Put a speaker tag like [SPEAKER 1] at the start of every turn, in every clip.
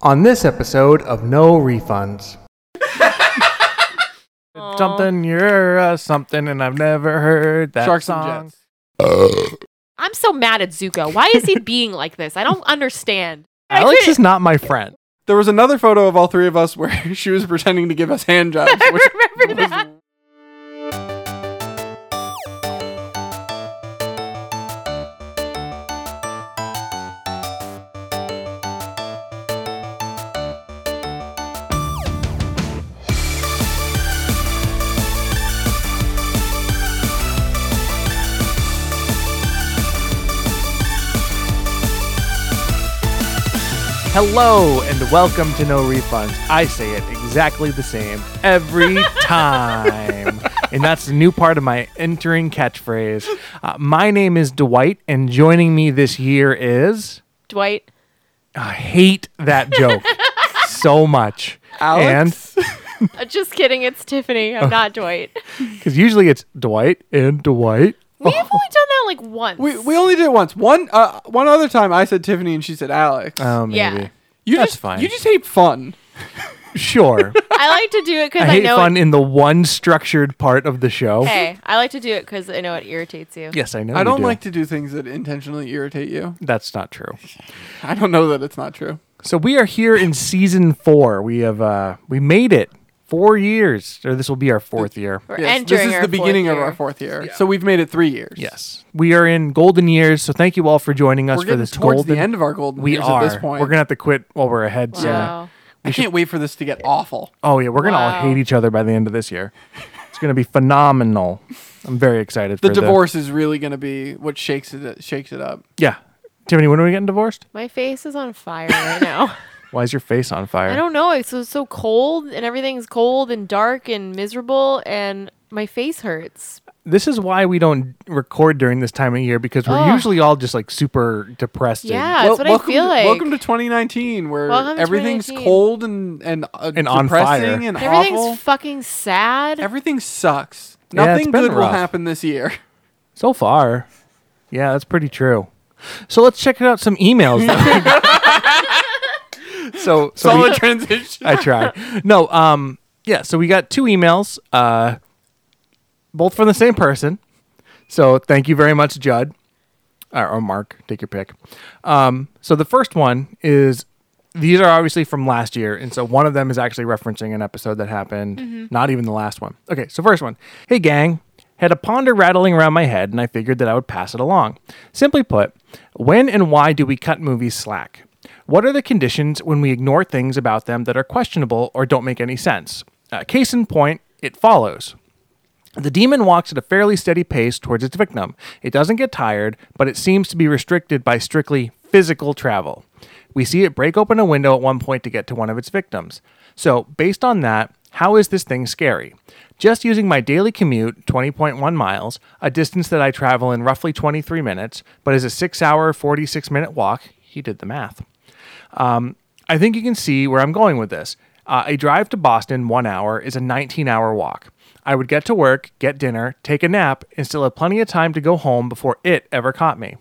[SPEAKER 1] on this episode of No Refunds.
[SPEAKER 2] Aw.
[SPEAKER 1] Something you're uh, something, and I've never heard that
[SPEAKER 3] Sharks
[SPEAKER 1] song.
[SPEAKER 3] and Jets.
[SPEAKER 2] I'm so mad at Zuko. Why is he being like this? I don't understand.
[SPEAKER 1] Alex is not my friend.
[SPEAKER 3] There was another photo of all three of us where she was pretending to give us hand jobs. Which
[SPEAKER 2] remember
[SPEAKER 3] was-
[SPEAKER 2] that.
[SPEAKER 1] Hello and welcome to No Refunds. I say it exactly the same every time. and that's the new part of my entering catchphrase. Uh, my name is Dwight, and joining me this year is.
[SPEAKER 2] Dwight.
[SPEAKER 1] I hate that joke so much.
[SPEAKER 3] Alex?
[SPEAKER 1] And
[SPEAKER 2] Uh, just kidding. It's Tiffany.
[SPEAKER 3] Oh.
[SPEAKER 2] I'm not Dwight.
[SPEAKER 1] because usually it's Dwight and Dwight.
[SPEAKER 2] We've only done that like once.
[SPEAKER 3] Oh. we, we only did it once. One uh, one other time I said Tiffany and she said Alex.
[SPEAKER 1] Oh, maybe.
[SPEAKER 2] Yeah.
[SPEAKER 3] you
[SPEAKER 1] that's
[SPEAKER 3] just,
[SPEAKER 1] fine.
[SPEAKER 3] You just hate fun.
[SPEAKER 1] Sure.
[SPEAKER 2] I like to do it because
[SPEAKER 1] I
[SPEAKER 2] I,
[SPEAKER 1] hate
[SPEAKER 2] know.
[SPEAKER 1] fun
[SPEAKER 2] It,
[SPEAKER 1] in the one structured part of the show.
[SPEAKER 2] hey, I like to do it because I know it irritates you.
[SPEAKER 1] Yes, I know.
[SPEAKER 3] I
[SPEAKER 1] you
[SPEAKER 3] don't
[SPEAKER 1] do.
[SPEAKER 3] like to do things that intentionally irritate you.
[SPEAKER 1] That's not true.
[SPEAKER 3] I don't know that it's not true.
[SPEAKER 1] So we are here in season four. We have uh we made it four years, or this will be our fourth year.
[SPEAKER 2] We're
[SPEAKER 3] Yes,
[SPEAKER 2] entering
[SPEAKER 3] this is
[SPEAKER 2] our
[SPEAKER 3] the beginning
[SPEAKER 2] fourth
[SPEAKER 3] of
[SPEAKER 2] year.
[SPEAKER 3] our fourth year. So we've made it three years.
[SPEAKER 1] Yes, we are in golden years. So thank you all for joining us
[SPEAKER 3] We're
[SPEAKER 1] for
[SPEAKER 3] getting
[SPEAKER 1] this
[SPEAKER 3] towards
[SPEAKER 1] golden.
[SPEAKER 3] the end of our golden
[SPEAKER 1] we
[SPEAKER 3] years
[SPEAKER 1] are.
[SPEAKER 3] at this point.
[SPEAKER 1] We're gonna have to quit while we're ahead soon.
[SPEAKER 2] Wow.
[SPEAKER 3] I can't wait for this to get awful.
[SPEAKER 1] Oh yeah, we're gonna
[SPEAKER 2] Wow.
[SPEAKER 1] all hate each other by the end of this year. It's gonna be phenomenal. I'm very excited.
[SPEAKER 3] The
[SPEAKER 1] for
[SPEAKER 3] divorce is really going to be what shakes it shakes it up.
[SPEAKER 1] Yeah, Tiffany, when are we getting divorced?
[SPEAKER 2] My face is on fire right now.
[SPEAKER 1] Why is your face on fire?
[SPEAKER 2] I don't know. It's so, so cold and everything's cold and dark and miserable and my face hurts.
[SPEAKER 1] this is why we don't record during this time of year because we're
[SPEAKER 2] Ugh.
[SPEAKER 1] usually all just like super depressed. and-
[SPEAKER 2] Yeah, that's what I
[SPEAKER 3] welcome
[SPEAKER 2] feel
[SPEAKER 3] to,
[SPEAKER 2] like.
[SPEAKER 3] Welcome to 2019, where
[SPEAKER 2] Welcome to
[SPEAKER 3] everything's
[SPEAKER 2] 2019.
[SPEAKER 3] cold and and uh,
[SPEAKER 1] And on
[SPEAKER 3] depressing
[SPEAKER 1] fire.
[SPEAKER 3] and
[SPEAKER 2] Everything's
[SPEAKER 3] awful.
[SPEAKER 2] fucking sad.
[SPEAKER 3] Everything sucks.
[SPEAKER 1] Yeah, it's
[SPEAKER 3] Nothing
[SPEAKER 1] been
[SPEAKER 3] good will
[SPEAKER 1] rough.
[SPEAKER 3] happen this year.
[SPEAKER 1] so far, yeah, that's pretty true. So let's check out some emails. though. so, so we-
[SPEAKER 3] Solid transition.
[SPEAKER 1] I tried. No, um, yeah. So we got two emails, uh, both from the same person. So thank you very much, Judd Uh, or, or Mark. Take your pick. Um, so the first one is these are obviously from last year, and so one of them is actually referencing an episode that happened, not even the last one. Okay, so first one. Hey, gang. Had a ponder rattling around my head, and I figured that I would pass it along. Simply put, when and why do we cut movies slack? What are the conditions when we ignore things about them that are questionable or don't make any sense? Uh, case in point, it follows. The demon walks at a fairly steady pace towards its victim. It doesn't get tired, but it seems to be restricted by strictly physical travel. We see it break open a window at one point to get to one of its victims. So, based on that, how is this thing scary? Just using my daily commute, 20.1 miles, a distance that I travel in roughly 23 minutes, but is a 6 hour, 46 minute walk, he did the math. I think you can see where I'm going with this. Uh, a drive to Boston, one hour, is a 19 hour walk. I would get to work, get dinner, take a nap, and still have plenty of time to go home before it ever caught me.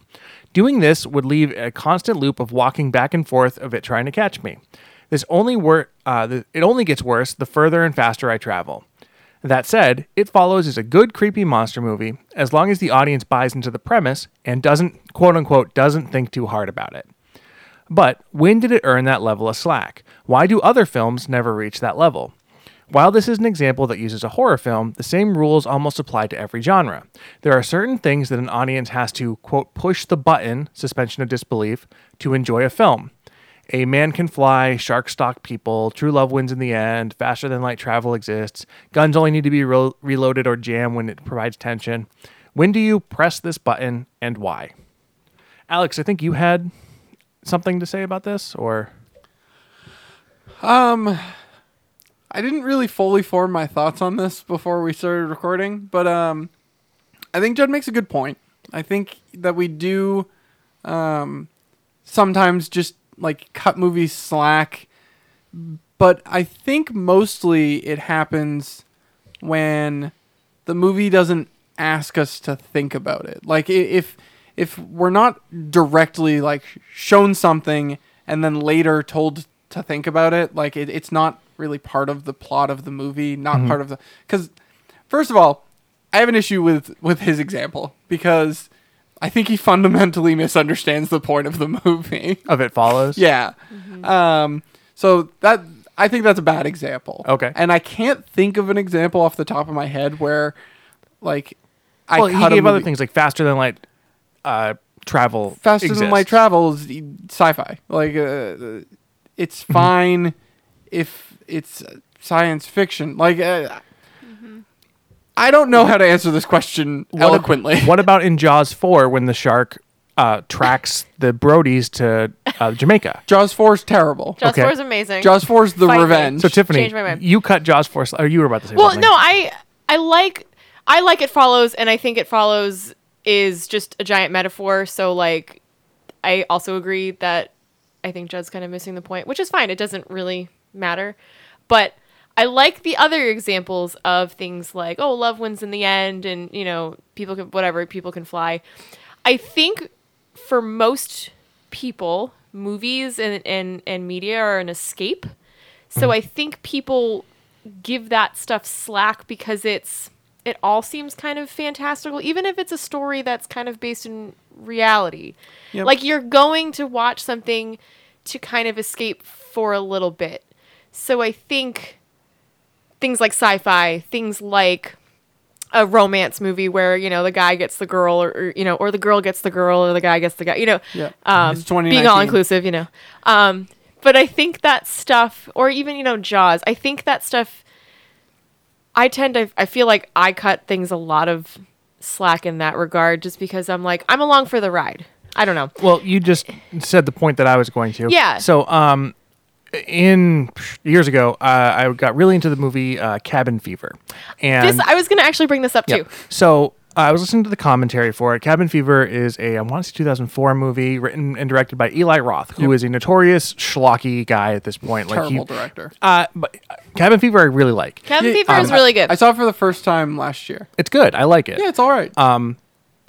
[SPEAKER 1] Doing this would leave a constant loop of walking back and forth of it trying to catch me. This only wor- uh, th- it only gets worse the further and faster I travel. That said, It Follows is a good creepy monster movie as long as the audience buys into the premise and doesn't quote unquote doesn't think too hard about it. But when did it earn that level of slack? Why do other films never reach that level? While this is an example that uses a horror film, the same rules almost apply to every genre. There are certain things that an audience has to, quote, push the button, suspension of disbelief, to enjoy a film. A Man Can Fly, Shark Stalk People, True Love Wins in the End, Faster Than Light Travel exists, Guns Only Need to Be rel- Reloaded or Jam when it provides tension. When do you press this button and why? Alex, I think you had something to say about this or
[SPEAKER 3] I didn't really fully form my thoughts on this before we started recording, but um, I think Judd makes a good point. I think that we do um, sometimes just like cut movies slack, but I think mostly it happens when the movie doesn't ask us to think about it. Like i- if if we're not directly like shown something and then later told to think about it. Like it, it's not really part of the plot of the movie, not part of the because first of all, I have an issue with with his example because I think he fundamentally misunderstands the point of the movie.
[SPEAKER 1] Of it follows.
[SPEAKER 3] Yeah.
[SPEAKER 2] Mm-hmm.
[SPEAKER 3] Um, so that I think that's a bad example.
[SPEAKER 1] Okay.
[SPEAKER 3] And I can't think of an example off the top of my head where, like, I
[SPEAKER 1] Well,
[SPEAKER 3] cut
[SPEAKER 1] he
[SPEAKER 3] a
[SPEAKER 1] gave other
[SPEAKER 3] movie-
[SPEAKER 1] things like faster than light uh, travel.
[SPEAKER 3] Faster than
[SPEAKER 1] exists.
[SPEAKER 3] light travel is sci-fi. Like, uh, it's
[SPEAKER 1] Mm-hmm.
[SPEAKER 3] fine if it's science fiction. Like, uh,
[SPEAKER 2] Mm-hmm.
[SPEAKER 3] I don't know how to answer this question
[SPEAKER 1] What ab-
[SPEAKER 3] eloquently.
[SPEAKER 1] what about in Jaws four when the shark uh, tracks the Brodies to uh, Jamaica?
[SPEAKER 3] Jaws Four is terrible.
[SPEAKER 2] Jaws
[SPEAKER 1] Okay.
[SPEAKER 2] Four is amazing.
[SPEAKER 3] Jaws Four is the
[SPEAKER 2] Fight me.
[SPEAKER 3] revenge.
[SPEAKER 1] So Tiffany,
[SPEAKER 2] Changed my mind.
[SPEAKER 1] you cut Jaws four. Or you were about to say
[SPEAKER 2] Well,
[SPEAKER 1] something.
[SPEAKER 2] no, I I like I like it follows, and I think it follows is just a giant metaphor. So like, I also agree that I think Judd's kind of missing the point, which is fine. It doesn't really matter, but I like the other examples of things like oh, love wins in the end, and you know people can whatever people can fly. I think for most people, movies and and, and media are an escape. So I think people give that stuff slack because it's it all seems kind of fantastical even if it's a story that's kind of based in reality
[SPEAKER 3] Yep.
[SPEAKER 2] like you're going to watch something to kind of escape for a little bit so i think things like sci-fi things like a romance movie where you know the guy gets the girl or, or you know or the girl gets the girl or the guy gets the guy you know
[SPEAKER 3] Yeah.
[SPEAKER 2] um,
[SPEAKER 3] It's
[SPEAKER 2] being
[SPEAKER 3] 2019.
[SPEAKER 2] all inclusive you know um, but i think that stuff or even you know jaws i think that stuff i tend to i feel like i cut things a lot of slack in that regard just because i'm like i'm along for the ride i don't know
[SPEAKER 1] Well, you just said the point that I was going to.
[SPEAKER 2] Yeah.
[SPEAKER 1] So, um, in years ago, uh, I got really into the movie uh, Cabin Fever, and
[SPEAKER 2] this i was gonna actually bring this up
[SPEAKER 1] yeah.
[SPEAKER 2] too
[SPEAKER 1] So uh, I was listening to the commentary for it. Cabin Fever is a I want to say 2004 movie written and directed by Eli Roth, who is a notorious schlocky guy at this point. Like
[SPEAKER 3] terrible
[SPEAKER 1] he,
[SPEAKER 3] director.
[SPEAKER 1] uh, but uh, Cabin Fever I really like.
[SPEAKER 2] cabin
[SPEAKER 3] Yeah,
[SPEAKER 2] fever is
[SPEAKER 3] um,
[SPEAKER 2] really good
[SPEAKER 3] I saw it for the first time last year.
[SPEAKER 1] It's good. I like it.
[SPEAKER 3] Yeah, it's all right.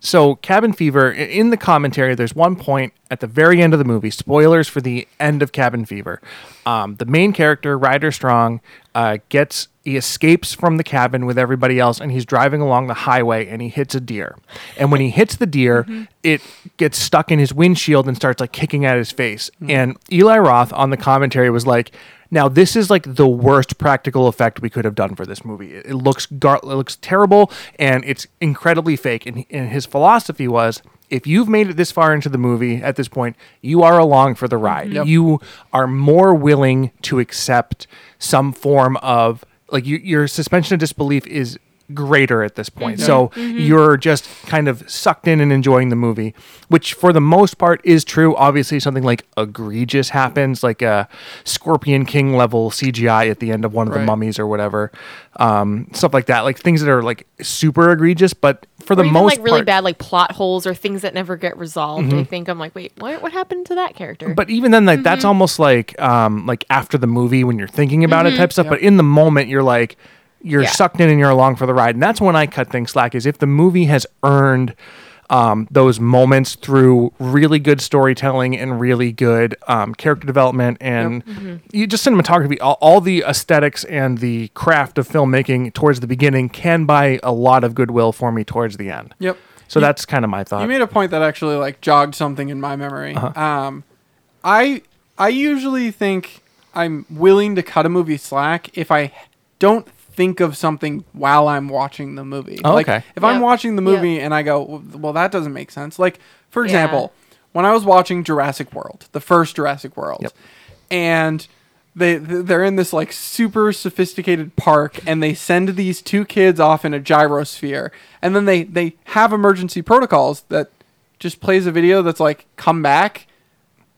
[SPEAKER 1] so cabin fever i- in the commentary there's one point at the very end of the movie spoilers for the end of cabin fever um, the main character ryder strong uh, gets he escapes from the cabin with everybody else and he's driving along the highway and he hits a deer and when he hits the deer it gets stuck in his windshield and starts like kicking at his face and eli roth on the commentary was like now this is like the worst practical effect we could have done for this movie. It, it looks gar- it looks terrible and it's incredibly fake. And, and his philosophy was, if you've made it this far into the movie at this point, you are along for the ride.
[SPEAKER 3] Yep.
[SPEAKER 1] You are more willing to accept some form of like you, your suspension of disbelief is greater at this point.
[SPEAKER 2] Mm-hmm.
[SPEAKER 1] So you're just kind of sucked in and enjoying the movie, which for the most part is true. Obviously, something like egregious happens, like a Scorpion King level CGI at the end of one of the
[SPEAKER 3] Right.
[SPEAKER 1] mummies or whatever, um, stuff like that. Like things that are like super egregious, but for
[SPEAKER 2] or
[SPEAKER 1] the
[SPEAKER 2] even
[SPEAKER 1] most
[SPEAKER 2] like really
[SPEAKER 1] part, Mm-hmm.
[SPEAKER 2] bad like plot holes or things that never get resolved i think i'm like wait what, what happened to that character
[SPEAKER 1] But even then, like, that's almost like um, like after the movie when you're thinking about it type stuff. But in the moment, you're like you're
[SPEAKER 2] Yeah.
[SPEAKER 1] sucked in and you're along for the ride. And that's when I cut things slack. Is if the movie has earned um, those moments through really good storytelling and really good um, character development and you just cinematography. All, all the aesthetics and the craft of filmmaking towards the beginning can buy a lot of goodwill for me towards the end.
[SPEAKER 3] yep.
[SPEAKER 1] So that's kind of my thought.
[SPEAKER 3] You made a point that actually like jogged something in my memory.
[SPEAKER 1] Uh-huh.
[SPEAKER 3] Um, I I usually think I'm willing to cut a movie slack if I don't think of something while I'm watching the movie.
[SPEAKER 1] Oh,
[SPEAKER 3] Like,
[SPEAKER 1] okay.
[SPEAKER 3] If
[SPEAKER 2] Yeah.
[SPEAKER 3] I'm watching the
[SPEAKER 2] Yeah.
[SPEAKER 3] movie and I go, well, that doesn't make sense. Like for
[SPEAKER 2] Yeah.
[SPEAKER 3] example, when I was watching Jurassic World, the first Jurassic World,
[SPEAKER 1] Yep.
[SPEAKER 3] and they they're in this like super sophisticated park, and they send these two kids off in a gyrosphere, and then they they have emergency protocols that just plays a video that's like come back,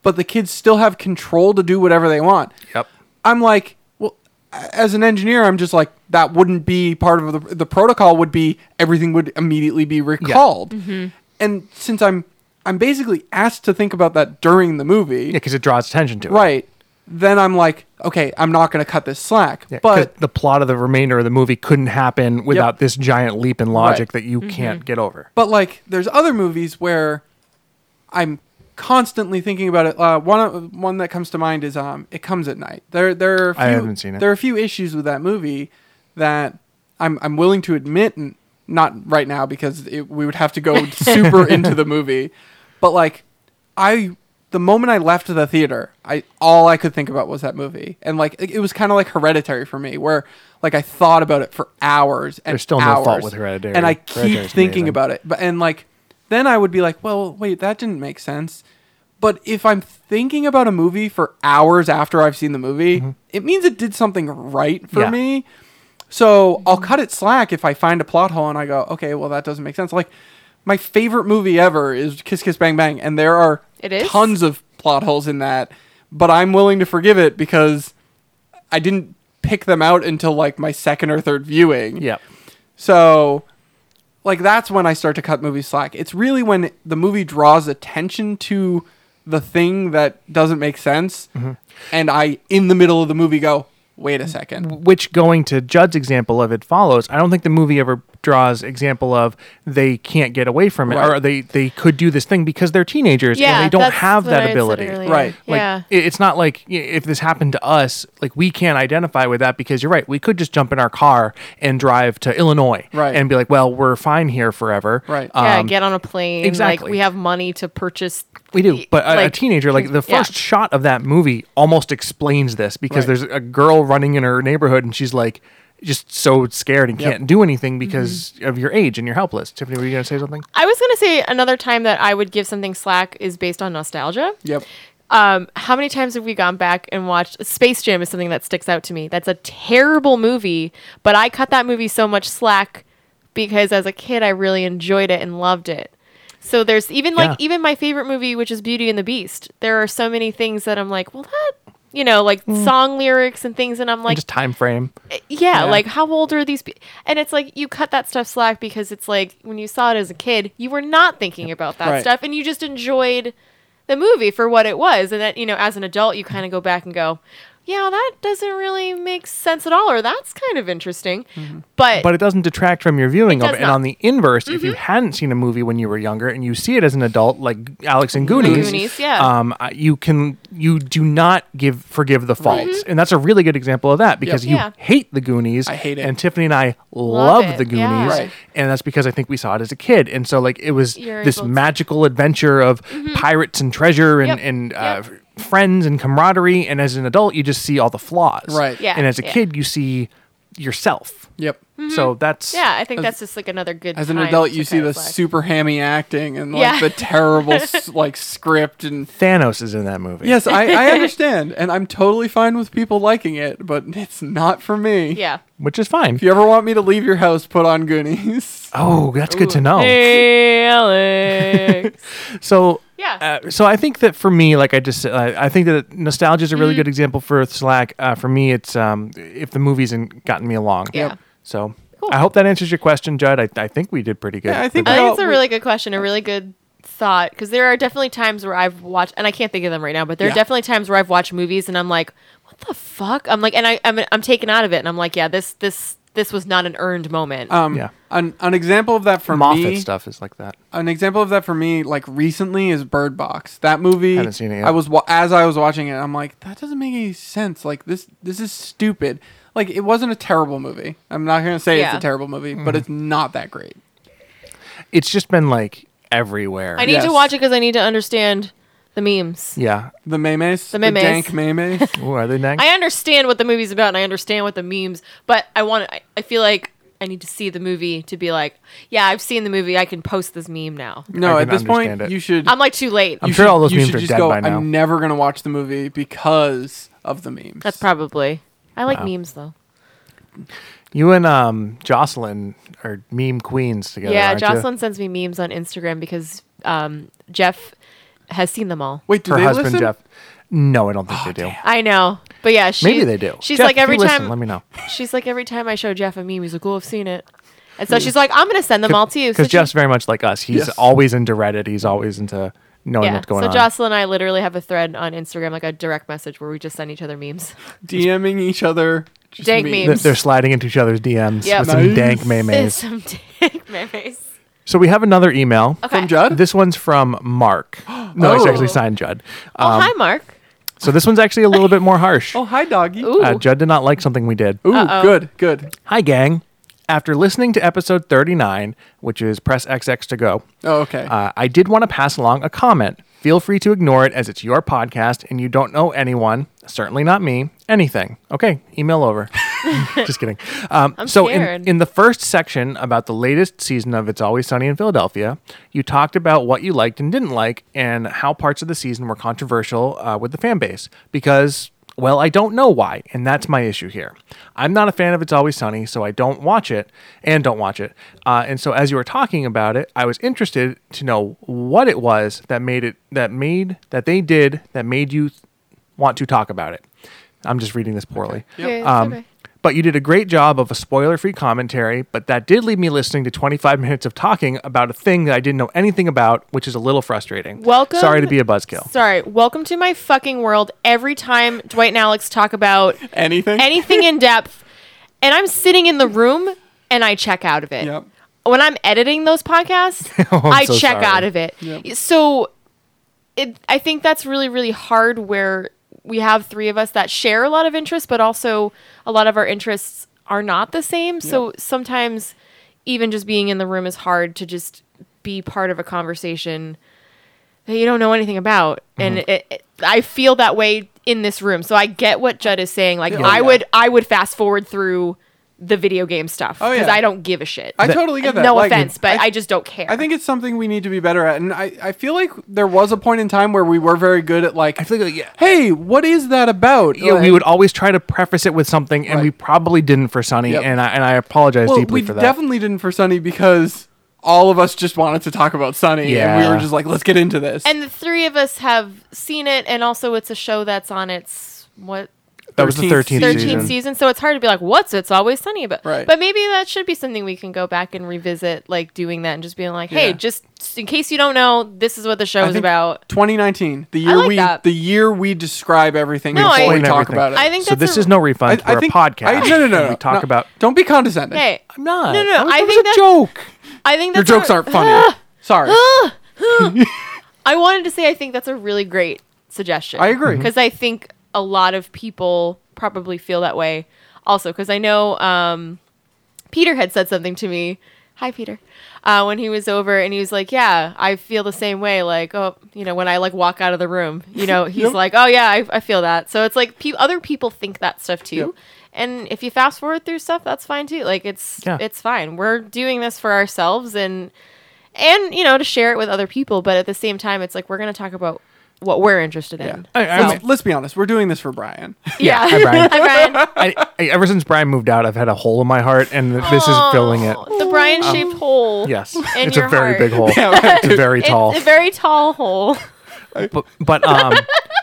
[SPEAKER 3] but the kids still have control to do whatever they want.
[SPEAKER 1] yep.
[SPEAKER 3] I'm like, well, a- as an engineer, I'm just like that wouldn't be part of the the protocol. Would be everything would immediately be recalled. And since I'm I'm basically asked to think about that during the movie,
[SPEAKER 1] Yeah, because it draws attention to it.
[SPEAKER 3] right? Then I'm like, okay, I'm not going to cut this slack.
[SPEAKER 1] Yeah, 'cause
[SPEAKER 3] but
[SPEAKER 1] the plot of the remainder of the movie couldn't happen without this giant leap
[SPEAKER 2] Mm-hmm.
[SPEAKER 1] in logic that you can't get over.
[SPEAKER 3] but like, there's other movies where I'm constantly thinking about it. Uh, one of- one that comes to mind is um, it comes at night. There there are a few,
[SPEAKER 1] I haven't seen it.
[SPEAKER 3] There are a few issues with that movie that I'm I'm willing to admit, n- not right now because it, we would have to go super into the movie, but like I. The moment I left the theater, I all I could think about was that movie, and like it it was kind of like Hereditary for me, where like I thought about it for hours and
[SPEAKER 1] There's still no fault
[SPEAKER 3] hours,
[SPEAKER 1] with Hereditary.
[SPEAKER 3] and I keep
[SPEAKER 1] Hereditary's
[SPEAKER 3] thinking
[SPEAKER 1] amazing.
[SPEAKER 3] about it. But and like then I would be like, well, wait, that didn't make sense. But if I'm thinking about a movie for hours after I've seen the movie, it means it did something right for
[SPEAKER 1] Yeah.
[SPEAKER 3] me. So I'll cut it slack if I find a plot hole and I go, okay, well that doesn't make sense. Like my favorite movie ever is Kiss Kiss Bang Bang, and there are
[SPEAKER 2] It is?
[SPEAKER 3] tons of plot holes in that. But I'm willing to forgive it because I didn't pick them out until like my second or third viewing.
[SPEAKER 1] Yep.
[SPEAKER 3] So, like, that's when I start to cut movie slack. It's really when the movie draws attention to the thing that doesn't make sense, and I, in the middle of the movie, go, wait a second.
[SPEAKER 1] Which going to Judd's example of it follows, I don't think the movie ever draws example of they can't get away from it or
[SPEAKER 3] Right.
[SPEAKER 1] they they could do this thing because they're teenagers
[SPEAKER 2] yeah,
[SPEAKER 1] and they don't
[SPEAKER 2] that's
[SPEAKER 1] have
[SPEAKER 2] what I
[SPEAKER 1] that
[SPEAKER 2] had said
[SPEAKER 1] ability.
[SPEAKER 2] earlier.
[SPEAKER 3] Right.
[SPEAKER 1] Like
[SPEAKER 2] Yeah.
[SPEAKER 1] i- it's not like y- if this happened to us, like we can't identify with that because you're right. We could just jump in our car and drive to Illinois,
[SPEAKER 3] Right.
[SPEAKER 1] and be like, "Well, we're fine here forever."
[SPEAKER 3] Right.
[SPEAKER 2] yeah,
[SPEAKER 1] Um,
[SPEAKER 2] get on a plane.
[SPEAKER 1] exactly.
[SPEAKER 2] Like we have money to purchase.
[SPEAKER 1] we do, but a, a
[SPEAKER 2] like,
[SPEAKER 1] teenager, like the
[SPEAKER 2] yeah.
[SPEAKER 1] first shot of that movie, almost explains this because
[SPEAKER 3] Right.
[SPEAKER 1] there's a girl running in her neighborhood and she's like just so scared and
[SPEAKER 3] Yep.
[SPEAKER 1] can't do anything because
[SPEAKER 2] Mm-hmm.
[SPEAKER 1] of your age and you're helpless. Tiffany, were you gonna say something?
[SPEAKER 2] I was gonna say another time that I would give something slack is based on nostalgia.
[SPEAKER 3] Yep.
[SPEAKER 2] Um, how many times have we gone back and watched Space Jam? Is something that sticks out to me. That's a terrible movie, but I cut that movie so much slack because as a kid I really enjoyed it and loved it. So there's even like
[SPEAKER 1] Yeah.
[SPEAKER 2] even my favorite movie, which is Beauty and the Beast. There are so many things that I'm like, well, that you know, like song lyrics and things, and I'm
[SPEAKER 1] And
[SPEAKER 2] like,
[SPEAKER 1] just time frame.
[SPEAKER 2] yeah,
[SPEAKER 3] Yeah.
[SPEAKER 2] like how old are these? Be- and it's like you cut that stuff slack because it's like when you saw it as a kid, you were not thinking about that
[SPEAKER 3] Right.
[SPEAKER 2] stuff, and you just enjoyed the movie for what it was. And that you know, as an adult, you kind of go back and go, yeah, that doesn't really make sense at all, or that's kind of interesting,
[SPEAKER 3] Mm-hmm.
[SPEAKER 2] but,
[SPEAKER 1] but it doesn't detract from your viewing
[SPEAKER 2] It
[SPEAKER 1] of
[SPEAKER 2] does
[SPEAKER 1] it. And
[SPEAKER 2] not. Mm-hmm.
[SPEAKER 1] on the inverse, if you hadn't seen a movie when you were younger and you see it as an adult, like Alex and Goonies,
[SPEAKER 2] Goonies, yeah.
[SPEAKER 1] um, I- you can you do not give forgive the faults, and that's a really good example of that because
[SPEAKER 3] Yep.
[SPEAKER 1] you
[SPEAKER 2] Mm-hmm. Yeah.
[SPEAKER 1] hate the Goonies.
[SPEAKER 3] I hate it.
[SPEAKER 1] and Tiffany and I love,
[SPEAKER 2] Love
[SPEAKER 1] the
[SPEAKER 2] it,
[SPEAKER 1] Goonies,
[SPEAKER 2] yeah.
[SPEAKER 3] Right.
[SPEAKER 1] and that's because I think we saw it as a kid, and so like it was
[SPEAKER 2] You're
[SPEAKER 1] this
[SPEAKER 2] able to- Mm-hmm.
[SPEAKER 1] magical adventure of pirates and treasure and
[SPEAKER 2] Yep.
[SPEAKER 1] and uh,
[SPEAKER 2] Yep.
[SPEAKER 1] f- friends and camaraderie, and as an adult, you just see all the flaws,
[SPEAKER 3] Right.
[SPEAKER 2] Yeah,
[SPEAKER 1] And as a
[SPEAKER 2] yeah.
[SPEAKER 1] kid, you see yourself.
[SPEAKER 3] Yep.
[SPEAKER 1] So that's
[SPEAKER 2] Mm-hmm. yeah, I think that's just like another good.
[SPEAKER 3] As an
[SPEAKER 2] time
[SPEAKER 3] adult,
[SPEAKER 2] to
[SPEAKER 3] you see
[SPEAKER 2] kinda
[SPEAKER 3] the
[SPEAKER 2] slack.
[SPEAKER 3] super hammy acting and like
[SPEAKER 2] Yeah.
[SPEAKER 3] the terrible s- like script and.
[SPEAKER 1] Thanos is in that movie.
[SPEAKER 3] Yes, I, I understand, and I'm totally fine with people liking it, but it's not for me.
[SPEAKER 2] yeah.
[SPEAKER 1] which is fine.
[SPEAKER 3] If you ever want me to leave your house, put on Goonies.
[SPEAKER 1] Oh, that's good to know.
[SPEAKER 2] Hey, Alex.
[SPEAKER 1] So
[SPEAKER 2] Yeah.
[SPEAKER 1] uh, so I think that for me, like I just, said, I I think that nostalgia is a
[SPEAKER 2] Mm-hmm.
[SPEAKER 1] really good example for Slack. Uh, for me, it's um, if the movie's in, gotten me along.
[SPEAKER 2] Yeah. Yep.
[SPEAKER 1] So
[SPEAKER 2] Cool.
[SPEAKER 1] I hope that answers your question, Judd. I, I think we did pretty good.
[SPEAKER 3] Yeah, I think
[SPEAKER 1] with that.
[SPEAKER 2] I think
[SPEAKER 3] Well,
[SPEAKER 2] it's a
[SPEAKER 3] we-
[SPEAKER 2] really good question, a really good thought, because there are definitely times where I've watched, and I can't think of them right now, but there are
[SPEAKER 3] Yeah.
[SPEAKER 2] definitely times where I've watched movies and I'm like, what the fuck? I'm like, and I, I'm, I'm taken out of it, and I'm like, yeah, this, this, this was not an earned moment.
[SPEAKER 3] Um,
[SPEAKER 1] Yeah.
[SPEAKER 3] An, an example of that for
[SPEAKER 1] Moffat
[SPEAKER 3] me.
[SPEAKER 1] stuff is like that.
[SPEAKER 3] An example of that for me, like recently, is Bird Box. That movie.
[SPEAKER 1] Haven't seen it yet.
[SPEAKER 3] I was wa- as I was watching it, I'm like, that doesn't make any sense. Like this, this is stupid. Like it wasn't a terrible movie. I'm not gonna say it's
[SPEAKER 2] Yeah.
[SPEAKER 3] a terrible movie,
[SPEAKER 1] Mm-hmm.
[SPEAKER 3] but it's not that great.
[SPEAKER 1] It's just been like everywhere.
[SPEAKER 2] I need to
[SPEAKER 3] yes.
[SPEAKER 2] watch it because I need to understand the memes.
[SPEAKER 1] yeah.
[SPEAKER 3] The memes, the,
[SPEAKER 2] memes.
[SPEAKER 3] dank memes.
[SPEAKER 1] Ooh, are they next?
[SPEAKER 2] I understand what the movie's about and I understand what the memes, but I want, I, I feel like I need to see the movie to be like, yeah, I've seen the movie, I can post this meme now.
[SPEAKER 3] no,
[SPEAKER 1] I
[SPEAKER 3] at
[SPEAKER 1] can
[SPEAKER 3] this point,
[SPEAKER 1] understand it.
[SPEAKER 3] you should.
[SPEAKER 2] I'm like too late.
[SPEAKER 1] I'm
[SPEAKER 3] you
[SPEAKER 1] sure
[SPEAKER 3] should-
[SPEAKER 1] all those
[SPEAKER 3] you
[SPEAKER 1] memes
[SPEAKER 3] should
[SPEAKER 1] are
[SPEAKER 3] just
[SPEAKER 1] dead
[SPEAKER 3] go,
[SPEAKER 1] by now."
[SPEAKER 3] I'm never gonna watch the movie because of the memes.
[SPEAKER 2] That's probably. I like memes though.
[SPEAKER 1] you and um, Jocelyn are meme queens together.
[SPEAKER 2] Yeah,
[SPEAKER 1] aren't you?
[SPEAKER 2] Jocelyn sends me memes on Instagram because um, Jeff has seen them all.
[SPEAKER 3] Wait, do
[SPEAKER 1] Her
[SPEAKER 3] they
[SPEAKER 1] husband
[SPEAKER 3] listen?
[SPEAKER 1] Jeff. No, I don't think they do.
[SPEAKER 2] I know, but yeah, she,
[SPEAKER 1] Maybe they do.
[SPEAKER 2] She's
[SPEAKER 1] Jeff,
[SPEAKER 2] like
[SPEAKER 1] if you
[SPEAKER 2] every
[SPEAKER 1] listen,
[SPEAKER 2] time.
[SPEAKER 1] let me know.
[SPEAKER 2] She's like every time I show Jeff a meme, he's like, "Oh, I've seen it," and so she's like, "I'm gonna send them all to you." So
[SPEAKER 1] Because
[SPEAKER 2] she-
[SPEAKER 1] Jeff's very much like us. He's
[SPEAKER 3] Yes.
[SPEAKER 1] always into Reddit. He's always into knowing
[SPEAKER 2] yeah.
[SPEAKER 1] what's going
[SPEAKER 2] so
[SPEAKER 1] on.
[SPEAKER 2] Jocelyn and I literally have a thread on Instagram, like a direct message where we just send each other memes.
[SPEAKER 3] DMing each other. just
[SPEAKER 2] Dank
[SPEAKER 3] memes.
[SPEAKER 1] Th- They're sliding into each other's DMs
[SPEAKER 2] Yeah.
[SPEAKER 1] with some
[SPEAKER 3] Nice.
[SPEAKER 1] dank memes.
[SPEAKER 2] Some dank memes.
[SPEAKER 1] So we have another email.
[SPEAKER 2] Okay.
[SPEAKER 3] From Judd?
[SPEAKER 1] This one's from Mark. No, it's
[SPEAKER 3] Oh.
[SPEAKER 1] actually signed Judd. Uh,
[SPEAKER 2] oh,
[SPEAKER 1] Um,
[SPEAKER 2] hi, Mark.
[SPEAKER 1] So this one's actually a little bit more harsh.
[SPEAKER 3] oh, hi, doggy.
[SPEAKER 2] Ooh.
[SPEAKER 1] Uh, Judd did not like something we did.
[SPEAKER 3] Ooh, good, good.
[SPEAKER 1] Hi, gang. After listening to episode 39, which is Press XX to Go,
[SPEAKER 3] Oh, okay.
[SPEAKER 1] uh, I did want to pass along a comment. Feel free to ignore it as it's your podcast and you don't know anyone, certainly not me, anything. Okay, email over. Just kidding. Um, so, in,
[SPEAKER 2] scared.
[SPEAKER 1] in the first section about the latest season of It's Always Sunny in Philadelphia, you talked about what you liked and didn't like and how parts of the season were controversial uh, with the fan base because. Well, I don't know why, and that's my issue here. I'm not a fan of It's Always Sunny, so I don't watch it and don't watch it. Uh, and so, as you were talking about it, I was interested to know what it was that made it that made that they did that made you want to talk about it. I'm just reading this poorly.
[SPEAKER 3] Yep.
[SPEAKER 2] Yeah, it's
[SPEAKER 1] Um,
[SPEAKER 2] okay.
[SPEAKER 1] But you did a great job of a spoiler free commentary, but that did leave me listening to 25 minutes of talking about a thing that I didn't know anything about, which is a little frustrating.
[SPEAKER 2] Welcome.
[SPEAKER 1] Sorry to be a buzzkill.
[SPEAKER 2] Sorry. Welcome to my fucking world. Every time Dwight and Alex talk about
[SPEAKER 3] Anything?
[SPEAKER 2] anything in depth, and I'm sitting in the room and I check out of it.
[SPEAKER 3] Yep.
[SPEAKER 2] When I'm editing those podcasts,
[SPEAKER 1] Oh, I'm
[SPEAKER 2] I
[SPEAKER 1] so
[SPEAKER 2] check
[SPEAKER 1] sorry.
[SPEAKER 2] out of it.
[SPEAKER 3] Yep.
[SPEAKER 2] So it, I think that's really, really hard where we have three of us that share a lot of interests, but also a lot of our interests are not the same. So sometimes even just being in the room is hard to just be part of a conversation that you don't know anything about and
[SPEAKER 3] Mm-hmm.
[SPEAKER 2] it, it, i feel that way in this room so i get what judd is saying like i
[SPEAKER 3] yeah.
[SPEAKER 2] would i would fast forward through the video game stuff
[SPEAKER 3] Oh,
[SPEAKER 2] because
[SPEAKER 3] yeah.
[SPEAKER 2] i don't give a shit
[SPEAKER 3] I totally get that.
[SPEAKER 2] no
[SPEAKER 3] Like,
[SPEAKER 2] offense but
[SPEAKER 3] I-
[SPEAKER 2] I, just don't care
[SPEAKER 3] I think it's something we need to be better at. And I, I feel like there was a point in time where we were very good at like,
[SPEAKER 1] I feel like, yeah.
[SPEAKER 3] hey, what is that about?
[SPEAKER 1] Yeah, we
[SPEAKER 3] Like-
[SPEAKER 1] would always try to preface it with something, and we
[SPEAKER 3] Right.
[SPEAKER 1] probably didn't for Sonny,
[SPEAKER 3] Yep.
[SPEAKER 1] and I and I apologize
[SPEAKER 3] well,
[SPEAKER 1] deeply
[SPEAKER 3] we
[SPEAKER 1] for that.
[SPEAKER 3] definitely didn't for Sunny because all of us just wanted to talk about Sunny, and we
[SPEAKER 1] Yeah.
[SPEAKER 3] were just like, let's get into this.
[SPEAKER 2] and the three of us have seen it and also it's a show that's on its what
[SPEAKER 1] that was the 13th,
[SPEAKER 3] 13th
[SPEAKER 2] 13th
[SPEAKER 1] season.
[SPEAKER 2] season. so it's hard to be like what's it's always sunny about
[SPEAKER 3] Right.
[SPEAKER 2] but maybe that should be something we can go back and revisit like doing that and just being like hey
[SPEAKER 3] Yeah.
[SPEAKER 2] just in case you don't know this is what the show
[SPEAKER 3] I
[SPEAKER 2] is
[SPEAKER 3] think
[SPEAKER 2] about
[SPEAKER 3] 2019, the year
[SPEAKER 2] like
[SPEAKER 3] we
[SPEAKER 2] that.
[SPEAKER 3] the year we describe everything
[SPEAKER 2] No,
[SPEAKER 3] before
[SPEAKER 2] I-
[SPEAKER 3] we
[SPEAKER 1] Explain
[SPEAKER 3] talk
[SPEAKER 1] everything.
[SPEAKER 3] about it.
[SPEAKER 2] I think
[SPEAKER 1] So
[SPEAKER 2] that's
[SPEAKER 1] this
[SPEAKER 2] a-
[SPEAKER 1] is no refund.
[SPEAKER 3] I- I
[SPEAKER 1] We're
[SPEAKER 3] think-
[SPEAKER 1] a podcast.
[SPEAKER 3] I- no, no, no, no.
[SPEAKER 1] We talk
[SPEAKER 3] no.
[SPEAKER 1] about.
[SPEAKER 3] Don't be condescending.
[SPEAKER 2] hey
[SPEAKER 1] I'm not.
[SPEAKER 2] No, no, no, I
[SPEAKER 1] That was
[SPEAKER 2] think
[SPEAKER 1] a
[SPEAKER 2] that-
[SPEAKER 1] joke.
[SPEAKER 2] i think
[SPEAKER 3] Your
[SPEAKER 2] that's
[SPEAKER 3] jokes
[SPEAKER 2] a-
[SPEAKER 3] aren't funny. Sorry.
[SPEAKER 2] I wanted to say I think that's a really great suggestion.
[SPEAKER 3] I agree. Mhm.
[SPEAKER 2] Because I think a lot of people probably feel that way also. Because I know um, Peter had said something to me. Hi, Peter. Uh, when he was over and he was like, Yeah, I feel the same way. Like, oh, you know, when I like walk out of the room, you know, he's
[SPEAKER 3] Yep.
[SPEAKER 2] like, Oh, yeah, I, I feel that. So it's like pe- other people think that stuff too.
[SPEAKER 3] Yep.
[SPEAKER 2] And if you fast forward through stuff, that's fine too. Like, it's,
[SPEAKER 1] Yeah.
[SPEAKER 2] it's fine. We're doing this for ourselves and, and you know to share it with other people but at the same time it's like we're going to talk about what we're interested in
[SPEAKER 1] I- I-
[SPEAKER 3] Let's, let's be honest. We're doing this for Uh, Brian.
[SPEAKER 1] Yeah.
[SPEAKER 2] yeah,
[SPEAKER 1] Hi, Brian.
[SPEAKER 2] Hi, Brian.
[SPEAKER 1] I, I, ever since Brian moved out, I've had a hole in my heart, and th- this is filling it.
[SPEAKER 2] Oh, the brian shaped hole
[SPEAKER 1] Yes,
[SPEAKER 2] in
[SPEAKER 1] it's
[SPEAKER 2] your
[SPEAKER 1] a very
[SPEAKER 2] heart.
[SPEAKER 1] big hole.
[SPEAKER 3] Yeah,
[SPEAKER 1] It's very
[SPEAKER 2] it's
[SPEAKER 1] tall.
[SPEAKER 2] a very tall hole
[SPEAKER 1] but, but um,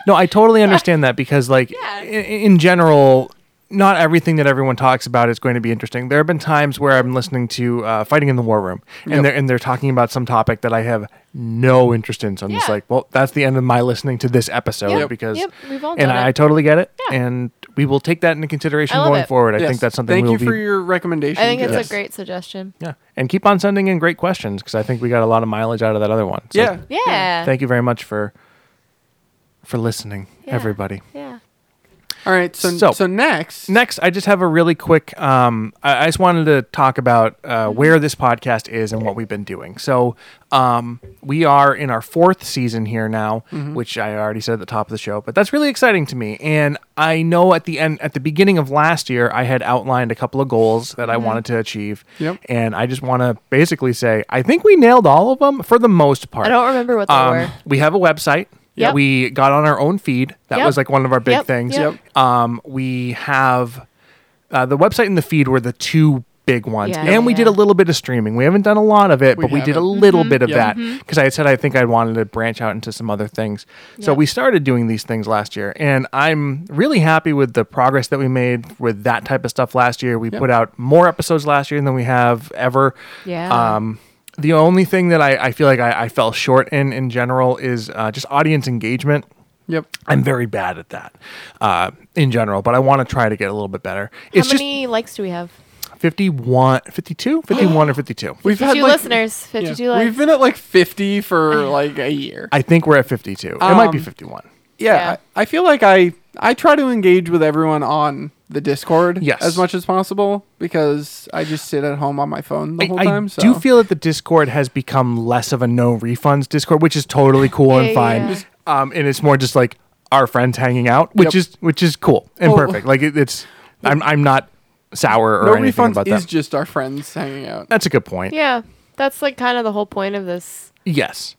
[SPEAKER 1] no, I totally understand that because like i in general, not everything that everyone talks about is going to be interesting. There have been times where I'm listening to uh, Fighting in the War Room, and
[SPEAKER 3] Yep.
[SPEAKER 1] they're and they're talking about some topic that I have no interest in. So I'm just
[SPEAKER 2] Yeah.
[SPEAKER 1] like, well, that's the end of my listening to this episode
[SPEAKER 2] Yep.
[SPEAKER 1] because,
[SPEAKER 2] Yep, we've all
[SPEAKER 1] and
[SPEAKER 2] done
[SPEAKER 1] I,
[SPEAKER 2] it.
[SPEAKER 1] totally get it,
[SPEAKER 2] Yeah.
[SPEAKER 1] and we will take that into consideration
[SPEAKER 2] I love
[SPEAKER 1] going
[SPEAKER 2] it.
[SPEAKER 1] forward. I
[SPEAKER 3] Yes.
[SPEAKER 1] think that's something
[SPEAKER 3] Thank
[SPEAKER 1] we'll
[SPEAKER 3] you
[SPEAKER 1] be
[SPEAKER 3] for your recommendation.
[SPEAKER 2] i think it's
[SPEAKER 3] Yes.
[SPEAKER 2] a great suggestion
[SPEAKER 1] yeah, and keep on sending in great questions because I think we got a lot of mileage out of that other one. So
[SPEAKER 3] Yeah.
[SPEAKER 2] yeah,
[SPEAKER 1] thank you very much for for listening
[SPEAKER 2] Yeah.
[SPEAKER 1] everybody
[SPEAKER 2] yeah
[SPEAKER 3] All right. So
[SPEAKER 1] So-
[SPEAKER 3] so, next.
[SPEAKER 1] next i just have a really quick um, I, I just wanted to talk about uh,
[SPEAKER 2] Mm-hmm.
[SPEAKER 1] where this podcast is and what we've been doing so um, we are in our fourth season here now
[SPEAKER 2] Mm-hmm.
[SPEAKER 1] which i already said at the top of the show but that's really exciting to me and i know at the end at the beginning of last year i had outlined a couple of goals that
[SPEAKER 2] Mm-hmm.
[SPEAKER 1] i wanted to achieve
[SPEAKER 3] Yep.
[SPEAKER 1] and i just want to basically say i think we nailed all of them for the most part
[SPEAKER 2] i don't remember what they
[SPEAKER 1] um,
[SPEAKER 2] were
[SPEAKER 1] We have a website. Yeah.
[SPEAKER 2] Yep.
[SPEAKER 1] We got on our own feed. That
[SPEAKER 2] Yep.
[SPEAKER 1] was like one of our big
[SPEAKER 2] Yep,
[SPEAKER 1] things.
[SPEAKER 2] yep.
[SPEAKER 1] Um, we have uh, the website and the feed were the two big ones.
[SPEAKER 2] Yeah.
[SPEAKER 1] and we did a
[SPEAKER 2] Yeah. Mm-hmm.
[SPEAKER 1] little bit of streaming. We haven't done a lot of it, but we did a
[SPEAKER 3] haven't.
[SPEAKER 1] little bit of
[SPEAKER 3] Yep.
[SPEAKER 1] that because I had said I think I wanted to branch out into some other things. So
[SPEAKER 2] Yep.
[SPEAKER 1] we started doing these things last year, and I'm really happy with the progress that we made with that type of stuff last year. We put out more episodes last year than we have ever.
[SPEAKER 2] Yeah.
[SPEAKER 1] Um, the only thing that I, I feel like I, I fell short in in general is uh, just audience engagement.
[SPEAKER 3] Yep.
[SPEAKER 1] I'm very bad at that uh, in general, but I want to try to get a little bit better.
[SPEAKER 2] how
[SPEAKER 1] It's
[SPEAKER 2] many likes do we have
[SPEAKER 1] just 51, 52, 51 or 52.
[SPEAKER 3] We've had
[SPEAKER 2] Two
[SPEAKER 3] like-
[SPEAKER 2] listeners,
[SPEAKER 3] yeah,
[SPEAKER 2] 52 likes.
[SPEAKER 3] We've been at like 50 for like a year.
[SPEAKER 1] I think we're at 52. it might be
[SPEAKER 3] Um,
[SPEAKER 1] 51.
[SPEAKER 3] yeah,
[SPEAKER 2] Yeah.
[SPEAKER 3] I, I feel like I I try to engage with everyone on the Discord
[SPEAKER 1] Yes.
[SPEAKER 3] as much as possible because I just sit at home on my phone the
[SPEAKER 1] I,
[SPEAKER 3] whole
[SPEAKER 1] I
[SPEAKER 3] time. so
[SPEAKER 1] do feel that the Discord has become less of a no refunds Discord, which is totally cool and
[SPEAKER 2] Yeah,
[SPEAKER 1] fine.
[SPEAKER 2] yeah.
[SPEAKER 1] Um, and it's more just like our friends hanging out, which
[SPEAKER 3] Yep.
[SPEAKER 1] is which is cool and
[SPEAKER 3] Well-
[SPEAKER 1] perfect. Like it, it's, I'm I'm not sour or
[SPEAKER 3] no
[SPEAKER 1] anything
[SPEAKER 3] refunds
[SPEAKER 1] about
[SPEAKER 3] is
[SPEAKER 1] that.
[SPEAKER 3] just our friends hanging out.
[SPEAKER 1] That's a good point.
[SPEAKER 2] yeah, that's like kind of the whole point of this.
[SPEAKER 1] Yes.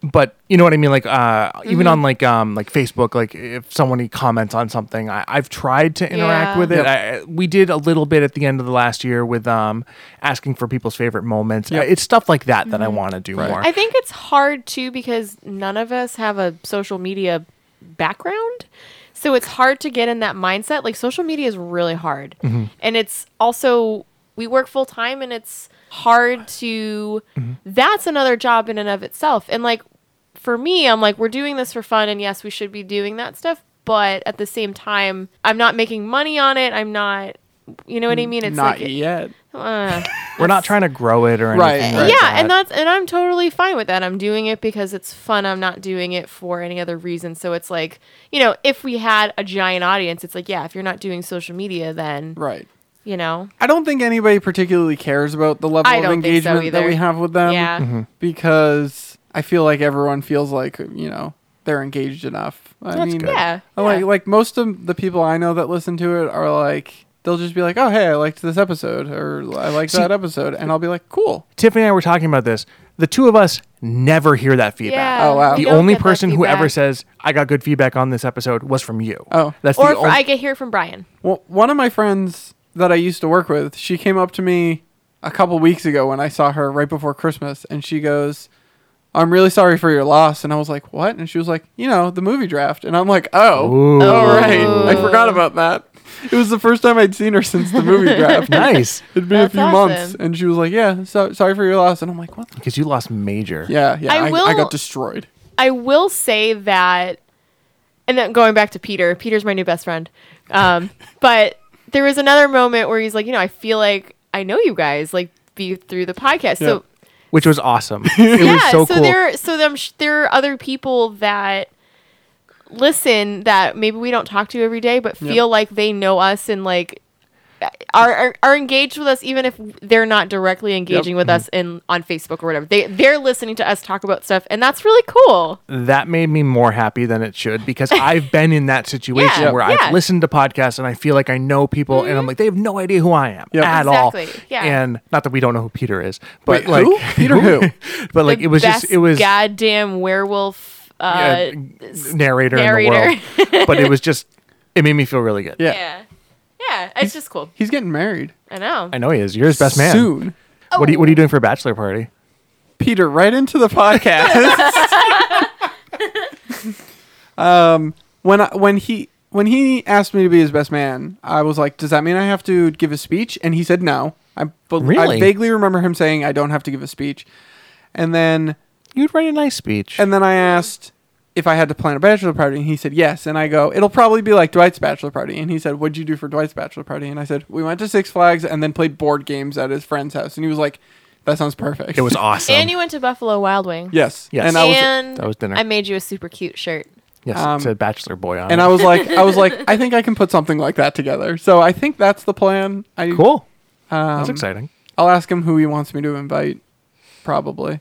[SPEAKER 1] But you know what I mean? Like, uh, even
[SPEAKER 2] Mm-hmm.
[SPEAKER 1] on like, um, like Facebook, like if somebody comments on something, I, I've tried to interact
[SPEAKER 2] Yeah.
[SPEAKER 1] with it. I, we did a little bit at the end of the last year with, um, asking for people's favorite moments.
[SPEAKER 3] Yep.
[SPEAKER 1] Uh, It's stuff like that that I want to do
[SPEAKER 3] Right.
[SPEAKER 1] more.
[SPEAKER 2] Mm-hmm. I think it's hard too because none of us have a social media background. So it's hard to get in that mindset. Like social media is really hard. And it's also we work full time and it's hard to that's another job in and of itself. And like for me, I'm like we're doing this for fun and yes, we should be doing that stuff, but at the same time, I'm not making money on it. I'm not you know what I mean? It's
[SPEAKER 3] Not
[SPEAKER 2] like
[SPEAKER 3] yet.
[SPEAKER 2] uh,
[SPEAKER 1] We're not trying to grow it or
[SPEAKER 3] Right,
[SPEAKER 1] anything.
[SPEAKER 3] right.
[SPEAKER 1] like
[SPEAKER 2] yeah,
[SPEAKER 1] that.
[SPEAKER 2] and that's and I'm totally fine with that. I'm doing it because it's fun. I'm not doing it for any other reason. So it's like, you know, if we had a giant audience, it's like, yeah, if you're not doing social media then,
[SPEAKER 3] Right.
[SPEAKER 2] you know.
[SPEAKER 3] I don't think anybody particularly cares about the level
[SPEAKER 2] I
[SPEAKER 3] of
[SPEAKER 2] don't think so
[SPEAKER 3] engagement that
[SPEAKER 2] either.
[SPEAKER 3] we have with them.
[SPEAKER 2] Yeah.
[SPEAKER 1] Mm-hmm.
[SPEAKER 3] Because I feel like everyone feels like, you know, they're engaged enough. I
[SPEAKER 1] That's
[SPEAKER 3] mean,
[SPEAKER 1] good.
[SPEAKER 2] Yeah.
[SPEAKER 3] I Like
[SPEAKER 2] yeah.
[SPEAKER 3] like most of the people I know that listen to it are like they'll just be like, "Oh, hey, I liked this episode," or "I liked
[SPEAKER 1] See-
[SPEAKER 3] that episode," and I'll be like, "Cool."
[SPEAKER 1] Tiffany and I were talking about this. The two of us never hear that feedback.
[SPEAKER 2] Yeah,
[SPEAKER 3] Oh, wow.
[SPEAKER 1] The
[SPEAKER 2] you don't
[SPEAKER 1] only
[SPEAKER 2] get that
[SPEAKER 1] person who ever
[SPEAKER 2] feedback.
[SPEAKER 1] says I got good feedback on this episode was from you.
[SPEAKER 3] Oh.
[SPEAKER 1] that's
[SPEAKER 2] or
[SPEAKER 1] the
[SPEAKER 2] if
[SPEAKER 1] only.
[SPEAKER 2] I get here from Brian.
[SPEAKER 3] Well, one of my friends that I used to work with, she came up to me a couple weeks ago when I saw her right before Christmas, and she goes, "I'm really sorry for your loss," and I was like, "What?" And she was like, "You know, the movie draft," and I'm like, "Oh,
[SPEAKER 1] Ooh.
[SPEAKER 3] all right, I forgot about that." It was the first time I'd seen her since the movie draft.
[SPEAKER 1] nice
[SPEAKER 3] It'd been a
[SPEAKER 2] That's
[SPEAKER 3] few months,
[SPEAKER 2] awesome.
[SPEAKER 3] and she was like, "Yeah, so, sorry for your loss," and I'm like, "What?" the-
[SPEAKER 1] because you lost major.
[SPEAKER 3] Yeah, yeah,
[SPEAKER 2] I
[SPEAKER 3] I, I
[SPEAKER 2] will-
[SPEAKER 3] got destroyed.
[SPEAKER 2] I will say that, and then going back to Peter, Peter's my new best friend. Um, but there was another moment where he's like, you know, I feel like I know you guys, like, be through the podcast.
[SPEAKER 3] Yeah.
[SPEAKER 2] So
[SPEAKER 1] which was awesome. It was so, cool.
[SPEAKER 2] there so there, sh- there are other people that listen that maybe we don't talk to every day but
[SPEAKER 3] Yep.
[SPEAKER 2] feel like they know us and like are, are are engaged with us even if they're not directly engaging
[SPEAKER 1] Mm-hmm.
[SPEAKER 2] with us in on Facebook or whatever. They they're listening to us talk about stuff and that's really cool.
[SPEAKER 1] that made me more happy than it should because I've been in that situation
[SPEAKER 2] Yeah,
[SPEAKER 1] where
[SPEAKER 2] yeah.
[SPEAKER 1] I've listened to podcasts and I feel like I know people and I'm like, they have no idea who I am
[SPEAKER 3] Yep.
[SPEAKER 1] at all.
[SPEAKER 2] Exactly, yeah.
[SPEAKER 1] And not that we don't know who Peter is, but
[SPEAKER 3] Wait,
[SPEAKER 1] like
[SPEAKER 3] who? Peter who?
[SPEAKER 1] but like
[SPEAKER 2] The
[SPEAKER 1] it was just
[SPEAKER 2] best
[SPEAKER 1] it was
[SPEAKER 2] goddamn werewolf uh
[SPEAKER 1] uh, narrator, in
[SPEAKER 2] narrator.
[SPEAKER 1] the world. but it was just it made me feel really good.
[SPEAKER 3] Yeah.
[SPEAKER 2] yeah. Yeah, it's just cool.
[SPEAKER 3] He's getting married
[SPEAKER 2] I know.
[SPEAKER 1] I know he is. You're his best man.
[SPEAKER 3] soon.
[SPEAKER 1] What are you what are you doing for a bachelor party?
[SPEAKER 3] Peter, right into the podcast. um, when I, when he when he asked me to be his best man, I was like, "Does that mean I have to give a speech?" And he said, "No." I bel- I
[SPEAKER 1] Really?
[SPEAKER 3] vaguely remember him saying, "I don't have to give a speech," and then
[SPEAKER 1] You'd write a nice speech.
[SPEAKER 3] and then I asked if I had to plan a bachelor party, and he said yes. And I go, "It'll probably be like Dwight's bachelor party." And he said, "What'd you do for Dwight's bachelor party?" And I said, "We went to Six Flags and then played board games at his friend's house." And he was like, "That sounds perfect."
[SPEAKER 1] it was awesome.
[SPEAKER 2] and you went to Buffalo Wild Wing.
[SPEAKER 3] yes,
[SPEAKER 1] Yes.
[SPEAKER 3] and I was
[SPEAKER 2] and
[SPEAKER 1] that was dinner.
[SPEAKER 2] I made you a super cute shirt.
[SPEAKER 1] yes,
[SPEAKER 3] um,
[SPEAKER 1] it said bachelor boy on
[SPEAKER 3] and
[SPEAKER 1] it.
[SPEAKER 3] I was like, I was like, I think I can put something like that together. So I think that's the plan. I,
[SPEAKER 1] cool.
[SPEAKER 3] Um,
[SPEAKER 1] That's exciting.
[SPEAKER 3] I'll ask him who he wants me to invite. Probably.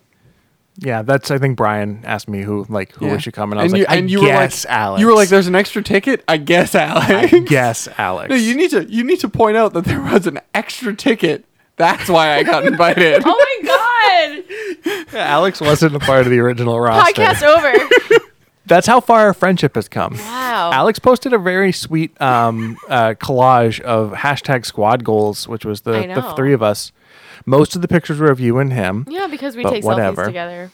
[SPEAKER 1] Yeah, that's. I think Brian asked me who like who
[SPEAKER 3] Yeah.
[SPEAKER 1] we should come, and I was like, I
[SPEAKER 3] you
[SPEAKER 1] guess
[SPEAKER 3] were like,
[SPEAKER 1] Alex.
[SPEAKER 3] You were like, there's an extra ticket. I guess Alex.
[SPEAKER 1] I guess Alex.
[SPEAKER 3] No, you need to you need to point out that there was an extra ticket. That's why I got invited.
[SPEAKER 2] Oh my god!
[SPEAKER 1] Alex wasn't a part of the original roster.
[SPEAKER 2] Podcast over.
[SPEAKER 1] That's how far our friendship has come.
[SPEAKER 2] Wow.
[SPEAKER 1] Alex posted a very sweet um, uh, collage of hashtag squad goals, which was the,
[SPEAKER 2] I
[SPEAKER 1] the
[SPEAKER 2] know.
[SPEAKER 1] three of us. Most of the pictures were of you and him.
[SPEAKER 2] Yeah, because we
[SPEAKER 1] But
[SPEAKER 2] take
[SPEAKER 1] whatever.
[SPEAKER 2] selfies together.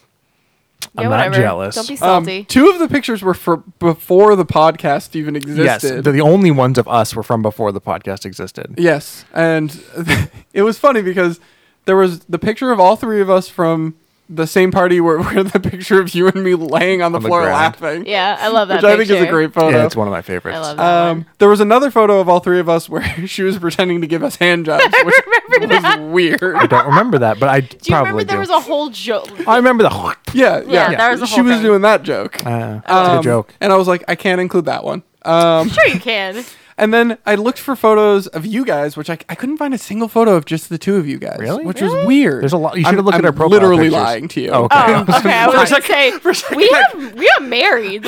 [SPEAKER 1] I'm not jealous.
[SPEAKER 2] Don't be
[SPEAKER 3] Um,
[SPEAKER 2] salty.
[SPEAKER 3] two of the pictures were for before the podcast even existed.
[SPEAKER 1] Yes, they're the only ones of us were from before the podcast existed.
[SPEAKER 3] Yes, and it was funny because there was the picture of all three of us from the same party where, where the picture of you and me laying on the
[SPEAKER 1] On the
[SPEAKER 3] floor
[SPEAKER 1] ground.
[SPEAKER 3] laughing,
[SPEAKER 2] yeah, I love that.
[SPEAKER 3] which I think is a
[SPEAKER 2] picture.
[SPEAKER 3] great photo.
[SPEAKER 1] Yeah, it's one of my favorites.
[SPEAKER 2] I love that.
[SPEAKER 3] um, there was another photo of all three of us where she was pretending to give us hand jobs, which
[SPEAKER 2] remember that.
[SPEAKER 3] It's weird.
[SPEAKER 1] I don't remember that, but I
[SPEAKER 2] Do you
[SPEAKER 1] probably
[SPEAKER 2] remember there
[SPEAKER 1] do.
[SPEAKER 2] was a whole joke?
[SPEAKER 1] I remember the.
[SPEAKER 3] Yeah, yeah.
[SPEAKER 2] Yeah, that was the
[SPEAKER 3] she
[SPEAKER 2] whole
[SPEAKER 3] was
[SPEAKER 2] thing.
[SPEAKER 3] doing that joke.
[SPEAKER 1] Uh,
[SPEAKER 3] Um,
[SPEAKER 1] it's a joke.
[SPEAKER 3] And I was like, I can't include that one. Um,
[SPEAKER 2] Sure, you can.
[SPEAKER 3] and then I looked for photos of you guys, which I, I couldn't find a single photo of just the two of you guys.
[SPEAKER 1] Really?
[SPEAKER 3] Which was weird.
[SPEAKER 1] There's a lot- you
[SPEAKER 3] I'm-
[SPEAKER 1] should've looked at
[SPEAKER 3] I'm
[SPEAKER 1] our profile
[SPEAKER 3] literally
[SPEAKER 1] pictures.
[SPEAKER 3] lying to you. Um,
[SPEAKER 1] Oh, okay.
[SPEAKER 2] Oh, okay. I was
[SPEAKER 3] For a
[SPEAKER 2] gonna say we have we have married.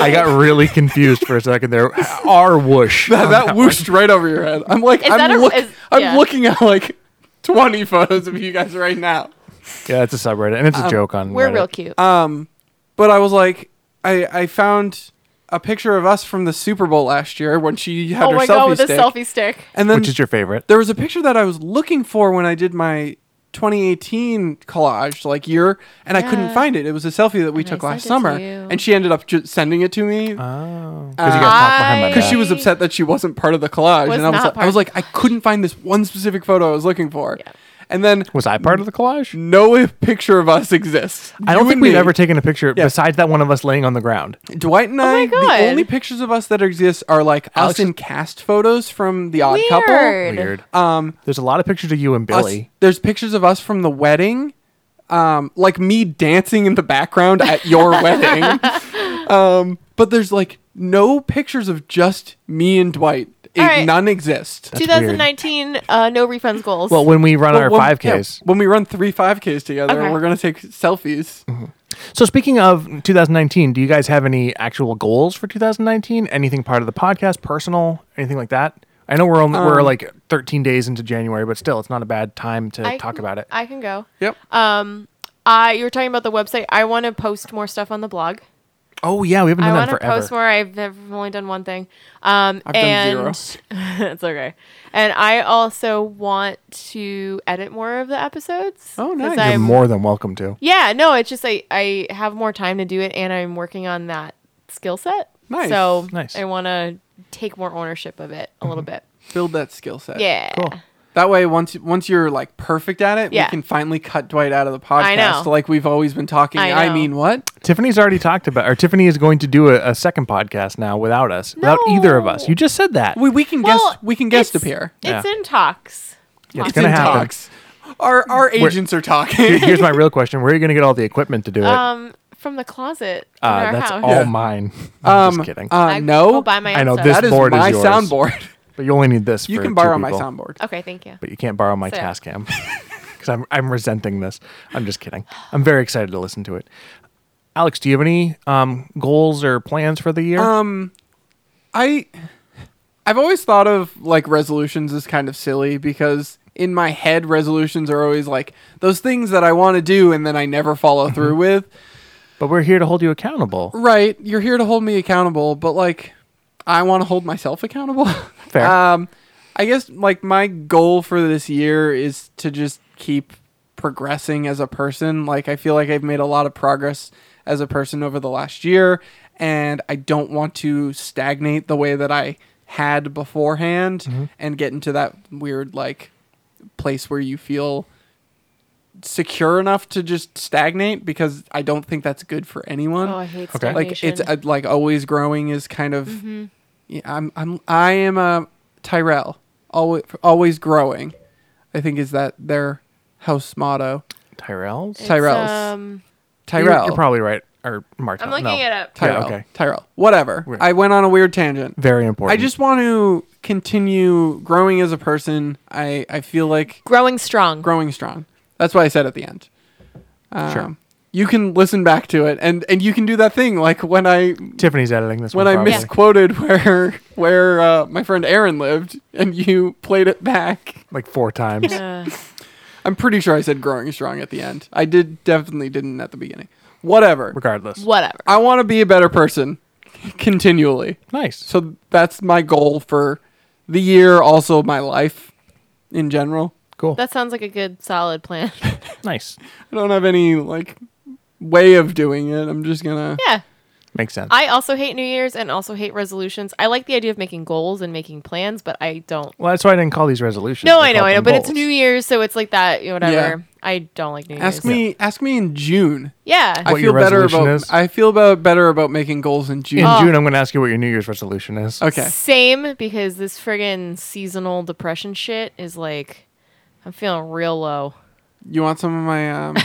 [SPEAKER 1] I got really confused for a second there. R whoosh.
[SPEAKER 3] That, that whooshed right over your head. I'm like,
[SPEAKER 2] Is
[SPEAKER 3] I'm,
[SPEAKER 2] that a-
[SPEAKER 3] look-
[SPEAKER 2] is-
[SPEAKER 3] I'm
[SPEAKER 2] yeah.
[SPEAKER 3] looking at like 20 photos of you guys right now.
[SPEAKER 1] Yeah, it's a subreddit, and it's a joke on.
[SPEAKER 2] We're
[SPEAKER 1] Reddit.
[SPEAKER 2] real cute.
[SPEAKER 3] Um, but I was like, I, I found a picture of us from the Super Bowl last year when she had
[SPEAKER 2] oh
[SPEAKER 3] her
[SPEAKER 2] my
[SPEAKER 3] selfie
[SPEAKER 2] god, with
[SPEAKER 3] stick.
[SPEAKER 2] a selfie stick.
[SPEAKER 3] And then
[SPEAKER 1] Which is your favorite?
[SPEAKER 3] there was a picture that I was looking for when I did my 2018 collage like year, and I couldn't
[SPEAKER 2] Yeah.
[SPEAKER 3] find it. It was a selfie that we
[SPEAKER 2] And I
[SPEAKER 3] took
[SPEAKER 2] sent it
[SPEAKER 3] last
[SPEAKER 2] to
[SPEAKER 3] summer,
[SPEAKER 2] you.
[SPEAKER 3] and she ended up ju- sending it to me because
[SPEAKER 1] Oh, because
[SPEAKER 3] Uh,
[SPEAKER 1] you got knocked behind by
[SPEAKER 2] Because
[SPEAKER 1] that.
[SPEAKER 3] she was
[SPEAKER 2] I
[SPEAKER 3] upset that she wasn't part of the collage.
[SPEAKER 2] was
[SPEAKER 3] and I was
[SPEAKER 2] not
[SPEAKER 3] like, I
[SPEAKER 2] part-
[SPEAKER 3] was like, I couldn't find this one specific photo I was looking for,
[SPEAKER 2] Yeah.
[SPEAKER 3] and then
[SPEAKER 1] Was I part of the collage?
[SPEAKER 3] no picture of us exists.
[SPEAKER 1] I don't
[SPEAKER 3] You
[SPEAKER 1] think
[SPEAKER 3] and
[SPEAKER 1] we've
[SPEAKER 3] me.
[SPEAKER 1] ever taken a picture
[SPEAKER 3] Yeah.
[SPEAKER 1] besides that one of us laying on the ground.
[SPEAKER 3] Dwight and I.
[SPEAKER 2] Oh my God.
[SPEAKER 3] The only pictures of us that exist are like
[SPEAKER 1] Alex
[SPEAKER 3] us
[SPEAKER 1] is-
[SPEAKER 3] in cast photos from The Odd
[SPEAKER 2] Weird.
[SPEAKER 3] Couple.
[SPEAKER 1] Weird.
[SPEAKER 3] Um,
[SPEAKER 1] There's a lot of pictures of you and
[SPEAKER 3] us-
[SPEAKER 1] Billy.
[SPEAKER 3] there's pictures of us from the wedding, um, like me dancing in the background at your wedding. Um, but there's like no pictures of just me and Dwight. It-
[SPEAKER 2] All right.
[SPEAKER 3] None exist.
[SPEAKER 1] That's
[SPEAKER 2] 2019, uh, no refunds goals.
[SPEAKER 1] Well, when we run
[SPEAKER 3] But
[SPEAKER 1] our
[SPEAKER 3] when-
[SPEAKER 1] five Ks.
[SPEAKER 3] yeah, when we run three five Ks together,
[SPEAKER 2] Okay.
[SPEAKER 3] we're gonna take selfies.
[SPEAKER 1] Mm-hmm. So speaking of 2019, do you guys have any actual goals for 2019? Anything part of the podcast, personal, anything like that? I know we're only we're
[SPEAKER 3] Um,
[SPEAKER 1] like 13 days into January, but still, it's not a bad time to
[SPEAKER 2] I
[SPEAKER 1] talk
[SPEAKER 2] can-
[SPEAKER 1] about it.
[SPEAKER 2] I can go.
[SPEAKER 3] Yep.
[SPEAKER 2] Um, I you were talking about the website. I want to post more stuff on the blog.
[SPEAKER 1] oh yeah, we haven't
[SPEAKER 2] I
[SPEAKER 1] done that
[SPEAKER 2] want to
[SPEAKER 1] forever.
[SPEAKER 2] post more. I've I've only done one thing. Um,
[SPEAKER 3] I've done
[SPEAKER 2] and
[SPEAKER 3] zero.
[SPEAKER 2] it's okay. And I also want to edit more of the episodes.
[SPEAKER 3] Oh,
[SPEAKER 2] 'cause
[SPEAKER 3] nice.
[SPEAKER 1] You're
[SPEAKER 3] You're
[SPEAKER 2] I'm-
[SPEAKER 1] more than welcome to.
[SPEAKER 2] yeah, no, it's just I I have more time to do it, and I'm working on that skill set.
[SPEAKER 3] Nice. Mm-hmm.
[SPEAKER 2] So
[SPEAKER 1] Nice.
[SPEAKER 2] I want to take more ownership of it a little bit.
[SPEAKER 3] Build that skill set.
[SPEAKER 2] Yeah.
[SPEAKER 1] Cool.
[SPEAKER 3] That way, once once you're like perfect at it,
[SPEAKER 2] Yeah.
[SPEAKER 3] we can finally cut Dwight out of the podcast.
[SPEAKER 2] I know.
[SPEAKER 3] Like we've always been talking.
[SPEAKER 2] I
[SPEAKER 3] I,
[SPEAKER 2] know.
[SPEAKER 3] mean, what?
[SPEAKER 1] Tiffany's already talked about, or Tiffany is going to do a, a second podcast now without us, without either of us.
[SPEAKER 2] No.
[SPEAKER 1] You just said that.
[SPEAKER 3] We we can
[SPEAKER 2] Well,
[SPEAKER 3] guest we can guest
[SPEAKER 2] it's-
[SPEAKER 3] appear.
[SPEAKER 2] It's
[SPEAKER 1] Yeah.
[SPEAKER 2] in talks.
[SPEAKER 1] Yeah, it's
[SPEAKER 2] Talks.
[SPEAKER 1] gonna
[SPEAKER 3] in
[SPEAKER 1] happen.
[SPEAKER 3] talks. Our our agents are talking.
[SPEAKER 1] Here's my real question: Where are you going to get all the equipment to do it?
[SPEAKER 2] Um, from the closet in
[SPEAKER 1] uh,
[SPEAKER 2] our
[SPEAKER 1] that's
[SPEAKER 2] house.
[SPEAKER 1] all
[SPEAKER 3] Yeah.
[SPEAKER 1] mine. I'm
[SPEAKER 3] um,
[SPEAKER 1] just kidding.
[SPEAKER 3] Uh,
[SPEAKER 2] I
[SPEAKER 3] no,
[SPEAKER 2] will buy my.
[SPEAKER 1] I
[SPEAKER 2] own
[SPEAKER 1] know
[SPEAKER 2] stuff.
[SPEAKER 1] this
[SPEAKER 3] that is
[SPEAKER 1] board is
[SPEAKER 3] my
[SPEAKER 1] yours.
[SPEAKER 3] soundboard.
[SPEAKER 1] but you only need this.
[SPEAKER 3] you
[SPEAKER 1] for
[SPEAKER 3] can
[SPEAKER 1] two
[SPEAKER 3] borrow my
[SPEAKER 1] people.
[SPEAKER 3] soundboard.
[SPEAKER 2] Okay, thank you.
[SPEAKER 1] but you can't borrow my
[SPEAKER 2] So-
[SPEAKER 1] task cam because I'm I'm resenting this. I'm just kidding. I'm very excited to listen to it. Alex, do you have any um, goals or plans for the year?
[SPEAKER 3] Um, I I've always thought of like resolutions as kind of silly because in my head resolutions are always like those things that I want to do and then I never follow
[SPEAKER 1] Mm-hmm.
[SPEAKER 3] through with.
[SPEAKER 1] but we're here to hold you accountable.
[SPEAKER 3] Right, you're here to hold me accountable, but like I want to hold myself accountable.
[SPEAKER 1] Fair.
[SPEAKER 3] Um I guess like my goal for this year is to just keep progressing as a person. Like I feel like I've made a lot of progress as a person over the last year and I don't want to stagnate the way that I had beforehand and get into that weird like place where you feel secure enough to just stagnate because I don't think that's good for anyone
[SPEAKER 2] Oh, I hate
[SPEAKER 1] Okay.
[SPEAKER 3] like it's
[SPEAKER 2] stagnation.
[SPEAKER 3] uh, like always growing is kind of yeah, I'm I'm I am a Tyrell always always growing I think is that their house motto
[SPEAKER 1] Tyrell's.
[SPEAKER 2] It's,
[SPEAKER 3] Tyrells.
[SPEAKER 2] Um,
[SPEAKER 1] You're-
[SPEAKER 3] Tyrell
[SPEAKER 1] You're, probably right. Or Mark.
[SPEAKER 2] I'm
[SPEAKER 1] Uh, no.
[SPEAKER 2] looking it up.
[SPEAKER 3] Tyrell
[SPEAKER 1] okay.
[SPEAKER 3] Tyrell whatever
[SPEAKER 1] Weird.
[SPEAKER 3] I went on a weird tangent
[SPEAKER 1] Very important.
[SPEAKER 3] I just want to continue growing as a person I I feel like
[SPEAKER 2] Growing strong.
[SPEAKER 3] growing strong that's what I said at the end um,
[SPEAKER 1] Sure.
[SPEAKER 3] you can listen back to it and and you can do that thing like when I
[SPEAKER 1] Tiffany's editing this
[SPEAKER 3] when
[SPEAKER 1] one.
[SPEAKER 3] I
[SPEAKER 1] probably.
[SPEAKER 3] misquoted where where uh, my friend Aaron lived, and you played it back.
[SPEAKER 1] like four times.
[SPEAKER 2] Uh,
[SPEAKER 3] I'm pretty sure I said "growing strong" at the end. I did definitely didn't at the beginning. Whatever.
[SPEAKER 1] Regardless.
[SPEAKER 2] whatever.
[SPEAKER 3] I want to be a better person continually.
[SPEAKER 1] Nice.
[SPEAKER 3] So that's my goal for the year, also my life in general.
[SPEAKER 1] Cool.
[SPEAKER 2] That sounds like a good, solid plan.
[SPEAKER 1] nice.
[SPEAKER 3] I don't have any like way of doing it. I'm just gonna.
[SPEAKER 2] yeah.
[SPEAKER 1] Makes sense.
[SPEAKER 2] I also hate New Year's and also hate resolutions. I like the idea of making goals and making plans, but I don't.
[SPEAKER 1] well, that's why I didn't call these resolutions.
[SPEAKER 2] No, I
[SPEAKER 1] called
[SPEAKER 2] know, I know,
[SPEAKER 1] them
[SPEAKER 2] but it's
[SPEAKER 1] goals.
[SPEAKER 2] New Year's, so it's like that. You know, whatever. I don't like New Year's.
[SPEAKER 3] Ask me. Ask me in June.
[SPEAKER 2] Yeah.
[SPEAKER 1] What
[SPEAKER 3] I
[SPEAKER 1] your
[SPEAKER 3] feel better
[SPEAKER 1] resolution
[SPEAKER 3] about.
[SPEAKER 1] is?
[SPEAKER 3] I feel about better about making goals in June.
[SPEAKER 1] In
[SPEAKER 2] Oh.
[SPEAKER 1] June, I'm going to ask you what your New Year's resolution is.
[SPEAKER 3] Okay.
[SPEAKER 2] Same because this friggin' seasonal depression shit is like I'm feeling real low.
[SPEAKER 3] You want some of my um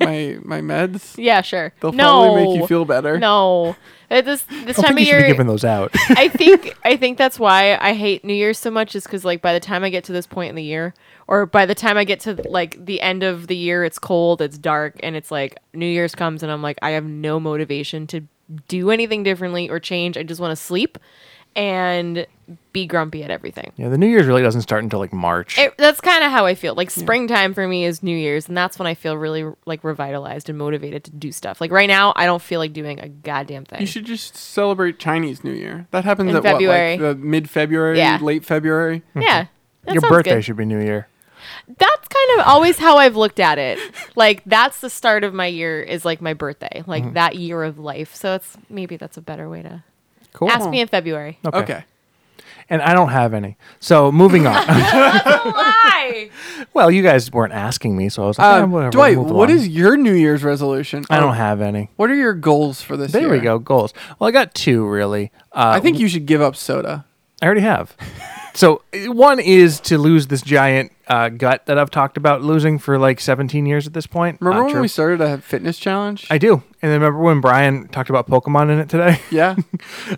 [SPEAKER 3] my my meds?
[SPEAKER 2] Yeah, sure.
[SPEAKER 3] They'll
[SPEAKER 2] no.
[SPEAKER 3] probably make you feel better.
[SPEAKER 2] No. At this this
[SPEAKER 1] I don't
[SPEAKER 2] time
[SPEAKER 1] think
[SPEAKER 2] of
[SPEAKER 1] you should be
[SPEAKER 2] year,
[SPEAKER 1] giving those out.
[SPEAKER 2] I think I think that's why I hate New Year's so much is because like by the time I get to this point in the year, or by the time I get to like the end of the year, it's cold, it's dark, and it's like New Year's comes and I'm like I have no motivation to do anything differently or change. I just want to sleep and be grumpy at everything.
[SPEAKER 1] yeah, the New Year's really doesn't start until like March.
[SPEAKER 2] It, that's kind of how I feel. Like springtime for me is New Year's, and that's when I feel really like revitalized and motivated to do stuff. Like right now, I don't feel like doing a goddamn thing.
[SPEAKER 3] You should just celebrate Chinese New Year. That happens
[SPEAKER 2] In
[SPEAKER 3] at
[SPEAKER 2] February.
[SPEAKER 3] what, like the mid February,
[SPEAKER 2] Yeah.
[SPEAKER 3] late February.
[SPEAKER 2] yeah, that
[SPEAKER 1] Your
[SPEAKER 2] sounds
[SPEAKER 1] birthday
[SPEAKER 2] good.
[SPEAKER 1] should be New Year.
[SPEAKER 2] that's kind of always how I've looked at it. Like that's the start of my year is like my birthday, like that year of life. So it's maybe that's a better way to
[SPEAKER 1] Cool. Oh.
[SPEAKER 2] ask me in February.
[SPEAKER 1] Okay.
[SPEAKER 3] Okay.
[SPEAKER 1] And I don't have any. So moving on.
[SPEAKER 2] Why?
[SPEAKER 1] well, you guys weren't asking me, so I was like,
[SPEAKER 3] Uh,
[SPEAKER 1] eh, whatever,
[SPEAKER 3] Dwight,
[SPEAKER 1] move
[SPEAKER 3] what
[SPEAKER 1] along.
[SPEAKER 3] is your New Year's resolution?
[SPEAKER 1] I
[SPEAKER 3] Oh,
[SPEAKER 1] don't have any.
[SPEAKER 3] What are your goals for this
[SPEAKER 1] There
[SPEAKER 3] year?
[SPEAKER 1] we go. Goals. Well, I got two really. Uh,
[SPEAKER 3] I think you should give up soda.
[SPEAKER 1] I already have. so eh, one is to lose this giant uh, gut that I've talked about losing for like 17 years at this point.
[SPEAKER 3] Remember
[SPEAKER 1] Not
[SPEAKER 3] when
[SPEAKER 1] sure.
[SPEAKER 3] we started a fitness challenge?
[SPEAKER 1] I do. And then remember when Brian talked about Pokemon in it today?
[SPEAKER 3] yeah.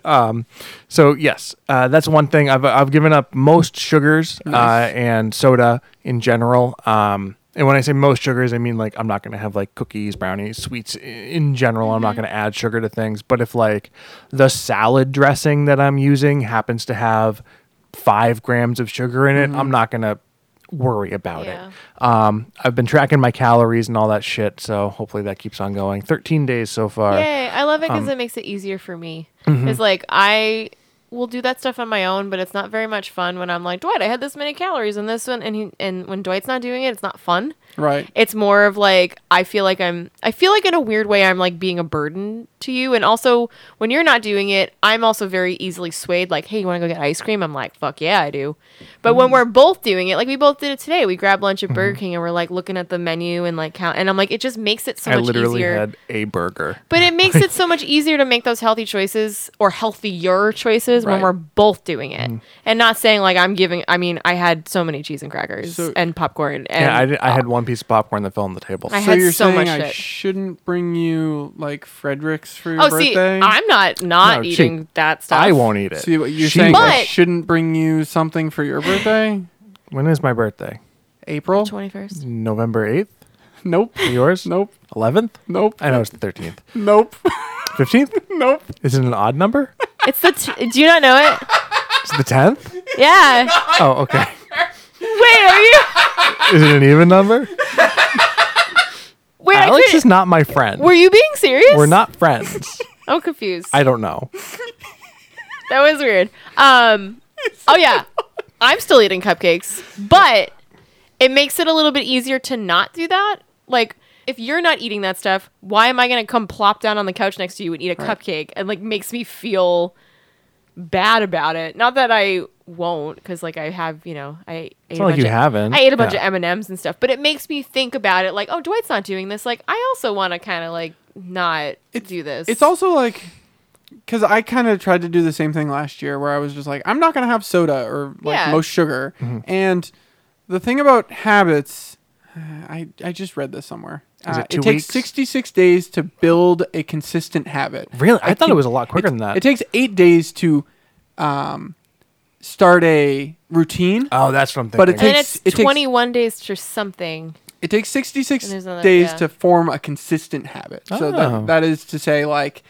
[SPEAKER 1] Um, So yes, uh, that's one thing. I've I've given up most sugars uh, and soda in general. Um, and when I say most sugars, I mean like I'm not gonna have like cookies, brownies, sweets i- in general. I'm not
[SPEAKER 2] Mm-hmm.
[SPEAKER 1] gonna add sugar to things. But if like the salad dressing that I'm using happens to have five grams of sugar in it, I'm not gonna worry about
[SPEAKER 2] Mm-hmm. Yeah.
[SPEAKER 1] it. Um, I've been tracking my calories and all that shit, so hopefully that keeps on going. 13 days so far.
[SPEAKER 2] Yay! I love it because it makes it easier for me. It's like I will do that stuff on my own, but it's not very much fun when I'm like Dwight. I had this many calories and this one, and he, and when Dwight's not doing it, it's not fun.
[SPEAKER 3] Right.
[SPEAKER 2] it's more of like I feel like I'm I feel like in a weird way I'm like being a burden to you and also when you're not doing it I'm also very easily swayed like hey you want to go get ice cream I'm like fuck yeah I do but
[SPEAKER 1] Mm.
[SPEAKER 2] when we're both doing it like we both did it today we grabbed lunch at
[SPEAKER 1] Mm-hmm.
[SPEAKER 2] Burger King and we're like looking at the menu and like count and I'm like it just makes it so
[SPEAKER 1] I
[SPEAKER 2] much
[SPEAKER 1] literally
[SPEAKER 2] easier
[SPEAKER 1] had a burger.
[SPEAKER 2] but it makes it so much easier to make those healthy choices or healthier choices when
[SPEAKER 3] Right.
[SPEAKER 2] we're both doing it
[SPEAKER 1] Mm.
[SPEAKER 2] and not saying like I'm giving I mean I had so many cheese and crackers
[SPEAKER 3] So-
[SPEAKER 2] and popcorn and
[SPEAKER 1] Yeah, I, did- I had one piece of popcorn that fell on the table.
[SPEAKER 2] I
[SPEAKER 3] so
[SPEAKER 2] had
[SPEAKER 3] you're
[SPEAKER 2] so
[SPEAKER 3] saying
[SPEAKER 2] much
[SPEAKER 3] I
[SPEAKER 2] shit.
[SPEAKER 3] shouldn't bring you like Fredericks for your
[SPEAKER 2] Oh,
[SPEAKER 3] birthday?
[SPEAKER 2] see, I'm not not
[SPEAKER 1] No, she-
[SPEAKER 2] eating that stuff.
[SPEAKER 1] I won't eat it.
[SPEAKER 3] See what you're
[SPEAKER 1] She
[SPEAKER 3] saying?
[SPEAKER 1] will.
[SPEAKER 2] But-
[SPEAKER 3] I shouldn't bring you something for your birthday?
[SPEAKER 1] When is my birthday?
[SPEAKER 3] April?
[SPEAKER 2] Twenty first.
[SPEAKER 1] November eighth.
[SPEAKER 3] Nope.
[SPEAKER 1] Yours?
[SPEAKER 3] Nope.
[SPEAKER 1] Eleventh?
[SPEAKER 3] Nope.
[SPEAKER 1] I know it's the thirteenth.
[SPEAKER 3] Nope.
[SPEAKER 1] Fifteenth?
[SPEAKER 3] nope.
[SPEAKER 1] Is it an odd number?
[SPEAKER 2] It's the. T- do you not know it?
[SPEAKER 1] Is it the tenth?
[SPEAKER 2] Yeah.
[SPEAKER 1] Oh, okay.
[SPEAKER 2] Wait, are you?
[SPEAKER 1] Is it an even number?
[SPEAKER 2] Wait, I
[SPEAKER 1] Alex
[SPEAKER 2] couldn't-
[SPEAKER 1] is not my friend.
[SPEAKER 2] Were you being serious?
[SPEAKER 1] We're not friends.
[SPEAKER 2] I'm confused.
[SPEAKER 1] I don't know.
[SPEAKER 2] that was weird. Um. Oh yeah, I'm still eating cupcakes, but it makes it a little bit easier to not do that. Like. If you're not eating that stuff, why am I gonna come plop down on the couch next to you and eat a cupcake? And like makes me feel bad about it. Not that I won't, because like I have, you know, I ate
[SPEAKER 1] It's
[SPEAKER 2] a
[SPEAKER 1] not like
[SPEAKER 2] bunch
[SPEAKER 1] you
[SPEAKER 2] of-
[SPEAKER 1] haven't.
[SPEAKER 2] I ate a bunch
[SPEAKER 1] Yeah.
[SPEAKER 2] of M and M's and stuff, but it makes me think about it. Like, oh, Dwight's not doing this. Like, I also want to kind of like not do this.
[SPEAKER 3] It's also like because I kind of tried to do the same thing last year where I was just like, I'm not gonna have soda or like
[SPEAKER 2] Yeah.
[SPEAKER 3] most sugar.
[SPEAKER 1] Mm-hmm.
[SPEAKER 3] And the thing about habits, uh, I I just read this somewhere.
[SPEAKER 1] Is
[SPEAKER 3] Uh,
[SPEAKER 1] it two
[SPEAKER 3] takes
[SPEAKER 1] weeks?
[SPEAKER 3] 66 days to build a consistent habit.
[SPEAKER 1] Really? I, thought it
[SPEAKER 3] can-
[SPEAKER 1] was a lot quicker than that.
[SPEAKER 3] It takes eight days to um, start a routine.
[SPEAKER 1] oh, that's what I'm thinking.
[SPEAKER 3] But
[SPEAKER 2] and then
[SPEAKER 3] takes-
[SPEAKER 2] it's
[SPEAKER 3] it takes-
[SPEAKER 2] 21 days to something.
[SPEAKER 3] It takes 66
[SPEAKER 2] And there's another-
[SPEAKER 3] days
[SPEAKER 2] yeah.
[SPEAKER 3] to form a consistent habit. So
[SPEAKER 1] Oh.
[SPEAKER 3] that, that is to say, like,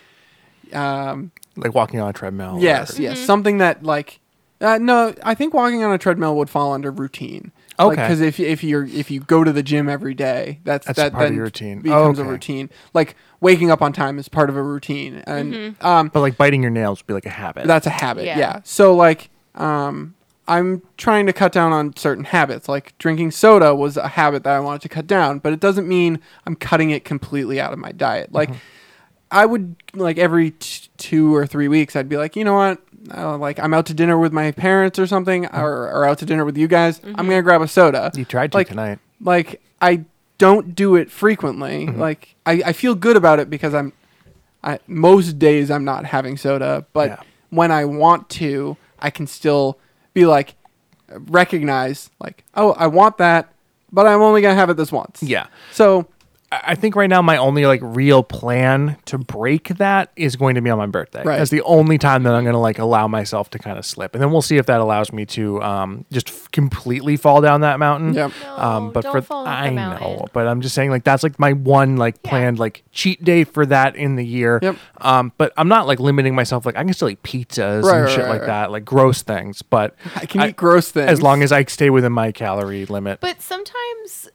[SPEAKER 3] um,
[SPEAKER 1] like walking on a treadmill.
[SPEAKER 3] yes,
[SPEAKER 2] Mm-hmm.
[SPEAKER 3] yes, something that like, uh, no, I think walking on a treadmill would fall under routine.
[SPEAKER 1] Okay.
[SPEAKER 3] Because if if you're if you go to the gym every day, that's,
[SPEAKER 1] That's
[SPEAKER 3] that
[SPEAKER 1] part of
[SPEAKER 3] then
[SPEAKER 1] your routine.
[SPEAKER 3] becomes
[SPEAKER 1] Okay.
[SPEAKER 3] a routine. Like waking up on time is part of a routine, and
[SPEAKER 2] Mm-hmm.
[SPEAKER 3] um,
[SPEAKER 1] But like biting your nails would be like a habit.
[SPEAKER 3] that's a habit.
[SPEAKER 2] Yeah.
[SPEAKER 3] Yeah. So like, um, I'm trying to cut down on certain habits. Like drinking soda was a habit that I wanted to cut down, but it doesn't mean I'm cutting it completely out of my diet. Like,
[SPEAKER 1] Mm-hmm.
[SPEAKER 3] I would like every t- two or three weeks, I'd be like, you know what? Uh, like I'm out to dinner with my parents or something, or, or out to dinner with you guys. I'm gonna grab a soda.
[SPEAKER 1] Mm-hmm. you tried to
[SPEAKER 3] like,
[SPEAKER 1] tonight.
[SPEAKER 3] Like I don't do it frequently.
[SPEAKER 1] Mm-hmm.
[SPEAKER 3] Like I, I feel good about it because I'm I, most days I'm not having soda, but
[SPEAKER 1] Yeah.
[SPEAKER 3] when I want to, I can still be like, recognize like, oh, I want that, but I'm only gonna have it this once.
[SPEAKER 1] Yeah.
[SPEAKER 3] So
[SPEAKER 1] I I think right now my only like real plan to break that is going to be on my birthday.
[SPEAKER 3] Right.
[SPEAKER 1] That's the only time that I'm going to like allow myself to kind of slip, and then we'll see if that allows me to um just f- completely fall down that mountain.
[SPEAKER 3] Yep.
[SPEAKER 1] um,
[SPEAKER 2] No,
[SPEAKER 1] but
[SPEAKER 2] don't
[SPEAKER 1] for
[SPEAKER 2] fall off the
[SPEAKER 1] I
[SPEAKER 2] mountain.
[SPEAKER 1] know, but I'm just saying like that's like my one like
[SPEAKER 2] Yeah.
[SPEAKER 1] planned like cheat day for that in the year.
[SPEAKER 3] Yep.
[SPEAKER 1] Um, but I'm not like limiting myself. Like I can still eat pizzas
[SPEAKER 3] Right,
[SPEAKER 1] and
[SPEAKER 3] right,
[SPEAKER 1] shit
[SPEAKER 3] right,
[SPEAKER 1] like
[SPEAKER 3] right.
[SPEAKER 1] that, like gross things. But
[SPEAKER 3] I can eat gross things
[SPEAKER 1] as long as I stay within my calorie limit.
[SPEAKER 2] But sometimes,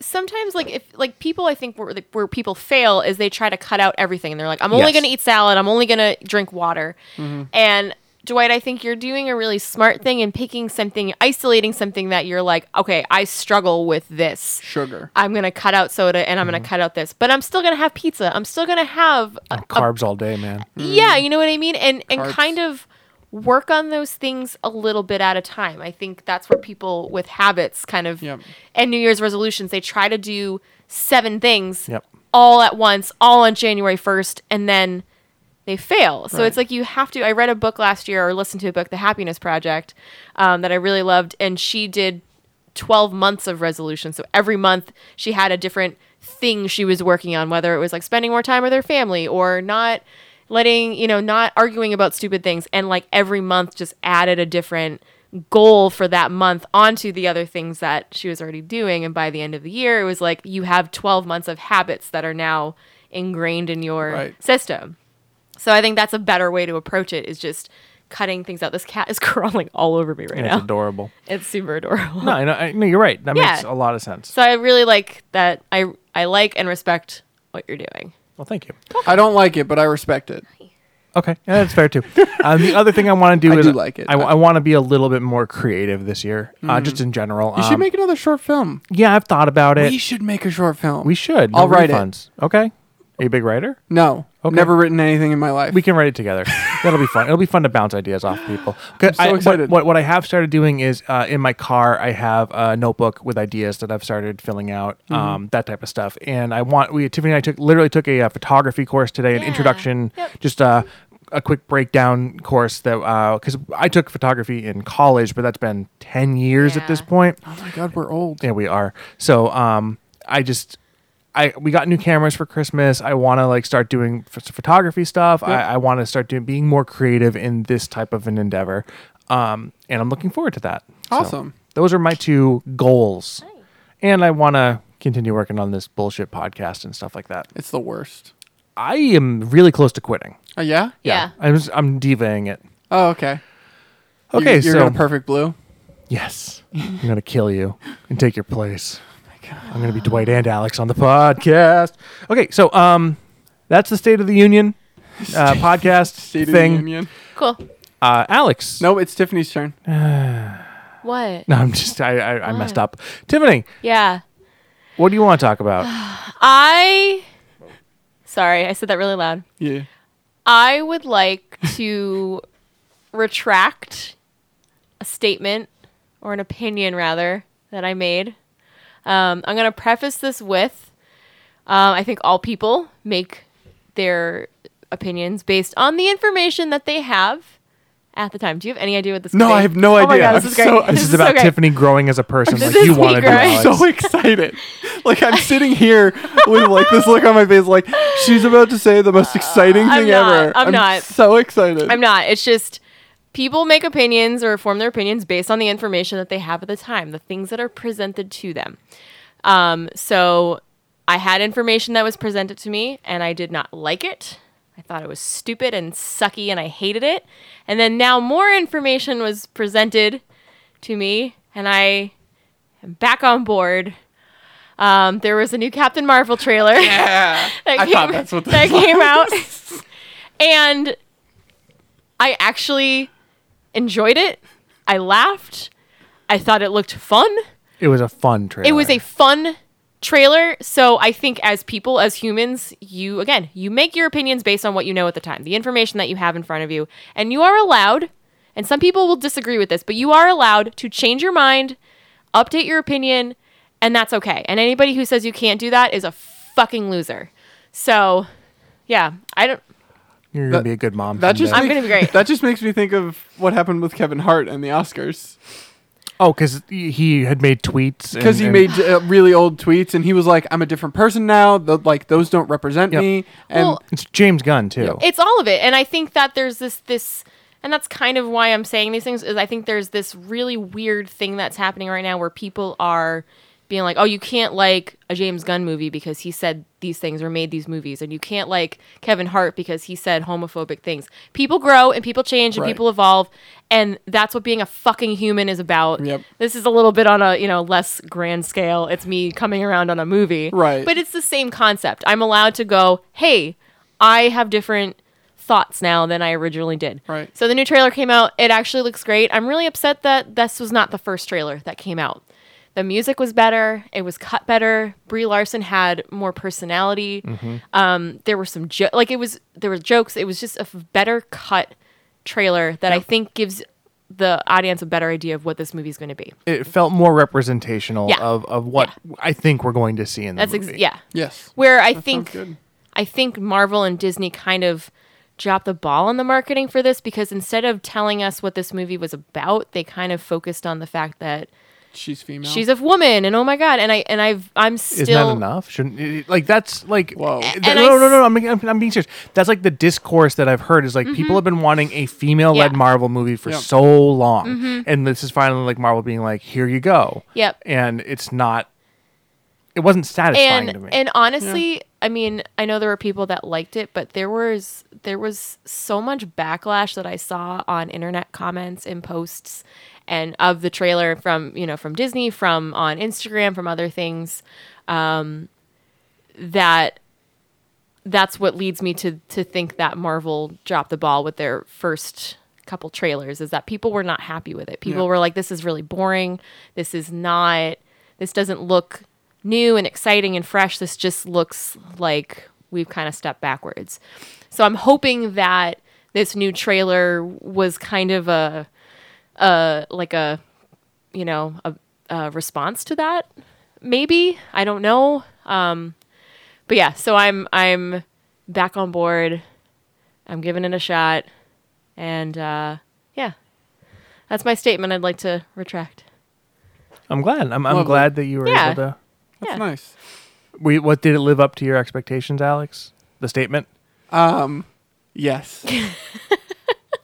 [SPEAKER 2] sometimes like if like people, I think where like, where people fail is they try to cut out everything, and they're like, I'm only
[SPEAKER 1] Yes.
[SPEAKER 2] going to eat salad, I'm only going to drink water, and. Dwight, I think you're doing a really smart thing in picking something, isolating something that you're like, okay, I struggle with this.
[SPEAKER 3] sugar.
[SPEAKER 2] I'm gonna cut out soda and I'm gonna cut out this, but I'm still gonna have pizza. I'm still gonna have a-
[SPEAKER 1] carbs all day, man.
[SPEAKER 2] yeah, you know what I mean, and and
[SPEAKER 3] Carbs.
[SPEAKER 2] kind of work on those things a little bit at a time. I think that's where people with habits kind of
[SPEAKER 3] Yep.
[SPEAKER 2] and New Year's resolutions they try to do seven things
[SPEAKER 1] Yep.
[SPEAKER 2] all at once, all on January first, and then they fail. So it's
[SPEAKER 3] Right.
[SPEAKER 2] like you have to. I read a book last year or listened to a book, The Happiness Project, um, that I really loved, and she did 12 months of resolution. So every month she had a different thing she was working on, whether it was like spending more time with her family or not letting, you know, not arguing about stupid things. And like every month just added a different goal for that month onto the other things that she was already doing. And by the end of the year, it was like you have 12 months of habits that are now ingrained in your
[SPEAKER 3] Right.
[SPEAKER 2] system. So I think that's a better way to approach it is just cutting things out. This cat is crawling all over me right
[SPEAKER 1] And
[SPEAKER 2] now.
[SPEAKER 1] It's adorable.
[SPEAKER 2] It's super adorable.
[SPEAKER 1] No, I know, I, no, you're right. That
[SPEAKER 2] Yeah.
[SPEAKER 1] makes a lot of sense.
[SPEAKER 2] So I really like that I I like and respect what you're doing.
[SPEAKER 1] Well, thank you.
[SPEAKER 3] I don't like it, but I respect it.
[SPEAKER 1] Okay, yeah, that's fair too. um, the other thing I want to do
[SPEAKER 3] I
[SPEAKER 1] is
[SPEAKER 3] do like it. Mm-hmm.
[SPEAKER 1] I, want to be a little bit more creative this year, uh, just in general.
[SPEAKER 3] You should make another short film.
[SPEAKER 1] yeah, I've thought about it.
[SPEAKER 3] We should make a short film.
[SPEAKER 1] We should.
[SPEAKER 3] I'll write it.
[SPEAKER 1] refunds. Okay. Are you a big writer?
[SPEAKER 3] No,
[SPEAKER 1] Okay.
[SPEAKER 3] never written anything in my life.
[SPEAKER 1] We can write it together. That'll be fun. It'll be fun to bounce ideas off people. 'Cause
[SPEAKER 3] so
[SPEAKER 1] I- what-
[SPEAKER 3] excited.
[SPEAKER 1] What, what I have started doing is uh, in my car, I have a notebook with ideas that I've started filling out, um, that type of stuff. And I want we Tiffany and I took literally took a, uh photography course today, an
[SPEAKER 2] Yeah.
[SPEAKER 1] introduction,
[SPEAKER 2] Yep.
[SPEAKER 1] just a a quick breakdown course that because I took photography in college, but that's been ten years at this
[SPEAKER 2] Yeah.
[SPEAKER 1] point.
[SPEAKER 3] oh my god, we're old.
[SPEAKER 1] Yeah, we are. So, um, I just, I we got new cameras for Christmas. I want to like start doing ph- photography stuff. I, I want to start doing being more creative in this type of an endeavor. Um, and I'm looking forward to that. So,
[SPEAKER 3] Awesome.
[SPEAKER 1] those are my two goals, and I want to continue working on this bullshit podcast and stuff like that.
[SPEAKER 3] It's the worst.
[SPEAKER 1] I am really close to quitting.
[SPEAKER 3] Oh yeah.
[SPEAKER 2] Yeah.
[SPEAKER 1] I'm just, I'm divaing it.
[SPEAKER 3] Oh okay. You-
[SPEAKER 1] Okay,
[SPEAKER 3] you're
[SPEAKER 1] so
[SPEAKER 3] gonna perfect blue.
[SPEAKER 1] Yes. I'm going to kill you and take your place.
[SPEAKER 2] Oh
[SPEAKER 1] I'm going to be Dwight and Alex on the podcast. Okay, so um that's the State of the Union uh, podcast
[SPEAKER 3] State of the
[SPEAKER 1] thing.
[SPEAKER 3] Union.
[SPEAKER 2] Cool.
[SPEAKER 1] Uh Alex.
[SPEAKER 3] No, it's Tiffany's turn.
[SPEAKER 2] What?
[SPEAKER 1] No, I'm just I I, I messed
[SPEAKER 2] What?
[SPEAKER 1] up. Tiffany,
[SPEAKER 2] Yeah.
[SPEAKER 1] what do you want to talk about?
[SPEAKER 2] I Sorry, I said that really loud.
[SPEAKER 3] Yeah.
[SPEAKER 2] I would like to retract a statement or an opinion, rather, that I made. Um, I'm going to preface this with um, I think all people make their opinions based on the information that they have at the time. Do you have any idea what this could
[SPEAKER 3] No,
[SPEAKER 2] be?
[SPEAKER 3] I have no
[SPEAKER 2] Oh my
[SPEAKER 3] idea.
[SPEAKER 2] God, this
[SPEAKER 3] I'm
[SPEAKER 2] is great.
[SPEAKER 3] so-
[SPEAKER 2] this,
[SPEAKER 1] This is about
[SPEAKER 2] so great.
[SPEAKER 1] Tiffany growing as a person
[SPEAKER 2] This
[SPEAKER 1] like you
[SPEAKER 2] is me
[SPEAKER 1] want to do.
[SPEAKER 2] growing.
[SPEAKER 1] Alex.
[SPEAKER 3] so excited. Like I'm sitting here with like this look on my face, like she's about to say the most exciting
[SPEAKER 2] Uh, I'm
[SPEAKER 3] thing
[SPEAKER 2] not.
[SPEAKER 3] ever.
[SPEAKER 2] I'm not.
[SPEAKER 3] so excited.
[SPEAKER 2] I'm not. It's just people make opinions or form their opinions based on the information that they have at the time, the things that are presented to them. Um, so I had information that was presented to me and I did not like it. I thought it was stupid and sucky and I hated it. And then now more information was presented to me and I am back on board. Um, there was a new Captain Marvel trailer
[SPEAKER 3] Yeah.
[SPEAKER 2] that
[SPEAKER 3] I
[SPEAKER 2] came,
[SPEAKER 3] thought that's what this
[SPEAKER 2] that came out. And I actually enjoyed it. I laughed. I thought it looked fun.
[SPEAKER 1] It was a fun trailer.
[SPEAKER 2] It was a fun trailer. So I think as people, as humans, you again, you make your opinions based on what you know at the time, the information that you have in front of you. And you are allowed, and some people will disagree with this, but you are allowed to change your mind, update your opinion, and that's okay. And anybody who says you can't do that is a fucking loser. So yeah, I don't
[SPEAKER 1] You're going to
[SPEAKER 3] That-
[SPEAKER 1] be a good mom.
[SPEAKER 3] That just
[SPEAKER 1] someday.
[SPEAKER 2] I'm
[SPEAKER 3] makes-
[SPEAKER 2] gonna be great.
[SPEAKER 3] That just makes me think of what happened with Kevin Hart and the Oscars.
[SPEAKER 1] Oh, because he had made tweets. and-
[SPEAKER 3] because he
[SPEAKER 1] and-
[SPEAKER 3] made uh, really old tweets and he was like i'm a different person now Th- like those don't represent
[SPEAKER 1] Yep.
[SPEAKER 3] me and
[SPEAKER 2] Well,
[SPEAKER 1] It's James Gunn too.
[SPEAKER 2] it's all of it and i think that there's this this and that's kind of why i'm saying these things is i think there's this really weird thing that's happening right now where people are being like oh you can't like a james gunn movie because he said these things or made these movies and you can't like kevin hart because he said homophobic things people grow and people change and
[SPEAKER 3] Right.
[SPEAKER 2] people evolve and that's what being a fucking human is about
[SPEAKER 3] Yep.
[SPEAKER 2] this is a little bit on a you know less grand scale it's me coming around on a movie
[SPEAKER 3] Right.
[SPEAKER 2] but it's the same concept. I'm allowed to go, hey, I have different thoughts now than I originally did.
[SPEAKER 3] Right.
[SPEAKER 2] So the new trailer came out. It actually looks great. I'm really upset that this was not the first trailer that came out. The music was better. It was cut better. Brie Larson had more personality. Um, there were some jo- like it was there were jokes. It was just a f- better cut trailer that I think gives the audience a better idea of what this movie is going to be.
[SPEAKER 1] it felt more representational
[SPEAKER 2] Yeah.
[SPEAKER 1] of, of what I think we're going to see in the
[SPEAKER 2] That's
[SPEAKER 1] movie.
[SPEAKER 2] ex- yeah.
[SPEAKER 3] yes
[SPEAKER 2] where I
[SPEAKER 3] sounds
[SPEAKER 2] think
[SPEAKER 3] good.
[SPEAKER 2] I think Marvel and Disney kind of dropped the ball on the marketing for this because instead of telling us what this movie was about, they kind of focused on the fact that
[SPEAKER 3] she's female
[SPEAKER 2] she's a woman and oh my god, and I and I've I'm still
[SPEAKER 1] Isn't that enough? Shouldn't it- it- like that's like
[SPEAKER 3] Whoa.
[SPEAKER 1] th-
[SPEAKER 2] And I
[SPEAKER 1] no, no, no,
[SPEAKER 2] s-
[SPEAKER 1] no. I'm, I'm, I'm being serious. That's like the discourse that I've heard is like people have been wanting a female-led
[SPEAKER 2] Mm-hmm. Yeah. Mm-hmm.
[SPEAKER 1] Marvel movie for
[SPEAKER 3] Yep.
[SPEAKER 1] so long, and this is finally like Marvel being like, "Here you go."
[SPEAKER 2] Yep.
[SPEAKER 1] And it's not. It wasn't satisfying
[SPEAKER 2] and
[SPEAKER 1] to me.
[SPEAKER 2] and honestly, I mean, I know there were people that liked it, but there was there was so much backlash that I saw on internet comments and posts and of the trailer from, you know, from Disney, from on Instagram, from other things um that that's what leads me to to think that Marvel dropped the ball with their first couple trailers is that people were not happy with it. People were like this is really boring. This is not this doesn't look new and exciting and fresh. This just looks like we've kind of stepped backwards. So I'm hoping that this new trailer was kind of a uh like a you know a, a response to that maybe i don't know um but yeah so i'm i'm back on board i'm giving it a shot and uh yeah that's my statement i'd like to retract
[SPEAKER 1] I'm glad. I'm,
[SPEAKER 3] Lovely.
[SPEAKER 1] I'm glad that you were
[SPEAKER 2] Yeah.
[SPEAKER 1] able to.
[SPEAKER 3] that's
[SPEAKER 2] yeah.
[SPEAKER 3] nice
[SPEAKER 1] We what did it live up to your expectations, Alex? The statement.
[SPEAKER 3] um yes it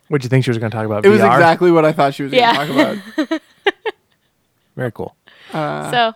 [SPEAKER 1] What did you think she was going to talk about?
[SPEAKER 3] was
[SPEAKER 1] VR?
[SPEAKER 3] exactly what i thought she was
[SPEAKER 2] Yeah.
[SPEAKER 3] going to talk about
[SPEAKER 1] very cool.
[SPEAKER 2] so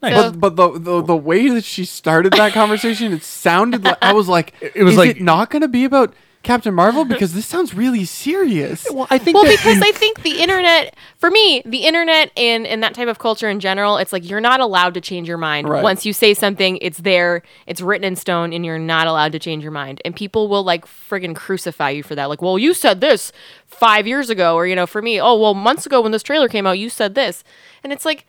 [SPEAKER 1] Nice.
[SPEAKER 2] so
[SPEAKER 3] but, but the, the the way that she started that conversation it sounded like i was like
[SPEAKER 1] it was
[SPEAKER 3] is
[SPEAKER 1] like-
[SPEAKER 3] it not going to be about captain marvel because this sounds really serious
[SPEAKER 1] Well, I think
[SPEAKER 2] well
[SPEAKER 1] that-
[SPEAKER 2] because i think the internet for me the internet and and that type of culture in general it's like you're not allowed to change your mind
[SPEAKER 3] Right.
[SPEAKER 2] once you say something it's there it's written in stone and you're not allowed to change your mind and people will like friggin crucify you for that like well you said this five years ago or you know for me oh well months ago when this trailer came out you said this and it's like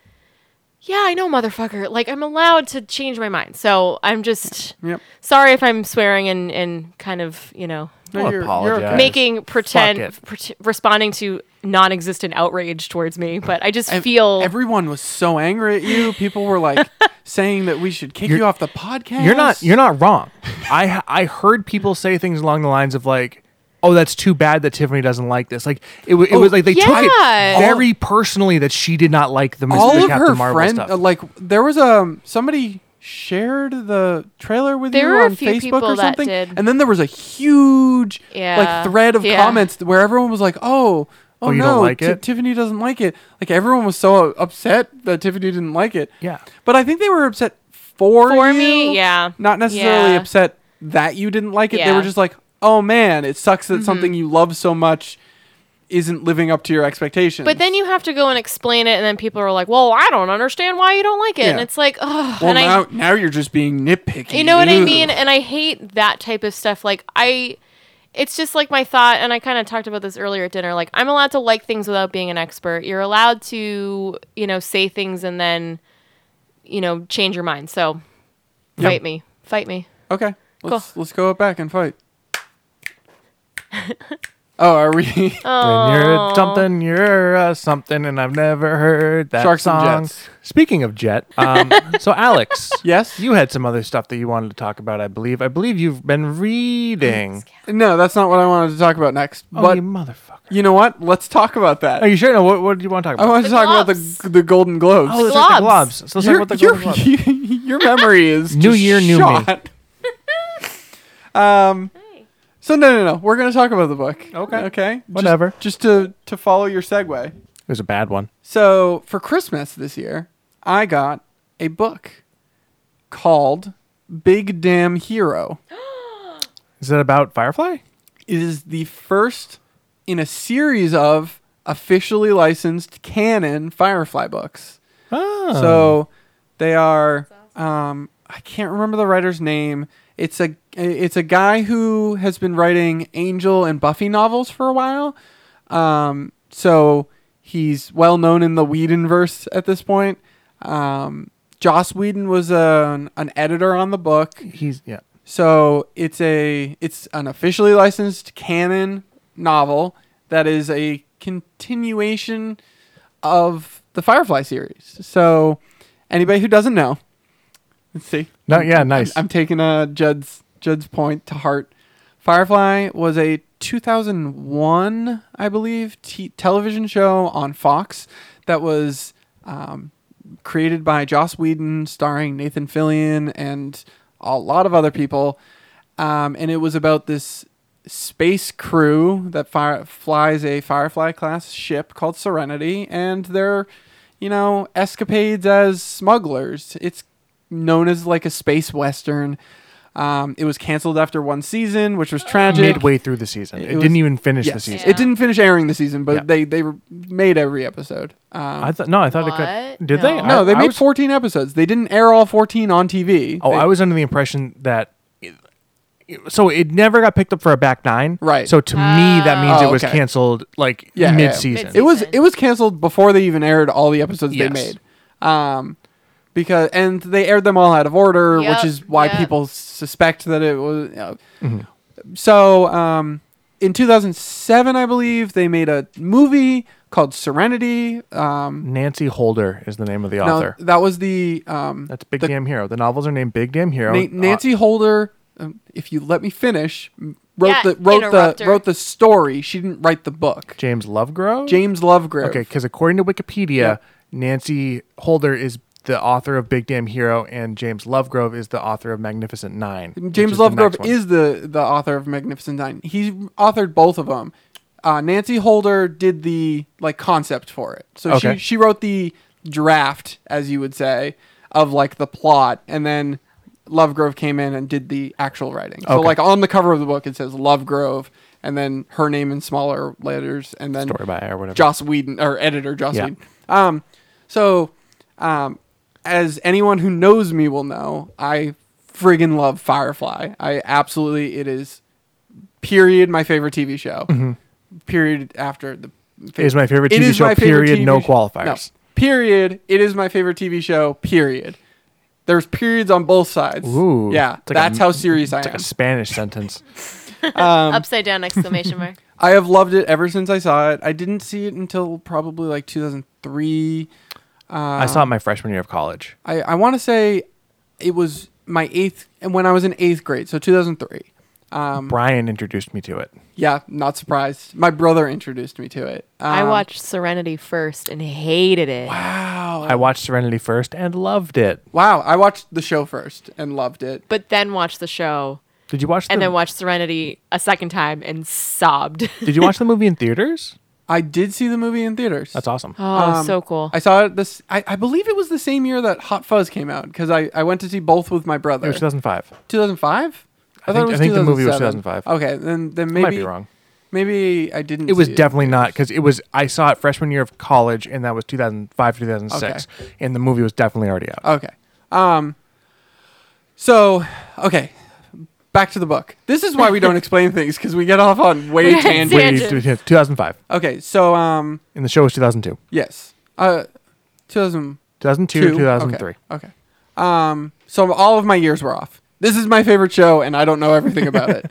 [SPEAKER 2] yeah i know motherfucker like i'm allowed to change my mind so i'm just
[SPEAKER 3] yep
[SPEAKER 2] sorry if i'm swearing and and kind of you know
[SPEAKER 1] Don't
[SPEAKER 3] No, you're- you're
[SPEAKER 1] apologize.
[SPEAKER 3] okay.
[SPEAKER 2] making pretend
[SPEAKER 1] it.
[SPEAKER 2] pret responding to non-existent outrage towards me but i just
[SPEAKER 3] Ev-
[SPEAKER 2] feel
[SPEAKER 3] everyone was so angry at you. People were like saying that we should kick
[SPEAKER 1] You're-
[SPEAKER 3] you off the podcast.
[SPEAKER 1] You're not you're not wrong. I I heard people say things along the lines of like, "Oh, that's too bad that Tiffany doesn't like this." Like it, wa- it
[SPEAKER 3] Oh,
[SPEAKER 1] was like they took it
[SPEAKER 2] yeah.
[SPEAKER 1] very personally that she did not like the,
[SPEAKER 3] all
[SPEAKER 1] the
[SPEAKER 3] of
[SPEAKER 1] Captain
[SPEAKER 3] her
[SPEAKER 1] Marvel
[SPEAKER 3] friends.
[SPEAKER 1] stuff.
[SPEAKER 3] Like there was um somebody shared the trailer with
[SPEAKER 2] There
[SPEAKER 3] you
[SPEAKER 2] were a
[SPEAKER 3] on
[SPEAKER 2] few
[SPEAKER 3] Facebook
[SPEAKER 2] people
[SPEAKER 3] or
[SPEAKER 2] that
[SPEAKER 3] something,
[SPEAKER 2] did.
[SPEAKER 3] and then there was a huge
[SPEAKER 2] Yeah.
[SPEAKER 3] like thread of
[SPEAKER 2] Yeah.
[SPEAKER 3] comments where everyone was like, "Oh." Oh,
[SPEAKER 1] Oh, you
[SPEAKER 3] no!
[SPEAKER 1] don't like
[SPEAKER 3] Ti-
[SPEAKER 1] it?
[SPEAKER 3] Tiffany doesn't like it. Like everyone was so upset that Tiffany didn't like it.
[SPEAKER 1] Yeah.
[SPEAKER 3] but I think they were upset for
[SPEAKER 2] For
[SPEAKER 3] you,
[SPEAKER 2] me, yeah.
[SPEAKER 3] not necessarily
[SPEAKER 2] Yeah.
[SPEAKER 3] upset that you didn't like it. They
[SPEAKER 2] Yeah. Mm-hmm.
[SPEAKER 3] were just like, "Oh man, it sucks that something you love so much isn't living up to your expectations."
[SPEAKER 2] but then you have to go and explain it and then people are like well i don't understand why you don't like it and
[SPEAKER 3] Yeah.
[SPEAKER 2] it's like oh
[SPEAKER 3] Well,
[SPEAKER 2] and
[SPEAKER 3] now,
[SPEAKER 2] i
[SPEAKER 3] now you're just being nitpicky.
[SPEAKER 2] you know what i
[SPEAKER 3] Ugh.
[SPEAKER 2] mean and i hate that type of stuff like i it's just like my thought and i kind of talked about this earlier at dinner like i'm allowed to like things without being an expert you're allowed to you know say things and then you know change your mind so fight me fight me
[SPEAKER 3] Okay, let's let's go back and fight. Oh, are we?
[SPEAKER 2] Uh.
[SPEAKER 1] When you're
[SPEAKER 2] Aw.
[SPEAKER 1] a something, you're a something, and I've never heard that
[SPEAKER 3] Sharks and
[SPEAKER 1] song.
[SPEAKER 3] Jets.
[SPEAKER 1] Speaking of Jet, um, so Alex,
[SPEAKER 3] yes.
[SPEAKER 1] you had some other stuff that you wanted to talk about. I believe. I believe you've been
[SPEAKER 3] Mm.
[SPEAKER 1] reading.
[SPEAKER 3] No, that's not what I wanted to talk about next.
[SPEAKER 1] Oh,
[SPEAKER 3] but
[SPEAKER 1] you
[SPEAKER 3] you,
[SPEAKER 1] motherfucker!
[SPEAKER 3] know what? Let's talk about that.
[SPEAKER 1] Are you sure? No. What, what do you want to talk
[SPEAKER 3] I
[SPEAKER 1] about?
[SPEAKER 3] wanted to
[SPEAKER 2] The
[SPEAKER 3] talk
[SPEAKER 2] globes.
[SPEAKER 3] about the the Golden Globes.
[SPEAKER 1] oh, let's talk the
[SPEAKER 2] Globs.
[SPEAKER 1] globs. So let's talk
[SPEAKER 3] your,
[SPEAKER 1] about the
[SPEAKER 3] your-
[SPEAKER 1] globes.
[SPEAKER 3] your memory is
[SPEAKER 1] New
[SPEAKER 3] just
[SPEAKER 1] year, new me.
[SPEAKER 3] shot. um.
[SPEAKER 2] Hey.
[SPEAKER 3] So no, no, no. We're gonna talk about the book.
[SPEAKER 1] Okay.
[SPEAKER 3] Okay. Just-
[SPEAKER 1] Whatever.
[SPEAKER 3] Just, to to follow your segue.
[SPEAKER 1] It was a bad one.
[SPEAKER 3] So for Christmas this year, I got a book called Big Damn Hero.
[SPEAKER 1] Is it about Firefly?
[SPEAKER 3] It is the first in a series of officially licensed canon Firefly books.
[SPEAKER 1] Oh.
[SPEAKER 3] So they are. Um, I can't remember the writer's name. It's a it's a guy who has been writing Angel and Buffy novels for a while. Um, so he's well known in the Whedonverse at this point. Um, Joss Whedon was an, an editor on the book.
[SPEAKER 1] he's yeah.
[SPEAKER 3] So it's a it's an officially licensed canon novel that is a continuation of the Firefly series. So anybody who doesn't know, let's see.
[SPEAKER 1] No, yeah, nice.
[SPEAKER 3] I'm taking uh, Judd's Judd's point to heart. Firefly was a 2001, I believe, t- television show on Fox that was um, created by Joss Whedon, starring Nathan Fillion and a lot of other people. Um, and it was about this space crew that fire- flies a Firefly class ship called Serenity, and their, you know, escapades as smugglers. It's known as like a space western. Um, it was canceled after one season, which was tragic.
[SPEAKER 1] Midway through the season,
[SPEAKER 3] It
[SPEAKER 1] it,
[SPEAKER 3] was-
[SPEAKER 1] didn't even finish the
[SPEAKER 3] Yes.
[SPEAKER 1] season.
[SPEAKER 2] Yeah.
[SPEAKER 3] It didn't finish airing the season, but
[SPEAKER 1] Yeah.
[SPEAKER 3] they they re- made every episode. Um,
[SPEAKER 1] I thought no, I thought it could.
[SPEAKER 2] What?
[SPEAKER 1] Did they?
[SPEAKER 2] No.
[SPEAKER 3] no,
[SPEAKER 1] I-
[SPEAKER 3] they
[SPEAKER 1] I
[SPEAKER 3] made
[SPEAKER 1] was-
[SPEAKER 3] 14 episodes. They didn't air all 14 on TV.
[SPEAKER 1] Oh,
[SPEAKER 3] They-
[SPEAKER 1] I was under the impression that. it- it- So it never got picked up for a back nine,
[SPEAKER 3] Right.
[SPEAKER 1] So to me, that means
[SPEAKER 3] Oh,
[SPEAKER 1] it was
[SPEAKER 3] okay.
[SPEAKER 1] canceled like
[SPEAKER 3] Yeah, yeah, yeah.
[SPEAKER 1] mid-season.
[SPEAKER 2] Mid-season.
[SPEAKER 3] It was
[SPEAKER 2] season.
[SPEAKER 3] it was canceled before they even aired all the episodes
[SPEAKER 1] Yes.
[SPEAKER 3] they made. Um because and they aired them all out of order,
[SPEAKER 2] Yep,
[SPEAKER 3] which is why
[SPEAKER 2] yep.
[SPEAKER 3] people suspect that it was uh, So, um in 2007, I believe, they made a movie called Serenity. Um
[SPEAKER 1] Nancy Holder is the name of the
[SPEAKER 3] now,
[SPEAKER 1] author.
[SPEAKER 3] that was the um
[SPEAKER 1] That's Big
[SPEAKER 3] the-
[SPEAKER 1] Damn Hero. The novels are named Big Damn Hero.
[SPEAKER 3] Na- Nancy Holder, um, if you let me finish, m- wrote
[SPEAKER 2] Yeah,
[SPEAKER 3] the wrote
[SPEAKER 2] interrupt
[SPEAKER 3] the
[SPEAKER 2] her.
[SPEAKER 3] wrote the story. She didn't write the book.
[SPEAKER 1] Uh, James Lovegrove.
[SPEAKER 3] James Lovegrove.
[SPEAKER 1] Okay, because according to Wikipedia,
[SPEAKER 3] Yeah.
[SPEAKER 1] Nancy Holder is the author of Big Damn Hero, and James Lovegrove is the author of Magnificent Nine. which
[SPEAKER 3] James
[SPEAKER 1] is the next
[SPEAKER 3] Lovegrove
[SPEAKER 1] one.
[SPEAKER 3] is the the author of Magnificent Nine. He authored both of them. Uh, Nancy Holder did the like concept for it, so
[SPEAKER 1] Okay.
[SPEAKER 3] she she wrote the draft, as you would say, of like the plot, and then Lovegrove came in and did the actual writing. So
[SPEAKER 1] Okay.
[SPEAKER 3] like on the cover of the book, it says Lovegrove, and then her name in smaller letters, and then
[SPEAKER 1] story by or whatever.
[SPEAKER 3] Joss Whedon or editor Joss
[SPEAKER 1] Yeah.
[SPEAKER 3] Whedon. Um, so, um, as anyone who knows me will know, I friggin' love Firefly. I absolutely it is period my favorite TV show. Period after the
[SPEAKER 1] Mm-hmm. It is my favorite TV show,
[SPEAKER 3] favorite
[SPEAKER 1] period, no
[SPEAKER 3] sh-
[SPEAKER 1] qualifiers.
[SPEAKER 3] period. It is my favorite TV show. Period. There's periods on both sides.
[SPEAKER 1] Ooh,
[SPEAKER 3] yeah,
[SPEAKER 1] it's like a-
[SPEAKER 3] that's how serious I
[SPEAKER 1] It's
[SPEAKER 3] am.
[SPEAKER 1] like a Spanish sentence.
[SPEAKER 3] Um,
[SPEAKER 2] Upside down exclamation mark.
[SPEAKER 3] I have loved it ever since I saw it. I didn't see it until probably like 2003.
[SPEAKER 1] I saw it
[SPEAKER 3] Um,
[SPEAKER 1] my freshman year of college.
[SPEAKER 3] I, I want to say it was my eighth, and when I was in eighth grade, so 2003. um,
[SPEAKER 1] Brian introduced me to it.
[SPEAKER 3] Yeah, not surprised. My brother introduced me to it. Um,
[SPEAKER 2] I watched Serenity first and hated it.
[SPEAKER 3] Wow.
[SPEAKER 1] I watched Serenity first and loved it.
[SPEAKER 3] wow. I watched the show first and loved it.
[SPEAKER 2] But then watched the show
[SPEAKER 1] Did you watch? The,
[SPEAKER 2] and
[SPEAKER 3] Hmm.
[SPEAKER 2] then watched Serenity a second time and sobbed.
[SPEAKER 1] Did you watch the movie in theaters?
[SPEAKER 3] I did see the movie in theaters.
[SPEAKER 1] That's awesome.
[SPEAKER 2] Oh,
[SPEAKER 3] Um,
[SPEAKER 2] so cool.
[SPEAKER 3] I saw it this. I, I believe it was the same year that Hot Fuzz came out because I, I went to see both with my brother.
[SPEAKER 1] It was 2005.
[SPEAKER 3] 2005.
[SPEAKER 1] I think- I think the movie was
[SPEAKER 3] 2007.
[SPEAKER 1] 2005.
[SPEAKER 3] Okay, then then
[SPEAKER 1] I
[SPEAKER 3] maybe
[SPEAKER 1] might be wrong.
[SPEAKER 3] Maybe I didn't.
[SPEAKER 1] It was
[SPEAKER 3] see
[SPEAKER 1] definitely not because it was. I saw it freshman year of college, and that was 2005, 2006, and the movie was definitely already out.
[SPEAKER 3] Okay. Um. So, okay, back to the book. This is why we don't explain things because we get off on way
[SPEAKER 2] Yeah,
[SPEAKER 3] tangent.
[SPEAKER 2] exactly.
[SPEAKER 1] Wait,
[SPEAKER 2] tangent.
[SPEAKER 1] 2005,
[SPEAKER 3] Okay, so um,
[SPEAKER 1] and the show was 2002,
[SPEAKER 3] yes, uh, two thousand
[SPEAKER 1] 2002,
[SPEAKER 3] two,
[SPEAKER 1] 2003.
[SPEAKER 3] Okay. okay. Um. So all of my years were off. This is my favorite show, and I don't know everything about it.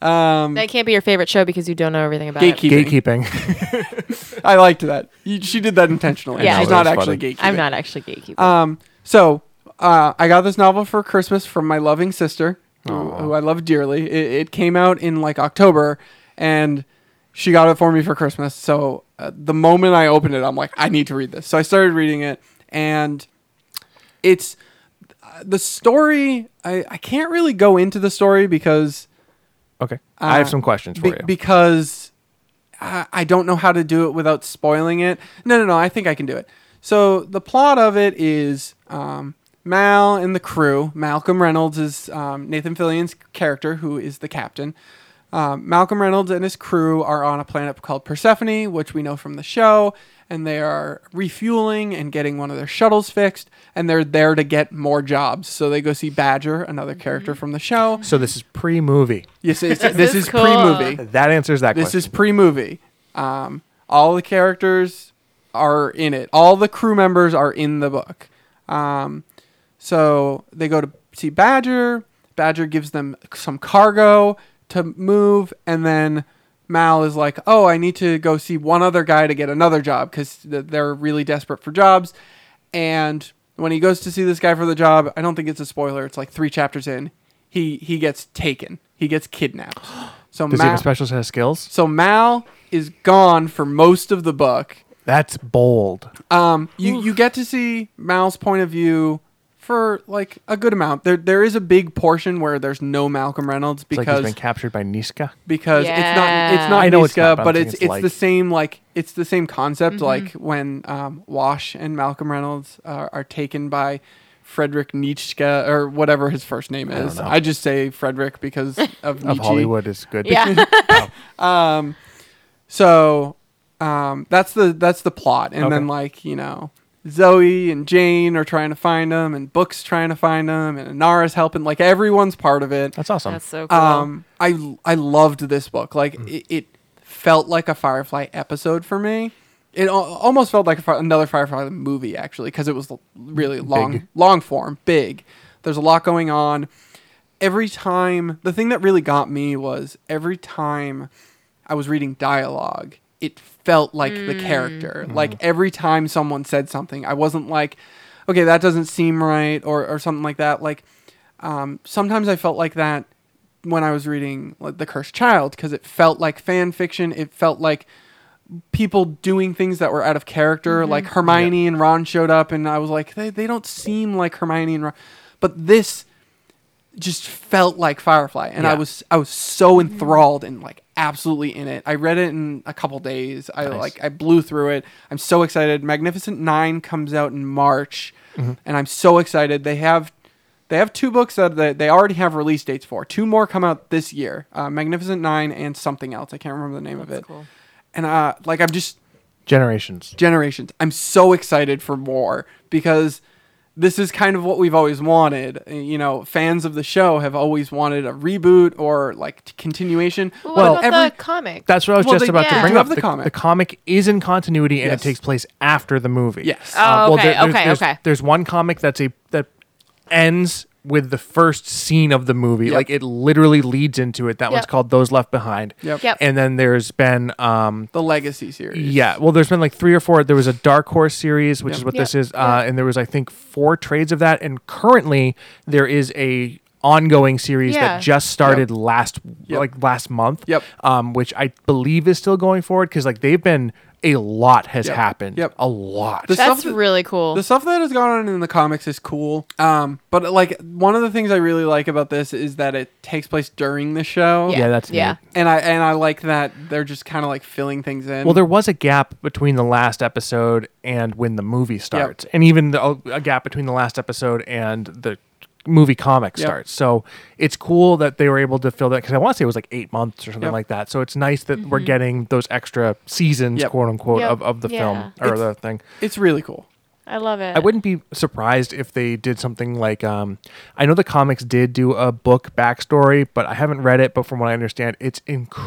[SPEAKER 3] Um,
[SPEAKER 2] That can't be your favorite show because you don't know everything about it.
[SPEAKER 3] Gatekeep.
[SPEAKER 1] Gatekeeping.
[SPEAKER 3] I liked that. You- She did that intentionally.
[SPEAKER 2] Yeah.
[SPEAKER 3] She's
[SPEAKER 2] No, it
[SPEAKER 3] not
[SPEAKER 4] was
[SPEAKER 3] actually
[SPEAKER 4] funny.
[SPEAKER 3] gatekeeping.
[SPEAKER 2] I'm not actually gatekeeping.
[SPEAKER 3] Um, so uh, I got this novel for Christmas from my loving sister, who, who I love dearly. It, it came out in like October, and she got it for me for Christmas. So uh, the moment I opened it, I'm like, I need to read this. So I started reading it, and it's uh, the story. I, I can't really go into the story because
[SPEAKER 1] okay. I have
[SPEAKER 3] Uh,
[SPEAKER 1] some questions for
[SPEAKER 3] be-
[SPEAKER 1] you.
[SPEAKER 3] because I, I don't know how to do it without spoiling it. No, no, no. I think I can do it. So the plot of it is um, Mal and the crew. Malcolm Reynolds is um, Nathan Fillion's character, who is the captain. Um, Malcolm Reynolds and his crew are on a planet called Persephone, which we know from the show, and they are refueling and getting one of their shuttles fixed, and they're there to get more jobs. So they go see Badger, another character from the show.
[SPEAKER 1] so this is pre-movie.
[SPEAKER 3] Yes, it's, this,
[SPEAKER 2] Mm-hmm. is
[SPEAKER 3] is
[SPEAKER 2] cool.
[SPEAKER 3] pre-movie
[SPEAKER 1] That answers that
[SPEAKER 3] this
[SPEAKER 1] question.
[SPEAKER 3] is pre-movie um, all the characters are in it all the crew members are in the book um, so they go to see badger badger gives them some cargo to move and then mal is like oh i need to go see one other guy to get another job because th- they're really desperate for jobs and when he goes to see this guy for the job i don't think it's a spoiler it's like three chapters in he he gets taken he gets kidnapped so
[SPEAKER 1] Does he
[SPEAKER 3] Mal-
[SPEAKER 1] have a special set of skills?
[SPEAKER 3] so Mal is gone for most of the book.
[SPEAKER 1] That's bold.
[SPEAKER 3] Um, you, you get to see Mal's point of view for like a good amount. There there is a big portion where there's no Malcolm Reynolds
[SPEAKER 1] It's like he's
[SPEAKER 3] because
[SPEAKER 1] been captured by Niska.
[SPEAKER 3] because it's not
[SPEAKER 2] Yeah.
[SPEAKER 3] it's not
[SPEAKER 1] I know it's not,
[SPEAKER 3] Niska,
[SPEAKER 1] but
[SPEAKER 3] but,
[SPEAKER 1] I'm
[SPEAKER 3] it's
[SPEAKER 1] thinking
[SPEAKER 3] it's
[SPEAKER 1] it's
[SPEAKER 3] the
[SPEAKER 1] like- Mm-hmm.
[SPEAKER 3] same like it's the same concept like when um, Wash and Malcolm Reynolds are, are taken by Frederick Nietzsche or whatever his first name is.
[SPEAKER 1] know.
[SPEAKER 3] I, just say Frederick because of,
[SPEAKER 1] Of
[SPEAKER 3] Nietzsche.
[SPEAKER 1] Hollywood is good.
[SPEAKER 2] yeah.
[SPEAKER 3] So um, that's the that's the plot, and
[SPEAKER 1] Okay.
[SPEAKER 3] then like you know, Zoe and Jane are trying to find him, and Book's trying to find him, and Anara's helping. Like everyone's part of it.
[SPEAKER 1] That's awesome.
[SPEAKER 2] That's so cool.
[SPEAKER 3] Um, I I loved this book. Like it, it felt like a Firefly episode for me. It al- almost felt like a, Fi- another Firefly movie actually, because it was l- really long,
[SPEAKER 1] Big.
[SPEAKER 3] long form, big. There's a lot going on. Every time, the thing that really got me was every time I was reading dialogue, it felt like the character. Like every time someone said something, I wasn't like, okay, that doesn't seem right, or or something like that. Like um, sometimes I felt like that when I was reading like The Cursed Child because it felt like fan fiction. It felt like people doing things that were out of character. Like Hermione and Ron showed up, and I was like, they, they don't seem like Hermione and Ron. But this just felt like Firefly, and I
[SPEAKER 1] Yeah.
[SPEAKER 3] was I was so enthralled and like absolutely in it. I read it in a couple days. I like I blew through it. I'm so excited. Magnificent Nine comes out in March, and I'm so excited. They have they have two books that they, they already have release dates for. Two more come out this year: uh, Magnificent Nine and something else. I can't remember the name of it.
[SPEAKER 2] cool.
[SPEAKER 3] And uh, like I'm just
[SPEAKER 1] Generations.
[SPEAKER 3] generations. I'm so excited for more because this is kind of what we've always wanted. You know, fans of the show have always wanted a reboot or like t- continuation.
[SPEAKER 2] well,
[SPEAKER 1] well,
[SPEAKER 2] what about the
[SPEAKER 3] every-
[SPEAKER 2] comic?
[SPEAKER 1] That's what I was
[SPEAKER 3] Well,
[SPEAKER 1] just
[SPEAKER 3] they-
[SPEAKER 1] about
[SPEAKER 2] yeah.
[SPEAKER 1] to bring
[SPEAKER 3] They
[SPEAKER 1] up.
[SPEAKER 3] have the comic.
[SPEAKER 1] the comic is in continuity and
[SPEAKER 3] Yes.
[SPEAKER 1] it takes place after the movie. Uh,
[SPEAKER 3] Yes.
[SPEAKER 2] Oh, okay,
[SPEAKER 1] there's,
[SPEAKER 2] okay,
[SPEAKER 1] there's,
[SPEAKER 2] okay.
[SPEAKER 1] There's one comic that's a that ends with the first scene of the movie.
[SPEAKER 3] Yep.
[SPEAKER 1] Like it literally leads into it. That one's
[SPEAKER 2] Yep.
[SPEAKER 1] called Those Left Behind.
[SPEAKER 3] Yep.
[SPEAKER 2] Yep.
[SPEAKER 1] And then there's been um
[SPEAKER 3] the Legacy series.
[SPEAKER 1] yeah, well there's been like three or four. There was a Dark Horse series, which
[SPEAKER 3] Yep.
[SPEAKER 1] is what
[SPEAKER 2] Yep.
[SPEAKER 1] this is, uh, and there was I think four trades of that. And currently there is a ongoing series
[SPEAKER 2] Yeah.
[SPEAKER 1] that just started last
[SPEAKER 3] Yep.
[SPEAKER 1] like last month
[SPEAKER 3] Yep.
[SPEAKER 1] um, which I believe is still going forward because like they've been a lot has
[SPEAKER 3] Yep.
[SPEAKER 1] happened.
[SPEAKER 3] Yep.
[SPEAKER 1] a lot.
[SPEAKER 3] The
[SPEAKER 2] That's
[SPEAKER 3] stuff that-
[SPEAKER 2] really cool.
[SPEAKER 3] The stuff that has gone on in the comics is cool. Um, but like one of the things I really like about this is that it takes place during the show.
[SPEAKER 1] Yeah, that's
[SPEAKER 2] yeah.
[SPEAKER 1] neat.
[SPEAKER 3] And I and I like that they're just kind of like filling things in.
[SPEAKER 1] well, there was a gap between the last episode and when the movie starts, and even the, oh, a gap between the last episode and the movie comic
[SPEAKER 3] Yep.
[SPEAKER 1] starts. So it's cool that they were able to fill that because I want to say it was like eight months or something
[SPEAKER 3] Yep.
[SPEAKER 1] like that. So it's nice that we're getting those extra seasons,
[SPEAKER 3] Yep.
[SPEAKER 1] quote unquote,
[SPEAKER 2] Mm-hmm. Yep.
[SPEAKER 1] of, of the
[SPEAKER 2] Yeah.
[SPEAKER 1] film or
[SPEAKER 3] It's-
[SPEAKER 1] the thing.
[SPEAKER 3] it's really cool.
[SPEAKER 2] I love it.
[SPEAKER 1] I wouldn't be surprised if they did something like um, I know the comics did do a book backstory, but I haven't read it. But from what I understand, it's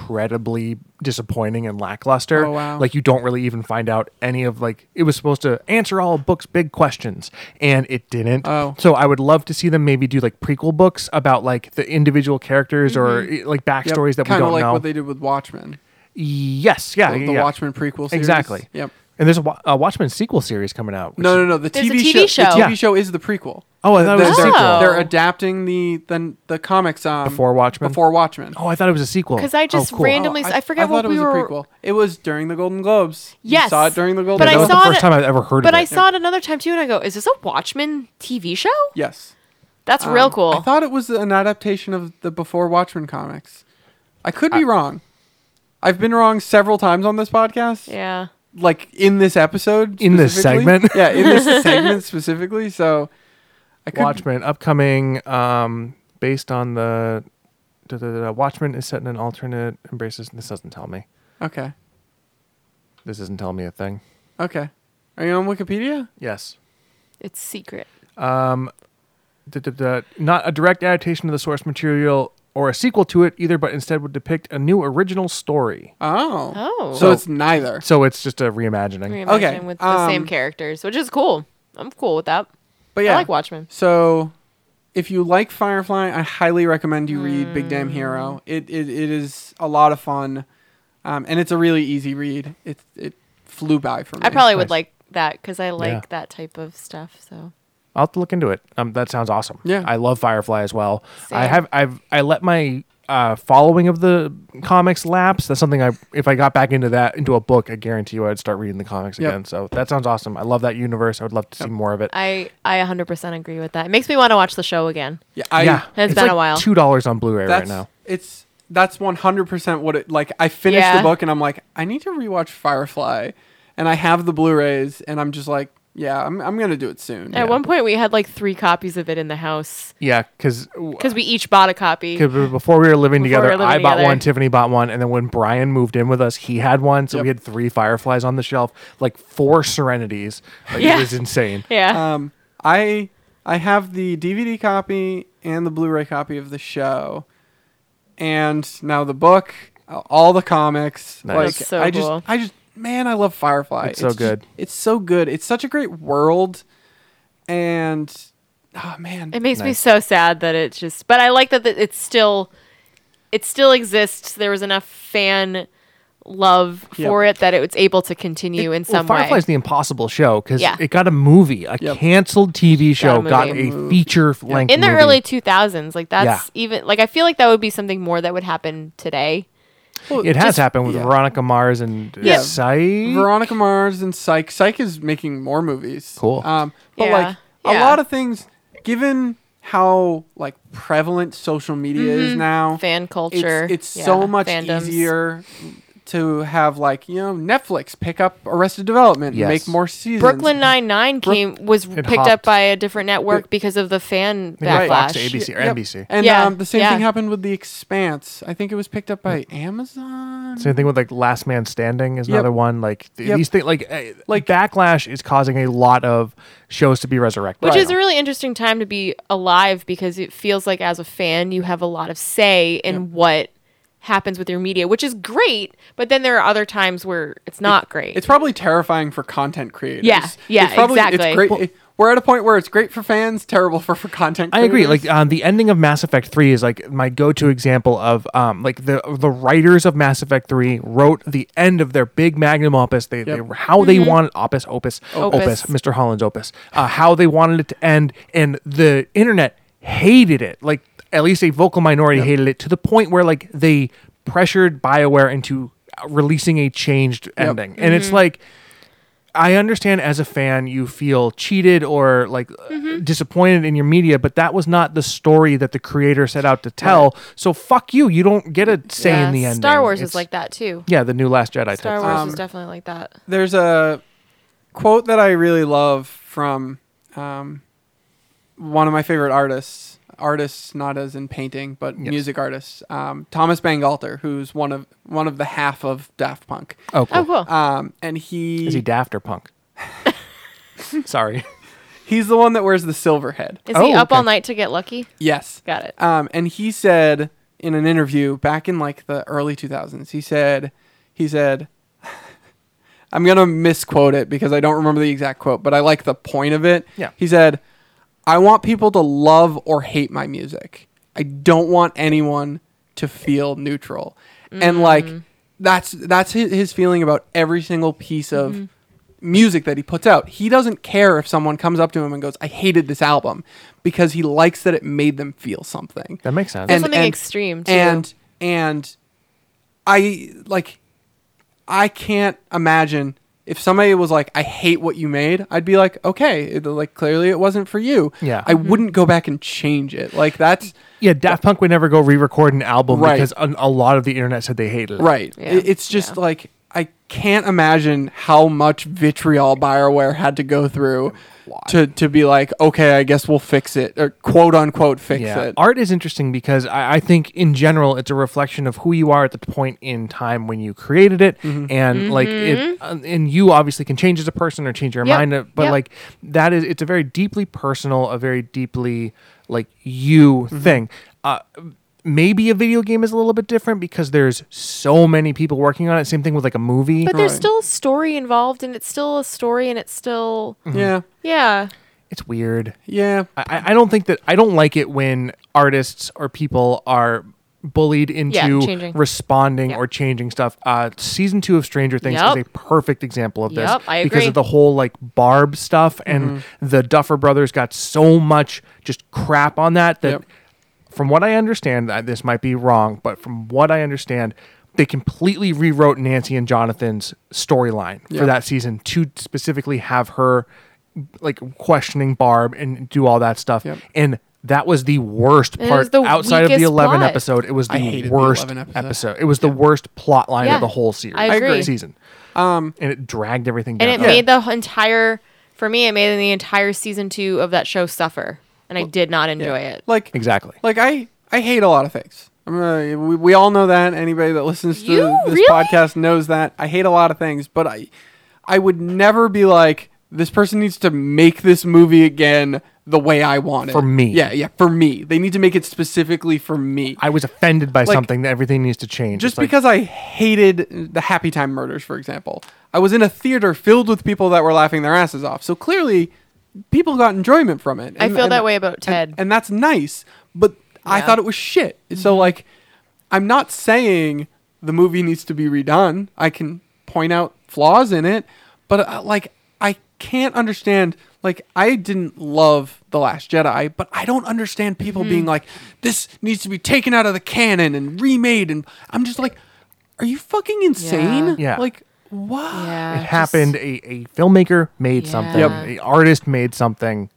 [SPEAKER 1] incredibly disappointing and lackluster.
[SPEAKER 3] Oh, wow.
[SPEAKER 1] Like you don't really even find out any of like it was supposed to answer all of book's big questions, and it didn't.
[SPEAKER 3] Oh.
[SPEAKER 1] So I would love to see them maybe do like prequel books about like the individual characters or eh, like
[SPEAKER 3] Mm-hmm. Yep.
[SPEAKER 1] backstories that we
[SPEAKER 3] Kinda
[SPEAKER 1] don't
[SPEAKER 3] like
[SPEAKER 1] know.
[SPEAKER 3] what they did with Watchmen.
[SPEAKER 1] yes, yeah,
[SPEAKER 3] The,
[SPEAKER 1] yeah,
[SPEAKER 3] the
[SPEAKER 1] yeah.
[SPEAKER 3] Watchmen prequel series.
[SPEAKER 1] Exactly.
[SPEAKER 3] Yep.
[SPEAKER 1] And there's a, Wa- a Watchmen sequel series coming out. which-
[SPEAKER 3] No, no, no. The
[SPEAKER 2] There's a
[SPEAKER 3] TV,
[SPEAKER 2] TV
[SPEAKER 3] show. The
[SPEAKER 2] show.
[SPEAKER 3] TV
[SPEAKER 1] Yeah.
[SPEAKER 3] show is the prequel.
[SPEAKER 1] Oh, I thought it
[SPEAKER 3] they're,
[SPEAKER 1] was a
[SPEAKER 3] they're-
[SPEAKER 1] sequel.
[SPEAKER 2] Oh.
[SPEAKER 3] they're adapting the the the comics um,
[SPEAKER 1] Before Watchmen?
[SPEAKER 3] Before Watchmen.
[SPEAKER 1] Oh, I thought it was a sequel.
[SPEAKER 2] Because I
[SPEAKER 1] Oh,
[SPEAKER 2] just
[SPEAKER 1] cool.
[SPEAKER 3] Oh,
[SPEAKER 2] randomly, I, forget
[SPEAKER 3] thought
[SPEAKER 2] what
[SPEAKER 3] it
[SPEAKER 2] we
[SPEAKER 3] was
[SPEAKER 2] were.
[SPEAKER 3] a prequel. It was during the Golden Globes. You
[SPEAKER 2] Yes,
[SPEAKER 3] saw it during the Golden
[SPEAKER 2] but
[SPEAKER 1] that
[SPEAKER 2] I
[SPEAKER 1] was
[SPEAKER 3] Globes.
[SPEAKER 1] the
[SPEAKER 2] saw
[SPEAKER 1] first
[SPEAKER 2] it-
[SPEAKER 1] time I've ever heard
[SPEAKER 2] But
[SPEAKER 1] of
[SPEAKER 2] I
[SPEAKER 1] it.
[SPEAKER 2] saw it another time too, and I go, "Is this a Watchmen TV show?"
[SPEAKER 3] Yes.
[SPEAKER 2] That's real
[SPEAKER 3] Um,
[SPEAKER 2] cool.
[SPEAKER 3] I thought it was an adaptation of the Before Watchmen comics. I could
[SPEAKER 2] Uh,
[SPEAKER 3] be wrong. I've been wrong several times on this podcast.
[SPEAKER 2] yeah.
[SPEAKER 3] Like in this episode.
[SPEAKER 1] In this
[SPEAKER 3] specifically.
[SPEAKER 1] segment?
[SPEAKER 3] yeah, in this segment specifically. So I could
[SPEAKER 1] Watchmen, upcoming, um, based on the. Da, da, da, da, Watchmen is set in an alternate embraces. This doesn't tell me.
[SPEAKER 3] Okay.
[SPEAKER 1] This isn't telling me a thing.
[SPEAKER 3] Okay. Are you on Wikipedia?
[SPEAKER 1] Yes.
[SPEAKER 2] It's secret.
[SPEAKER 1] Da, da, da, not a direct adaptation of the source material or a sequel to it either, but instead would depict a new original story.
[SPEAKER 3] Oh.
[SPEAKER 2] Oh.
[SPEAKER 3] So it's neither.
[SPEAKER 1] So it's just a reimagining.
[SPEAKER 2] Reimagined
[SPEAKER 3] Okay,
[SPEAKER 2] with the same
[SPEAKER 3] um,
[SPEAKER 2] characters, which is cool. I'm cool with that.
[SPEAKER 3] But yeah.
[SPEAKER 2] I like Watchmen.
[SPEAKER 3] So, if you like Firefly, I highly recommend you read Big Damn
[SPEAKER 2] Mm.
[SPEAKER 3] Hero. It it, it is a lot of fun, um, and it's a really easy read. It it flew by for me.
[SPEAKER 2] I probably would
[SPEAKER 1] Nice.
[SPEAKER 2] like that because I like
[SPEAKER 1] Yeah.
[SPEAKER 2] that type of stuff. So
[SPEAKER 1] I'll have to look into it. Um, that sounds awesome.
[SPEAKER 3] Yeah.
[SPEAKER 1] I love Firefly as well. I
[SPEAKER 2] Same.
[SPEAKER 1] have I've I let my uh, following of the comics lapse. That's something I if I got back into that into a book, I guarantee you I'd start reading the comics
[SPEAKER 3] Yep.
[SPEAKER 1] again. So that sounds awesome. I love that universe. I would love to see more of it.
[SPEAKER 2] I I 100% agree with that. It makes me want to watch the show again.
[SPEAKER 3] yeah, I,
[SPEAKER 1] yeah,
[SPEAKER 2] It's been a while.
[SPEAKER 1] Two dollars on Blu-ray
[SPEAKER 3] that's
[SPEAKER 1] right now.
[SPEAKER 3] it's that's one hundred percent what it like. I finished
[SPEAKER 2] Yeah.
[SPEAKER 3] the book and I'm like, I need to rewatch Firefly, and I have the Blu-rays, and I'm just like, yeah, I'm I'm gonna do it soon.
[SPEAKER 2] At one point, we had like three copies of it in the house
[SPEAKER 1] Yeah, because
[SPEAKER 2] because we each bought a copy.
[SPEAKER 1] before we were living
[SPEAKER 2] Before we
[SPEAKER 1] together,
[SPEAKER 2] were living
[SPEAKER 1] I bought
[SPEAKER 2] together.
[SPEAKER 1] one, Tiffany bought one, and then when Brian moved in with us, he had one. So
[SPEAKER 3] Yep.
[SPEAKER 1] we had three Fireflies on the shelf, like four Serenities. Like,
[SPEAKER 2] Yeah.
[SPEAKER 1] It was insane.
[SPEAKER 2] yeah.
[SPEAKER 3] um, I I have the DVD copy and the Blu-ray copy of the show, and now the book, uh, all the comics.
[SPEAKER 1] Nice.
[SPEAKER 3] Like
[SPEAKER 2] That's so
[SPEAKER 3] I just,
[SPEAKER 2] cool.
[SPEAKER 3] I just, man, I love Firefly.
[SPEAKER 1] It's so
[SPEAKER 3] just-
[SPEAKER 1] good.
[SPEAKER 3] it's so good. It's such a great world, and oh man,
[SPEAKER 2] it makes me
[SPEAKER 1] nice.
[SPEAKER 2] so sad that it's just, but I like that that it's still, it still exists. There was enough fan love
[SPEAKER 3] Yep.
[SPEAKER 2] for it that it was able to continue
[SPEAKER 1] It-
[SPEAKER 2] in
[SPEAKER 1] well,
[SPEAKER 2] some way.
[SPEAKER 1] Firefly's the impossible show because
[SPEAKER 2] Yeah.
[SPEAKER 1] it got a movie, a
[SPEAKER 3] Yep.
[SPEAKER 1] canceled TV show,
[SPEAKER 2] movie.
[SPEAKER 1] got
[SPEAKER 2] Got
[SPEAKER 1] a,
[SPEAKER 2] a
[SPEAKER 3] movie.
[SPEAKER 1] feature length
[SPEAKER 2] in the
[SPEAKER 1] movie.
[SPEAKER 2] early 2000s like that's even like i feel like that would be something more that would happen today
[SPEAKER 3] Well,
[SPEAKER 1] It has
[SPEAKER 3] just-
[SPEAKER 1] happened with
[SPEAKER 3] yeah.
[SPEAKER 1] Veronica Mars and uh,
[SPEAKER 3] Yeah.
[SPEAKER 1] Psy.
[SPEAKER 3] Veronica Mars and Psych. Psych is making more movies.
[SPEAKER 1] Cool.
[SPEAKER 3] Um, but
[SPEAKER 2] Yeah.
[SPEAKER 3] like a
[SPEAKER 2] Yeah.
[SPEAKER 3] lot of things, given how like prevalent social media is
[SPEAKER 2] Mm-hmm.
[SPEAKER 3] now,
[SPEAKER 2] fan
[SPEAKER 3] it's,
[SPEAKER 2] culture
[SPEAKER 3] it's
[SPEAKER 2] yeah,
[SPEAKER 3] so much
[SPEAKER 2] fandoms.
[SPEAKER 3] easier to have like you know Netflix pick up Arrested Development, and
[SPEAKER 1] Yes.
[SPEAKER 3] make more seasons.
[SPEAKER 2] brooklyn 99 came was
[SPEAKER 1] It
[SPEAKER 2] picked
[SPEAKER 1] hopped.
[SPEAKER 2] up by a different network because of the fan
[SPEAKER 1] Yeah, Fox
[SPEAKER 2] backlash
[SPEAKER 1] to ABC or
[SPEAKER 3] Yep.
[SPEAKER 1] NBC.
[SPEAKER 3] and
[SPEAKER 2] Yeah,
[SPEAKER 3] um, the same
[SPEAKER 2] yeah.
[SPEAKER 3] thing happened with The Expanse. I think it was picked up by Amazon.
[SPEAKER 1] Same thing with like Last Man Standing is
[SPEAKER 3] Yep.
[SPEAKER 1] another one. Like th-
[SPEAKER 3] Yep.
[SPEAKER 1] these things, like eh,
[SPEAKER 3] Like-
[SPEAKER 1] like backlash is causing a lot of shows to be resurrected,
[SPEAKER 2] which
[SPEAKER 1] right
[SPEAKER 2] is a
[SPEAKER 1] now.
[SPEAKER 2] really interesting time to be alive because it feels like as a fan you have a lot of say in what happens with your media which is great but then there are other times where it's not great
[SPEAKER 3] It's probably terrifying for content creators.
[SPEAKER 2] Yeah, yeah,
[SPEAKER 3] it's probably, It's
[SPEAKER 2] exactly.
[SPEAKER 3] great.
[SPEAKER 2] Well-
[SPEAKER 3] we're at a point where it's great for fans, terrible for, for content.
[SPEAKER 1] I
[SPEAKER 3] creators.
[SPEAKER 1] agree. Like um, the ending of Mass Effect Three is like my go-to example of um, like the the writers of Mass Effect Three wrote the end of their big magnum opus. They, they how they wanted opus opus opus,
[SPEAKER 2] Opus.
[SPEAKER 1] Mr. Holland's opus. Uh, how they wanted it to end, and the internet hated it. Like at least a vocal minority hated it to the point where like they pressured Bioware into releasing a changed ending, and it's like. I understand as a fan you feel cheated or like uh,
[SPEAKER 2] Mm-hmm.
[SPEAKER 1] disappointed in your media, but that was not the story that the creator set out to tell. So fuck you. You don't get a say in the end.
[SPEAKER 2] star wars is like that too
[SPEAKER 1] Yeah, the new Last Jedi. type
[SPEAKER 2] star
[SPEAKER 1] thing.
[SPEAKER 2] wars
[SPEAKER 3] Um,
[SPEAKER 2] is definitely like that
[SPEAKER 3] there's a quote that I really love from um, one of my favorite artists. Artists, not as in painting, but music artists. Um, Thomas Bangalter, who's one of one of the half of Daft Punk,
[SPEAKER 1] Oh, cool.
[SPEAKER 2] oh cool
[SPEAKER 3] um, and he,
[SPEAKER 1] Is he daft or punk? Sorry.
[SPEAKER 3] He's the one that wears the silver head.
[SPEAKER 2] Is
[SPEAKER 1] Oh,
[SPEAKER 2] he up
[SPEAKER 1] okay.
[SPEAKER 2] all night to get lucky?
[SPEAKER 3] Yes.
[SPEAKER 2] Got it.
[SPEAKER 3] Um, and he said in an interview back in like the early 2000s, he said, he said, I'm going to misquote it because I don't remember the exact quote, but I like the point of it.
[SPEAKER 1] Yeah.
[SPEAKER 3] He said, I want people to love or hate my music. I don't want anyone to feel neutral. And like, that's that's hi- his feeling about every single piece of music that he puts out. He doesn't care if someone comes up to him and goes, "I hated this album," because he likes that it made them feel something.
[SPEAKER 1] That makes sense.
[SPEAKER 2] And- something extreme, too.
[SPEAKER 3] And and I like I can't imagine if somebody was like, "I hate what you made," I'd be like, "Okay, it, like clearly it wasn't for you."
[SPEAKER 1] Yeah.
[SPEAKER 3] I wouldn't go back and change it. Like that's
[SPEAKER 1] yeah, Daft Punk would never go re-record an album
[SPEAKER 3] Right.
[SPEAKER 1] because a, a lot of the internet said they hated it.
[SPEAKER 3] Right.
[SPEAKER 2] Yeah.
[SPEAKER 3] It- It's just
[SPEAKER 2] Yeah.
[SPEAKER 3] like I can't imagine how much vitriol Bioware had to go through to to be like, okay, I guess we'll fix it or quote unquote fix
[SPEAKER 1] yeah.
[SPEAKER 3] it.
[SPEAKER 1] Art is interesting because I, I think in general it's a reflection of who you are at the point in time when you created it, and like it, uh, and you obviously can change as a person or change your
[SPEAKER 2] Mm-hmm. Yep.
[SPEAKER 1] mind. uh, But
[SPEAKER 2] Yep.
[SPEAKER 1] like that is it's a very deeply personal, a very deeply like you thing. Uh, maybe a video game is a little bit different because there's so many people working on it. Same thing with like a movie.
[SPEAKER 2] But there's
[SPEAKER 3] Right.
[SPEAKER 2] still a story involved, and it's still a story, and it's still
[SPEAKER 3] Yeah.
[SPEAKER 2] yeah.
[SPEAKER 1] it's weird.
[SPEAKER 3] Yeah.
[SPEAKER 1] I, I don't think that I don't like it when artists or people are bullied into
[SPEAKER 2] changing.
[SPEAKER 1] responding
[SPEAKER 2] Yeah.
[SPEAKER 1] or changing stuff. Uh, season two of Stranger Things is
[SPEAKER 2] Yep.
[SPEAKER 1] a perfect example of this
[SPEAKER 2] Yep, I
[SPEAKER 1] because
[SPEAKER 2] agree.
[SPEAKER 1] of the whole like Barb stuff and
[SPEAKER 2] Mm-hmm.
[SPEAKER 1] the Duffer Brothers got so much just crap on that that
[SPEAKER 3] Yep.
[SPEAKER 1] from what I understand, uh, this might be wrong, but from what I understand, they completely rewrote Nancy and Jonathan's storyline
[SPEAKER 3] Yeah.
[SPEAKER 1] for that season to specifically have her like questioning Barb and do all that stuff.
[SPEAKER 3] Yep.
[SPEAKER 1] And that was the worst
[SPEAKER 2] It
[SPEAKER 1] part
[SPEAKER 2] was the
[SPEAKER 1] outside of the
[SPEAKER 2] weakest
[SPEAKER 1] 11
[SPEAKER 2] plot.
[SPEAKER 1] episode. It was
[SPEAKER 3] I
[SPEAKER 1] the
[SPEAKER 3] hated the
[SPEAKER 1] worst
[SPEAKER 3] 11
[SPEAKER 1] episode.
[SPEAKER 3] episode.
[SPEAKER 1] It was the worst plot line
[SPEAKER 2] Yeah.
[SPEAKER 1] of the whole series.
[SPEAKER 2] I agree.
[SPEAKER 1] Season.
[SPEAKER 3] Um
[SPEAKER 1] And it dragged everything down.
[SPEAKER 2] And it made the entire for me, it made the entire season two of that show suffer, and I did not enjoy it.
[SPEAKER 3] like
[SPEAKER 1] exactly.
[SPEAKER 3] like I I hate a lot of things. I'm uh, we, we all know that. Anybody that listens to
[SPEAKER 2] You?
[SPEAKER 3] this
[SPEAKER 2] Really?
[SPEAKER 3] podcast knows that. I hate a lot of things, but I I would never be like this person needs to make this movie again the way I want it.
[SPEAKER 1] For me.
[SPEAKER 3] Yeah, yeah, for me. They need to make it specifically for me.
[SPEAKER 1] I was offended by something that everything needs to change.
[SPEAKER 3] just
[SPEAKER 1] It's like-
[SPEAKER 3] because I hated the Happy Time murders, for example. I was in a theater filled with people that were laughing their asses off. So clearly, people got enjoyment from it.
[SPEAKER 2] I
[SPEAKER 3] And-
[SPEAKER 2] feel
[SPEAKER 3] and-
[SPEAKER 2] that way about Ted.
[SPEAKER 3] And, and that's nice, but I
[SPEAKER 2] Yeah. Mm-hmm.
[SPEAKER 3] thought it was shit. So, like, I'm not saying the movie needs to be redone. I can point out flaws in it, but, uh, like, I can't understand. Like, I didn't love The Last Jedi, but I don't understand people
[SPEAKER 2] Mm-hmm.
[SPEAKER 3] being like, this needs to be taken out of the canon and remade. And I'm just like, are you fucking insane?
[SPEAKER 1] Yeah.
[SPEAKER 3] Like, what?
[SPEAKER 2] yeah,
[SPEAKER 1] it
[SPEAKER 2] just-
[SPEAKER 1] happened. A, a filmmaker made something.
[SPEAKER 2] Yep.
[SPEAKER 1] An artist made something.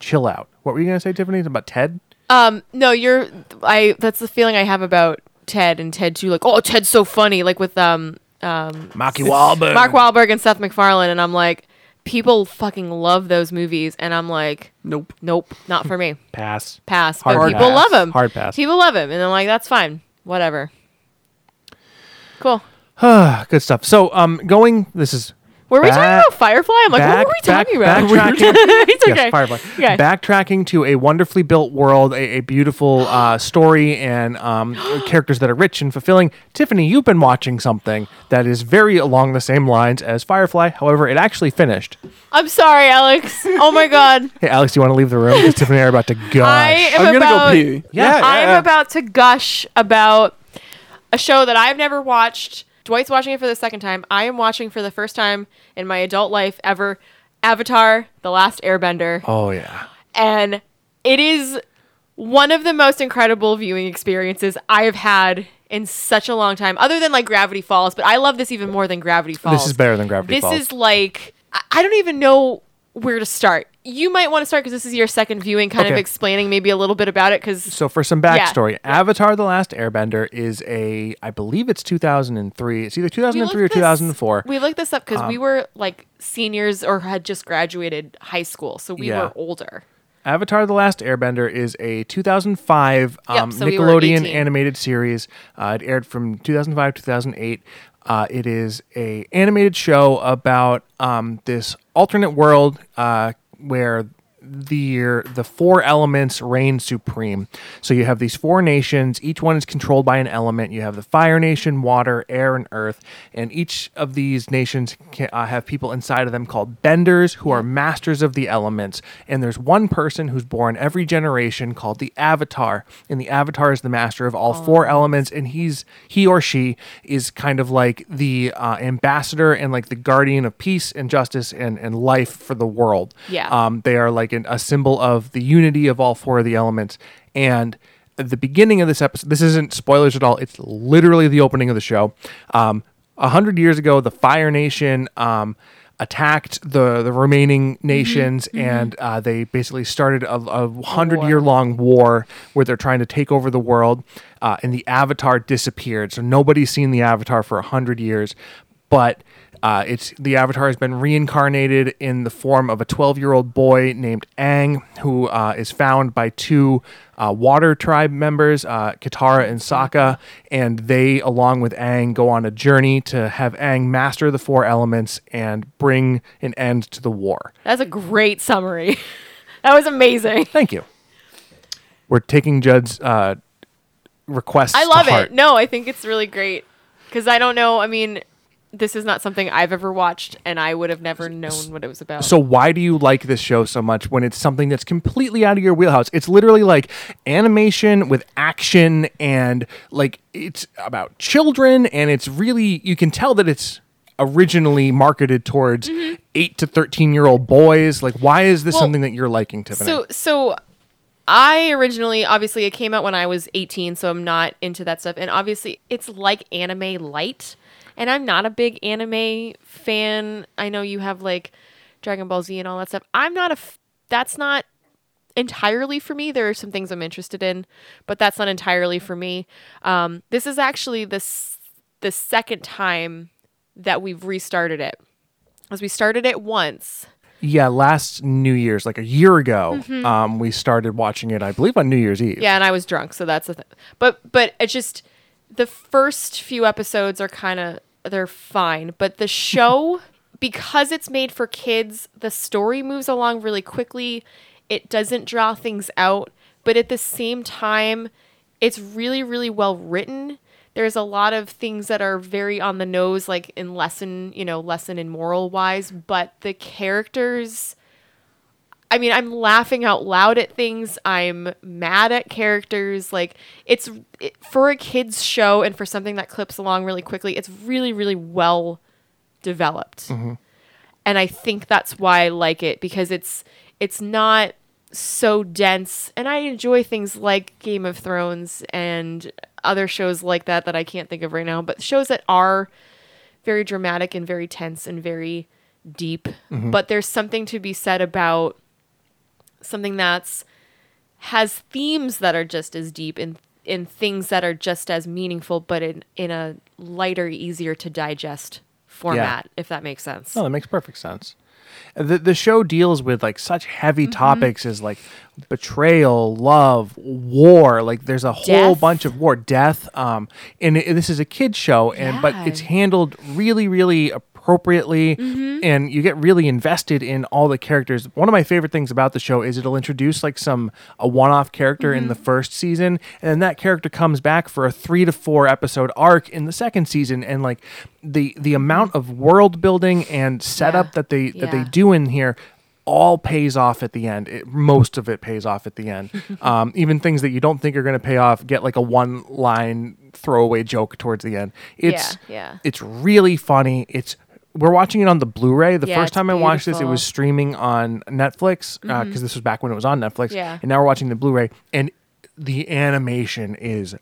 [SPEAKER 1] Chill out. What were you gonna say, Tiffany? About Ted?
[SPEAKER 2] Um, no, you're. I. That's the feeling I have about Ted and Ted too. Like, oh, Ted's so funny. Like with um, um,
[SPEAKER 1] Maki Wahlberg.
[SPEAKER 2] Mark Wahlberg and Seth MacFarlane, and I'm like, people fucking love those movies, and I'm like,
[SPEAKER 3] Nope.
[SPEAKER 2] nope, not for me.
[SPEAKER 1] Pass.
[SPEAKER 2] Pass. but
[SPEAKER 1] Hard
[SPEAKER 2] people
[SPEAKER 1] pass.
[SPEAKER 2] love him.
[SPEAKER 1] Hard pass.
[SPEAKER 2] People love him, and I'm like, that's fine. Whatever. Cool.
[SPEAKER 1] Good stuff. So, um, going. This is.
[SPEAKER 2] Were we talking
[SPEAKER 1] Back-
[SPEAKER 2] about Firefly? I'm like, what were we
[SPEAKER 1] back-
[SPEAKER 2] talking about?
[SPEAKER 1] back- backtracking.
[SPEAKER 2] it's okay.
[SPEAKER 1] Yes, Firefly.
[SPEAKER 2] Okay.
[SPEAKER 1] Backtracking to a wonderfully built world, a, a beautiful uh, story, and um, characters that are rich and fulfilling. Tiffany, you've been watching something that is very along the same lines as Firefly. However, it actually finished.
[SPEAKER 2] I'm sorry, Alex. Oh my god.
[SPEAKER 1] Hey, Alex, do you want to leave the room? Because Tiffany and I are about to gush.
[SPEAKER 2] I am
[SPEAKER 3] I'm gonna
[SPEAKER 2] about.
[SPEAKER 3] go pee.
[SPEAKER 1] Yeah,
[SPEAKER 2] I am about to gush about a show that I've never watched. Dwight's watching it for the second time. I am watching for the first time in my adult life ever Avatar The Last Airbender.
[SPEAKER 1] oh yeah.
[SPEAKER 2] And it is one of the most incredible viewing experiences I have had in such a long time, other than like Gravity Falls. But I love this even more than Gravity Falls.
[SPEAKER 1] This is better than Gravity
[SPEAKER 2] This
[SPEAKER 1] Falls.
[SPEAKER 2] is like, I- I don't even know where to start. You might want to start because this is your second viewing, kind of
[SPEAKER 1] Okay.
[SPEAKER 2] explaining maybe a little bit about it. Because
[SPEAKER 1] so for some
[SPEAKER 2] Yeah.
[SPEAKER 1] backstory, Avatar: The Last Airbender is a, I believe it's 2003. It's either
[SPEAKER 2] We
[SPEAKER 1] 2003 or
[SPEAKER 2] looked this-
[SPEAKER 1] 2004.
[SPEAKER 2] We looked this up because
[SPEAKER 1] Um,
[SPEAKER 2] we were like seniors or had just graduated high school, so we
[SPEAKER 1] Yeah.
[SPEAKER 2] were older.
[SPEAKER 1] Avatar: The Last Airbender is a 2005
[SPEAKER 2] Yep,
[SPEAKER 1] um,
[SPEAKER 2] so we were
[SPEAKER 1] Nickelodeon
[SPEAKER 2] 18.
[SPEAKER 1] animated series. Uh, it aired from 2005 to 2008. Uh, it is a animated show about um, this alternate world uh, where the the four elements reign supreme. So you have these four nations. Each one is controlled by an element. You have the fire nation, water, air, and earth. And each of these nations can, uh, have people inside of them called benders, who are masters of the elements. And there's one person who's born every generation called the avatar. And the avatar is the master of all four elements. And he's he or she is kind of like the uh, ambassador and like the guardian of peace and justice and and life for the world.
[SPEAKER 2] Yeah.
[SPEAKER 1] Um, they are like an, a symbol of the unity of all four of the elements. And at the beginning of this episode, this isn't spoilers at all. It's literally the opening of the show. Um, a hundred years ago, the Fire Nation um, attacked the the remaining nations, and uh, they basically started a, a hundred year long war where they're trying to take over the world. Uh, and the Avatar disappeared, so nobody's seen the Avatar for a hundred years. But uh, it's the Avatar has been reincarnated in the form of a 12 year old boy named Aang, who uh, is found by two uh, Water Tribe members, uh, Katara and Sokka, and they, along with Aang, go on a journey to have Aang master the four elements and bring an end to the war.
[SPEAKER 2] That's a great summary. that was amazing.
[SPEAKER 1] Thank you. We're taking Judd's uh, requests.
[SPEAKER 2] I
[SPEAKER 1] to
[SPEAKER 2] love
[SPEAKER 1] heart.
[SPEAKER 2] it. No, I think it's really great because I don't know. I mean, this is not something I've ever watched, and I would have never known what it was about.
[SPEAKER 1] So why do you like this show so much when it's something that's completely out of your wheelhouse? It's literally like animation with action and like it's about children and it's really you can tell that it's originally marketed towards 8 to 13 year old boys. Like why is this
[SPEAKER 2] Mm-hmm. Well,
[SPEAKER 1] something that you're liking Tiffany?
[SPEAKER 2] so so i originally obviously it came out when i was 18 so i'm not into that stuff and obviously it's like anime light and i'm not a big anime fan i know you have like dragon ball z and all that stuff i'm not a f- that's not entirely for me there are some things i'm interested in but that's not entirely for me um, this is actually the, s- the second time that we've restarted it because we started it once
[SPEAKER 1] yeah, last New Year's like a year ago,
[SPEAKER 2] Mm-hmm.
[SPEAKER 1] um we started watching it I believe on New Year's Eve.
[SPEAKER 2] Yeah, and I was drunk, so that's the thing. But but it's just the first few episodes are kind of they're fine, but the show because it's made for kids, the story moves along really quickly. It doesn't draw things out, but at the same time, it's really really well written. There's a lot of things that are very on the nose like in lesson, you know, lesson and moral wise, but the characters I mean, I'm laughing out loud at things. I'm mad at characters. Like it's it, for a kids show and for something that clips along really quickly. It's really, really well developed, and I think that's why I like it because it's it's not so dense. And I enjoy things like Game of Thrones and other shows like that that I can't think of right now, but shows that are very dramatic and very tense and very deep. But there's something to be said about something that's has themes that are just as deep and in things that are just as meaningful, but in in a lighter, easier to digest format, if that makes sense.
[SPEAKER 1] No, that makes perfect sense. The the show deals with like such heavy
[SPEAKER 2] Mm-hmm.
[SPEAKER 1] topics as like betrayal, love, war. Like there's a whole
[SPEAKER 2] Death.
[SPEAKER 1] bunch of war, death. Um, and it- this is a kid show, and
[SPEAKER 2] Yeah.
[SPEAKER 1] but it's handled really, really appropriately,
[SPEAKER 2] Mm-hmm.
[SPEAKER 1] and you get really invested in all the characters. One of my favorite things about the show is it'll introduce like some a one-off character in
[SPEAKER 2] Mm-hmm.
[SPEAKER 1] the first season, and then that character comes back for a three to four episode arc in the second season, and like the the amount of world building and setup that they that they
[SPEAKER 2] Yeah.
[SPEAKER 1] do in here all pays off at the end. It, most of it pays off at the end. um, even things that you don't think are going to pay off get like a one line throwaway joke towards the end. It's
[SPEAKER 2] Yeah, yeah.
[SPEAKER 1] it's really funny. It's we're watching it on the Blu-ray. The
[SPEAKER 2] Yeah,
[SPEAKER 1] first
[SPEAKER 2] it's
[SPEAKER 1] time I watched this, it
[SPEAKER 2] beautiful. Mm-hmm.
[SPEAKER 1] was streaming on Netflix because this was back when it was on Netflix.
[SPEAKER 2] Yeah.
[SPEAKER 1] And now we're watching the Blu-ray, and the animation is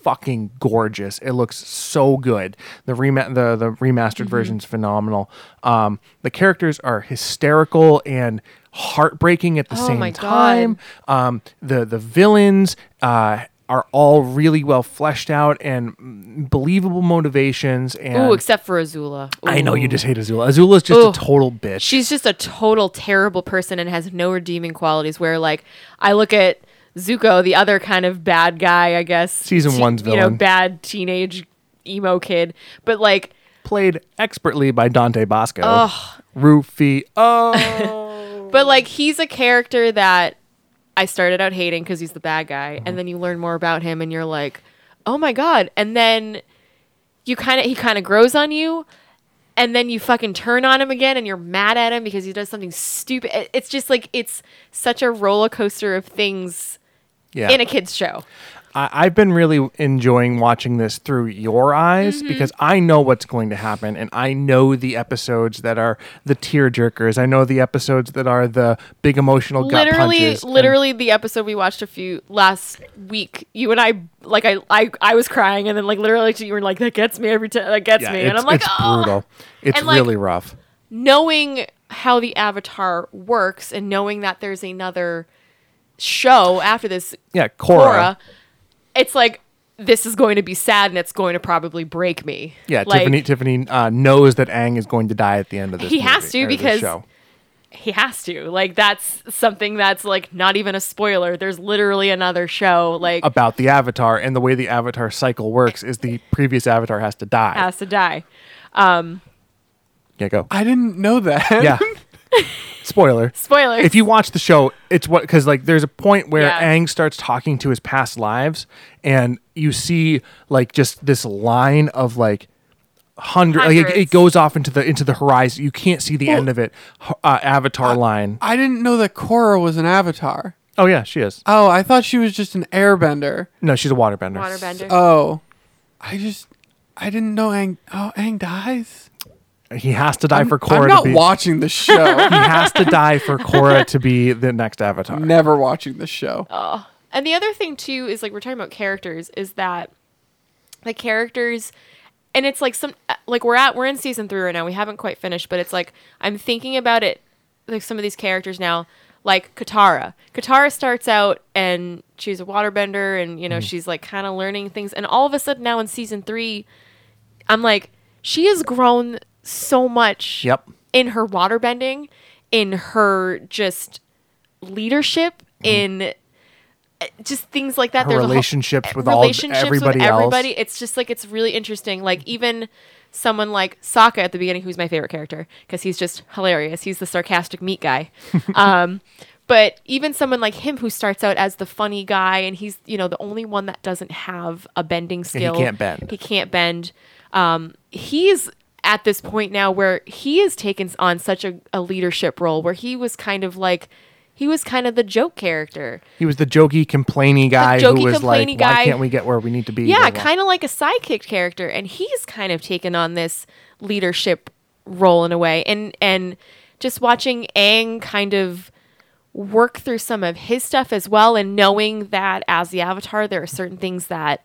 [SPEAKER 1] fucking gorgeous. It looks so good. The rema- the the remastered
[SPEAKER 2] Mm-hmm.
[SPEAKER 1] version's phenomenal. Um, the characters are hysterical and heartbreaking at the
[SPEAKER 2] Oh
[SPEAKER 1] same
[SPEAKER 2] my God.
[SPEAKER 1] time. Um, the the villains uh, are all really well fleshed out and mm, believable motivations. And
[SPEAKER 2] Ooh, except for Azula.
[SPEAKER 1] I know you
[SPEAKER 2] Ooh.
[SPEAKER 1] just hate Azula. Azula's just
[SPEAKER 2] Ooh.
[SPEAKER 1] a total bitch.
[SPEAKER 2] she's just a total terrible person and has no redeeming qualities where like i look at zuko the other kind of bad guy i guess
[SPEAKER 1] Season one's
[SPEAKER 2] you know
[SPEAKER 1] villain.
[SPEAKER 2] bad teenage emo kid but like
[SPEAKER 1] played expertly by Dante Bosco.
[SPEAKER 2] Ugh.
[SPEAKER 1] Rufio.
[SPEAKER 2] But like he's a character that I started out hating because he's the bad guy,
[SPEAKER 1] Mm-hmm.
[SPEAKER 2] and then you learn more about him, and you're like, oh my god! And then you kind of he kind of grows on you, and then you fucking turn on him again, and you're mad at him because he does something stupid. It- It's just like it's such a roller coaster of things
[SPEAKER 1] yeah.
[SPEAKER 2] in a kids show.
[SPEAKER 1] I, I've been really enjoying watching this through your eyes
[SPEAKER 2] Mm-hmm.
[SPEAKER 1] because I know what's going to happen and I know the episodes that are the tear jerkers. I know the episodes that are the big emotional gut
[SPEAKER 2] literally
[SPEAKER 1] punches. and-
[SPEAKER 2] literally the episode we watched a few last week you and i like i i, I was crying and then like literally you were like that gets me every time that gets
[SPEAKER 1] yeah,
[SPEAKER 2] me
[SPEAKER 1] it's,
[SPEAKER 2] and i'm like
[SPEAKER 1] it's
[SPEAKER 2] oh
[SPEAKER 1] brutal. It's
[SPEAKER 2] And, like,
[SPEAKER 1] really rough.
[SPEAKER 2] knowing how the avatar works and knowing that there's another show after this
[SPEAKER 1] Yeah, Cora.
[SPEAKER 2] Korra, it's like this is going to be sad and it's going to probably break me
[SPEAKER 1] Yeah,
[SPEAKER 2] like,
[SPEAKER 1] Tiffany. Tiffany uh, knows that Aang is going to die at the end of this.
[SPEAKER 2] He has
[SPEAKER 1] movie,
[SPEAKER 2] to
[SPEAKER 1] or this
[SPEAKER 2] because-
[SPEAKER 1] show.
[SPEAKER 2] he has to like that's something that's like not even a spoiler there's literally another show like
[SPEAKER 1] about the Avatar and the way the Avatar cycle works is the previous Avatar has to die.
[SPEAKER 2] has to die
[SPEAKER 1] yeah, go.
[SPEAKER 3] I didn't know that.
[SPEAKER 1] Yeah. Spoiler.
[SPEAKER 2] spoilers
[SPEAKER 1] If you watch the show, it's what because like there's a point where
[SPEAKER 2] Yeah.
[SPEAKER 1] Aang starts talking to his past lives, and you see like just this line of like hundred. Like it, it
[SPEAKER 2] Hundreds.
[SPEAKER 1] goes off into the into the horizon. You can't see the
[SPEAKER 3] Well-
[SPEAKER 1] end of it. H- Uh, Avatar line.
[SPEAKER 3] I didn't know that Korra was an avatar.
[SPEAKER 1] Oh yeah, she is.
[SPEAKER 3] Oh, I thought she was just an airbender.
[SPEAKER 1] No, she's a waterbender.
[SPEAKER 2] waterbender
[SPEAKER 3] Oh, I just I didn't know Aang. Oh, Aang dies.
[SPEAKER 1] He has to die for Korra.
[SPEAKER 3] I'm not
[SPEAKER 1] to be,
[SPEAKER 3] watching the show.
[SPEAKER 1] He has to die for Korra to be the next Avatar.
[SPEAKER 3] Never watching the show.
[SPEAKER 2] Oh. And the other thing too is like we're talking about characters is that the characters and it's like some uh, like we're at we're in season 3 right now. We haven't quite finished, but it's like I'm thinking about it like some of these characters now like Katara. Katara starts out and she's a waterbender and you know she's like kind of learning things and all of a sudden now in season 3 I'm like she has grown so much
[SPEAKER 1] Yep.
[SPEAKER 2] in her waterbending, in her just leadership, in uh, just things like that.
[SPEAKER 1] Her
[SPEAKER 2] a whole- e,
[SPEAKER 1] relationships with all-
[SPEAKER 2] relationships
[SPEAKER 1] everybody
[SPEAKER 2] with
[SPEAKER 1] else.
[SPEAKER 2] everybody. It's just like it's really interesting. Like even someone like Sokka at the beginning, who's my favorite character because he's just hilarious. He's the sarcastic meat guy. um, but even someone like him who starts out as the funny guy and he's you know the only one that doesn't have a bending
[SPEAKER 1] he
[SPEAKER 2] skill.
[SPEAKER 1] can't bend.
[SPEAKER 2] He can't bend. Um, he's at this point now where he has taken on such a, a leadership role where he was kind of like he was kind of the joke character.
[SPEAKER 1] He was the jokey, complaining guy
[SPEAKER 2] jokey,
[SPEAKER 1] who was like,
[SPEAKER 2] complainy
[SPEAKER 1] "Why
[SPEAKER 2] guy.
[SPEAKER 1] can't we get where we need to be?"
[SPEAKER 2] Yeah,
[SPEAKER 1] Blah, blah.
[SPEAKER 2] kind of like a sidekick character, and he's kind of taken on this leadership role in a way, and and just watching Aang kind of work through some of his stuff as well, and knowing that as the Avatar, there are certain things that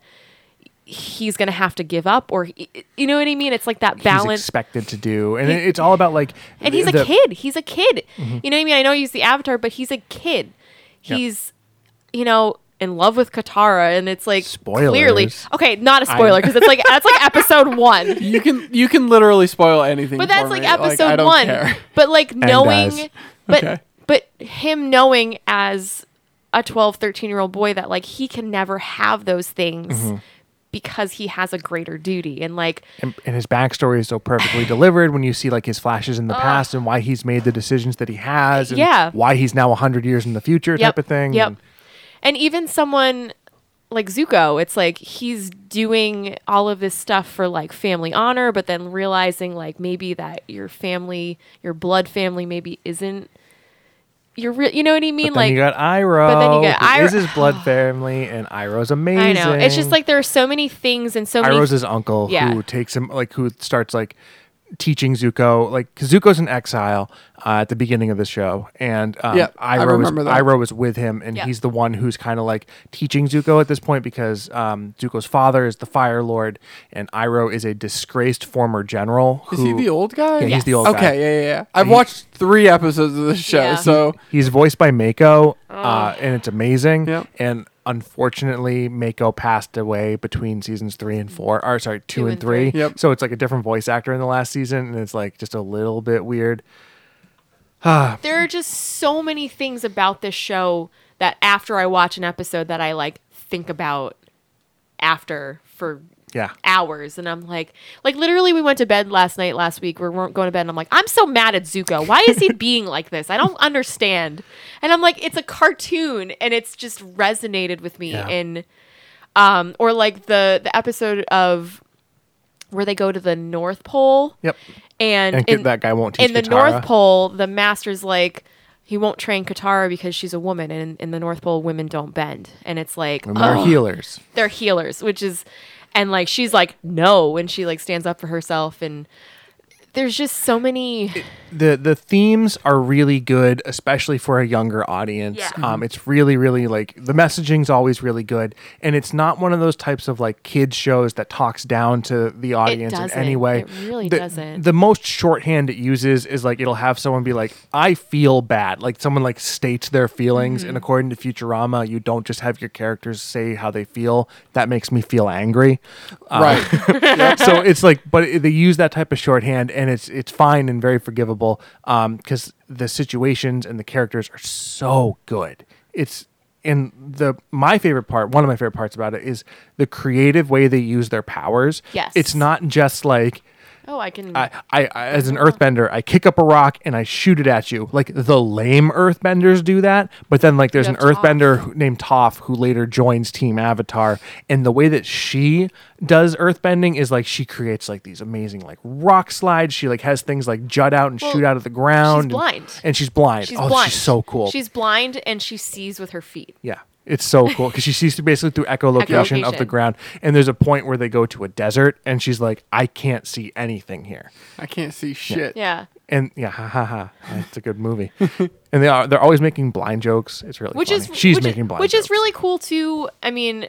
[SPEAKER 2] he's going to have to give up, or he- you know what I mean. It's like that
[SPEAKER 1] he's
[SPEAKER 2] balance.
[SPEAKER 1] expected to do, and it- it's all about like.
[SPEAKER 2] and he's a
[SPEAKER 1] the-
[SPEAKER 2] kid. He's a kid.
[SPEAKER 3] Mm-hmm.
[SPEAKER 2] You know what I mean? I know he's the Avatar, but he's a kid.
[SPEAKER 1] Yep.
[SPEAKER 2] He's, you know, in love with Katara, and it's like clearly
[SPEAKER 1] Spoilers.
[SPEAKER 2] okay. Not a spoiler because it's like that's like episode one.
[SPEAKER 3] You can you can literally spoil anything.
[SPEAKER 2] But that's
[SPEAKER 3] for
[SPEAKER 2] like
[SPEAKER 3] me.
[SPEAKER 2] episode
[SPEAKER 3] I don't
[SPEAKER 2] one.
[SPEAKER 3] care.
[SPEAKER 2] But like
[SPEAKER 1] dies.
[SPEAKER 2] knowing, but
[SPEAKER 3] Okay.
[SPEAKER 2] but him knowing as a 12, 13 year old boy that like he can never have those things
[SPEAKER 3] Mm-hmm.
[SPEAKER 2] because he has a greater duty, and like
[SPEAKER 1] And, and his backstory is so perfectly delivered when you see like his flashes in the past and why he's made the decisions that he has, and
[SPEAKER 2] Yeah.
[SPEAKER 1] why he's now hundred years in the future type of thing.
[SPEAKER 2] Yep.
[SPEAKER 1] and-
[SPEAKER 2] And even someone like Zuko, it's like he's doing all of this stuff for like family honor, but then realizing like maybe that your family, your blood family, maybe isn't your real. You know what I mean?
[SPEAKER 1] then
[SPEAKER 2] like
[SPEAKER 1] you got Iroh.
[SPEAKER 2] but then you got
[SPEAKER 1] who is
[SPEAKER 2] Iroh-
[SPEAKER 1] his blood family, and Iroh's amazing.
[SPEAKER 2] I know it's just like there are so many things and so many.
[SPEAKER 1] Iroh's his uncle
[SPEAKER 2] Yeah.
[SPEAKER 1] who takes him like who starts like teaching Zuko like 'cause Zuko's in exile uh, at the beginning of the show and um,
[SPEAKER 3] Yep, I
[SPEAKER 1] Iroh, is,
[SPEAKER 3] remember that.
[SPEAKER 1] Iroh is with him and
[SPEAKER 2] Yeah.
[SPEAKER 1] he's the one who's kind of like teaching Zuko at this point because um, Zuko's father is the Fire Lord and Iroh is a disgraced former general who
[SPEAKER 3] Is he the old guy?
[SPEAKER 1] Yeah, he's the old
[SPEAKER 3] okay,
[SPEAKER 1] guy.
[SPEAKER 3] yeah, yeah, yeah. I've watched three episodes of this show,
[SPEAKER 2] Yeah.
[SPEAKER 3] so
[SPEAKER 1] He's voiced by Mako, uh, and it's amazing.
[SPEAKER 3] Oh. Yep.
[SPEAKER 1] And unfortunately, Mako passed away between seasons three and four. Or sorry, two, and three.
[SPEAKER 3] Yep.
[SPEAKER 1] So it's like a different voice actor in the last season, and it's like just a little bit weird.
[SPEAKER 2] there are just so many things about this show that after I watch an episode that I like think about after for
[SPEAKER 1] Yeah.
[SPEAKER 2] hours and I'm like like literally we went to bed last night last week we weren't going to bed and I'm like I'm so mad at Zuko why is he being like this I don't understand and I'm like it's a cartoon and it's just resonated with me
[SPEAKER 1] Yeah.
[SPEAKER 2] in um or like the the episode of where they go to the North Pole
[SPEAKER 1] Yep.
[SPEAKER 2] and,
[SPEAKER 1] And,
[SPEAKER 2] in-
[SPEAKER 1] that guy won't teach
[SPEAKER 2] in the
[SPEAKER 1] Katara.
[SPEAKER 2] North Pole, the master's like, he won't train Katara because she's a woman, and in the North Pole, women don't bend, and it's like
[SPEAKER 1] And they're
[SPEAKER 2] ugh,
[SPEAKER 1] healers.
[SPEAKER 2] they're healers, which is, and like she's like no, and she like stands up for herself, and there's just so many.
[SPEAKER 1] the the themes are really good, especially for a younger audience.
[SPEAKER 2] Yeah.
[SPEAKER 1] Um, it's really, really like the messaging's always really good, and it's not one of those types of like kids shows that talks down to the audience in
[SPEAKER 2] doesn't.
[SPEAKER 1] any way.
[SPEAKER 2] It really
[SPEAKER 1] the,
[SPEAKER 2] doesn't.
[SPEAKER 1] The most shorthand it uses is like it'll have someone be like, "I feel bad," like someone like states their feelings,
[SPEAKER 2] Mm-hmm.
[SPEAKER 1] and according to Futurama, you don't just have your characters say how they feel. That makes me feel angry Uh,
[SPEAKER 3] right.
[SPEAKER 1] so it's like, but it- they use that type of shorthand, and it's it's fine and very forgivable because the situations and the characters are so good. It's and the my favorite part, one of my favorite parts about it is the creative way they use their powers.
[SPEAKER 2] Yes.
[SPEAKER 1] it's not just like.
[SPEAKER 2] Oh, I can.
[SPEAKER 1] I, I, I, as an earthbender, I kick up a rock and I shoot it at you. Like the lame earthbenders do that, but then like there's an
[SPEAKER 2] have Toph.
[SPEAKER 1] earthbender who- named Toph who later joins Team Avatar, and the way that she does earthbending is like she creates like these amazing like rock slides. She like has things like jut out and
[SPEAKER 2] Well,
[SPEAKER 1] shoot out of the ground. and-
[SPEAKER 2] blind.
[SPEAKER 1] and, she's blind.
[SPEAKER 2] she's
[SPEAKER 1] oh,
[SPEAKER 2] blind.
[SPEAKER 1] she's so cool.
[SPEAKER 2] She's blind and she sees with her feet.
[SPEAKER 1] Yeah. It's so cool because she sees through- basically through echolocation, of the
[SPEAKER 2] Echolocation.
[SPEAKER 1] ground. And there's a point where they go to a desert and she's like, I can't see anything here.
[SPEAKER 3] I can't see shit.
[SPEAKER 2] Yeah.
[SPEAKER 1] And yeah, ha ha ha. It's a good movie. and they are they're always making blind jokes. It's really
[SPEAKER 2] which
[SPEAKER 1] funny.
[SPEAKER 2] is
[SPEAKER 1] she's
[SPEAKER 2] which
[SPEAKER 1] making
[SPEAKER 2] is,
[SPEAKER 1] blind
[SPEAKER 2] which
[SPEAKER 1] jokes.
[SPEAKER 2] is really cool too i mean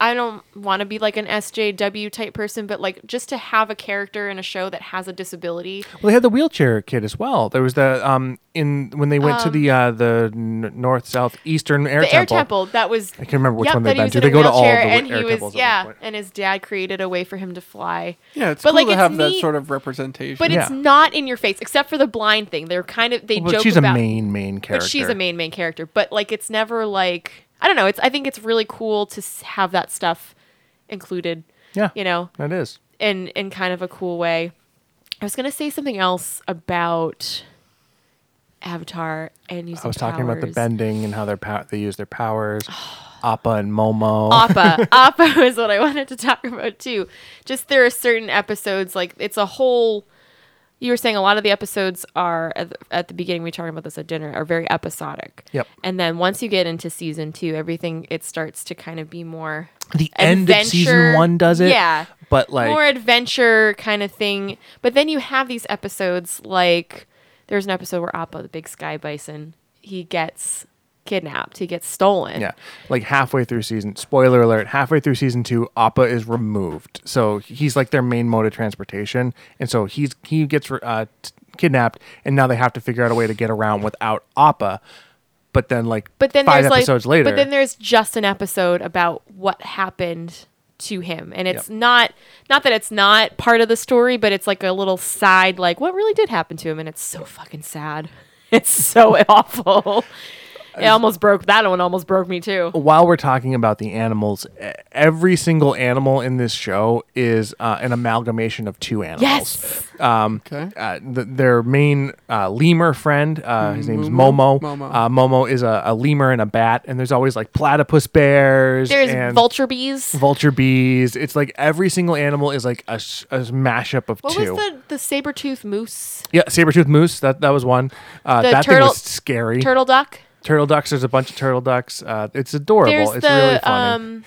[SPEAKER 2] i don't want to be like an sjw type person but like just to have a character in a show that has a disability
[SPEAKER 1] Well, they had the wheelchair kid as well. There was the um in when they went to the uh the n- north south eastern air
[SPEAKER 2] Um, the
[SPEAKER 1] temple.
[SPEAKER 2] air temple that was
[SPEAKER 1] I can't remember which
[SPEAKER 2] yep,
[SPEAKER 1] one they've
[SPEAKER 2] that he
[SPEAKER 1] been
[SPEAKER 2] was
[SPEAKER 1] to.
[SPEAKER 2] in
[SPEAKER 1] They
[SPEAKER 2] a
[SPEAKER 1] go to all
[SPEAKER 2] wheelchair
[SPEAKER 1] the
[SPEAKER 2] and
[SPEAKER 1] air
[SPEAKER 2] he
[SPEAKER 1] temples
[SPEAKER 2] was
[SPEAKER 1] at one
[SPEAKER 2] yeah
[SPEAKER 1] point.
[SPEAKER 2] and his dad created a way for him to fly
[SPEAKER 3] Yeah, it's
[SPEAKER 2] But,
[SPEAKER 3] cool
[SPEAKER 2] like,
[SPEAKER 3] to
[SPEAKER 2] it's
[SPEAKER 3] have that
[SPEAKER 2] neat.
[SPEAKER 3] sort of representation.
[SPEAKER 2] but it's
[SPEAKER 1] Yeah.
[SPEAKER 2] not in your face except for the blind thing they're kind of they
[SPEAKER 1] Well,
[SPEAKER 2] joke
[SPEAKER 1] she's
[SPEAKER 2] about
[SPEAKER 1] a main main character.
[SPEAKER 2] But she's a main main character. But like, it's never like I don't know. It's I think it's really cool to s- have that stuff included.
[SPEAKER 1] Yeah.
[SPEAKER 2] You know,
[SPEAKER 1] That is.
[SPEAKER 2] in in kind of a cool way. I was gonna say something else about Avatar and using
[SPEAKER 1] I was talking about the
[SPEAKER 2] powers.
[SPEAKER 1] bending and how their power they use their powers. Appa and Momo.
[SPEAKER 2] Appa. Appa is what I wanted to talk about too. Just there are certain episodes like it's a whole. You were saying a lot of the episodes are at the, at the beginning. We were talking about this at dinner are very episodic.
[SPEAKER 1] Yep.
[SPEAKER 2] And then once you get into season two, everything it starts to kind of be more
[SPEAKER 1] the end of season
[SPEAKER 2] adventure-
[SPEAKER 1] one does it.
[SPEAKER 2] Yeah.
[SPEAKER 1] But like
[SPEAKER 2] more adventure kind of thing. But then you have these episodes like there's an episode where Appa, the big sky bison, he gets kidnapped, he gets stolen.
[SPEAKER 1] Yeah. Like halfway through season, spoiler alert, halfway through season two, Appa is removed. So he's like their main mode of transportation. And so he's he gets uh, t- kidnapped, and now they have to figure out a way to get around without Appa. But then, like,
[SPEAKER 2] But then
[SPEAKER 1] five
[SPEAKER 2] there's
[SPEAKER 1] episodes
[SPEAKER 2] like,
[SPEAKER 1] later,
[SPEAKER 2] but then there's just an episode about what happened to him, and it's not not that it's not part of the story, but it's like a little side, like what really did happen to him, and it's so fucking sad. It's so awful. It almost broke that one. Almost broke me too.
[SPEAKER 1] while we're talking about the animals, e- every single animal in this show is uh, an amalgamation of two animals.
[SPEAKER 2] Yes.
[SPEAKER 3] okay.
[SPEAKER 1] uh, th- their main uh, lemur friend. Uh, his name's Momo.
[SPEAKER 3] Momo.
[SPEAKER 1] Uh, Momo is a, a lemur and a bat, and there's always like platypus bears.
[SPEAKER 2] There's
[SPEAKER 1] and
[SPEAKER 2] vulture bees.
[SPEAKER 1] vulture bees. It's like every single animal is like a, s- a s- mashup of
[SPEAKER 2] What
[SPEAKER 1] two.
[SPEAKER 2] was the the saber tooth moose?
[SPEAKER 1] yeah, saber-toothed moose. That that was one. Uh,
[SPEAKER 2] The
[SPEAKER 1] that thing
[SPEAKER 2] turtle-
[SPEAKER 1] was scary.
[SPEAKER 2] Turtle duck.
[SPEAKER 1] turtle ducks. There's a bunch of turtle ducks. Uh, it's adorable.
[SPEAKER 2] There's
[SPEAKER 1] it's
[SPEAKER 2] the
[SPEAKER 1] really funny.
[SPEAKER 2] um,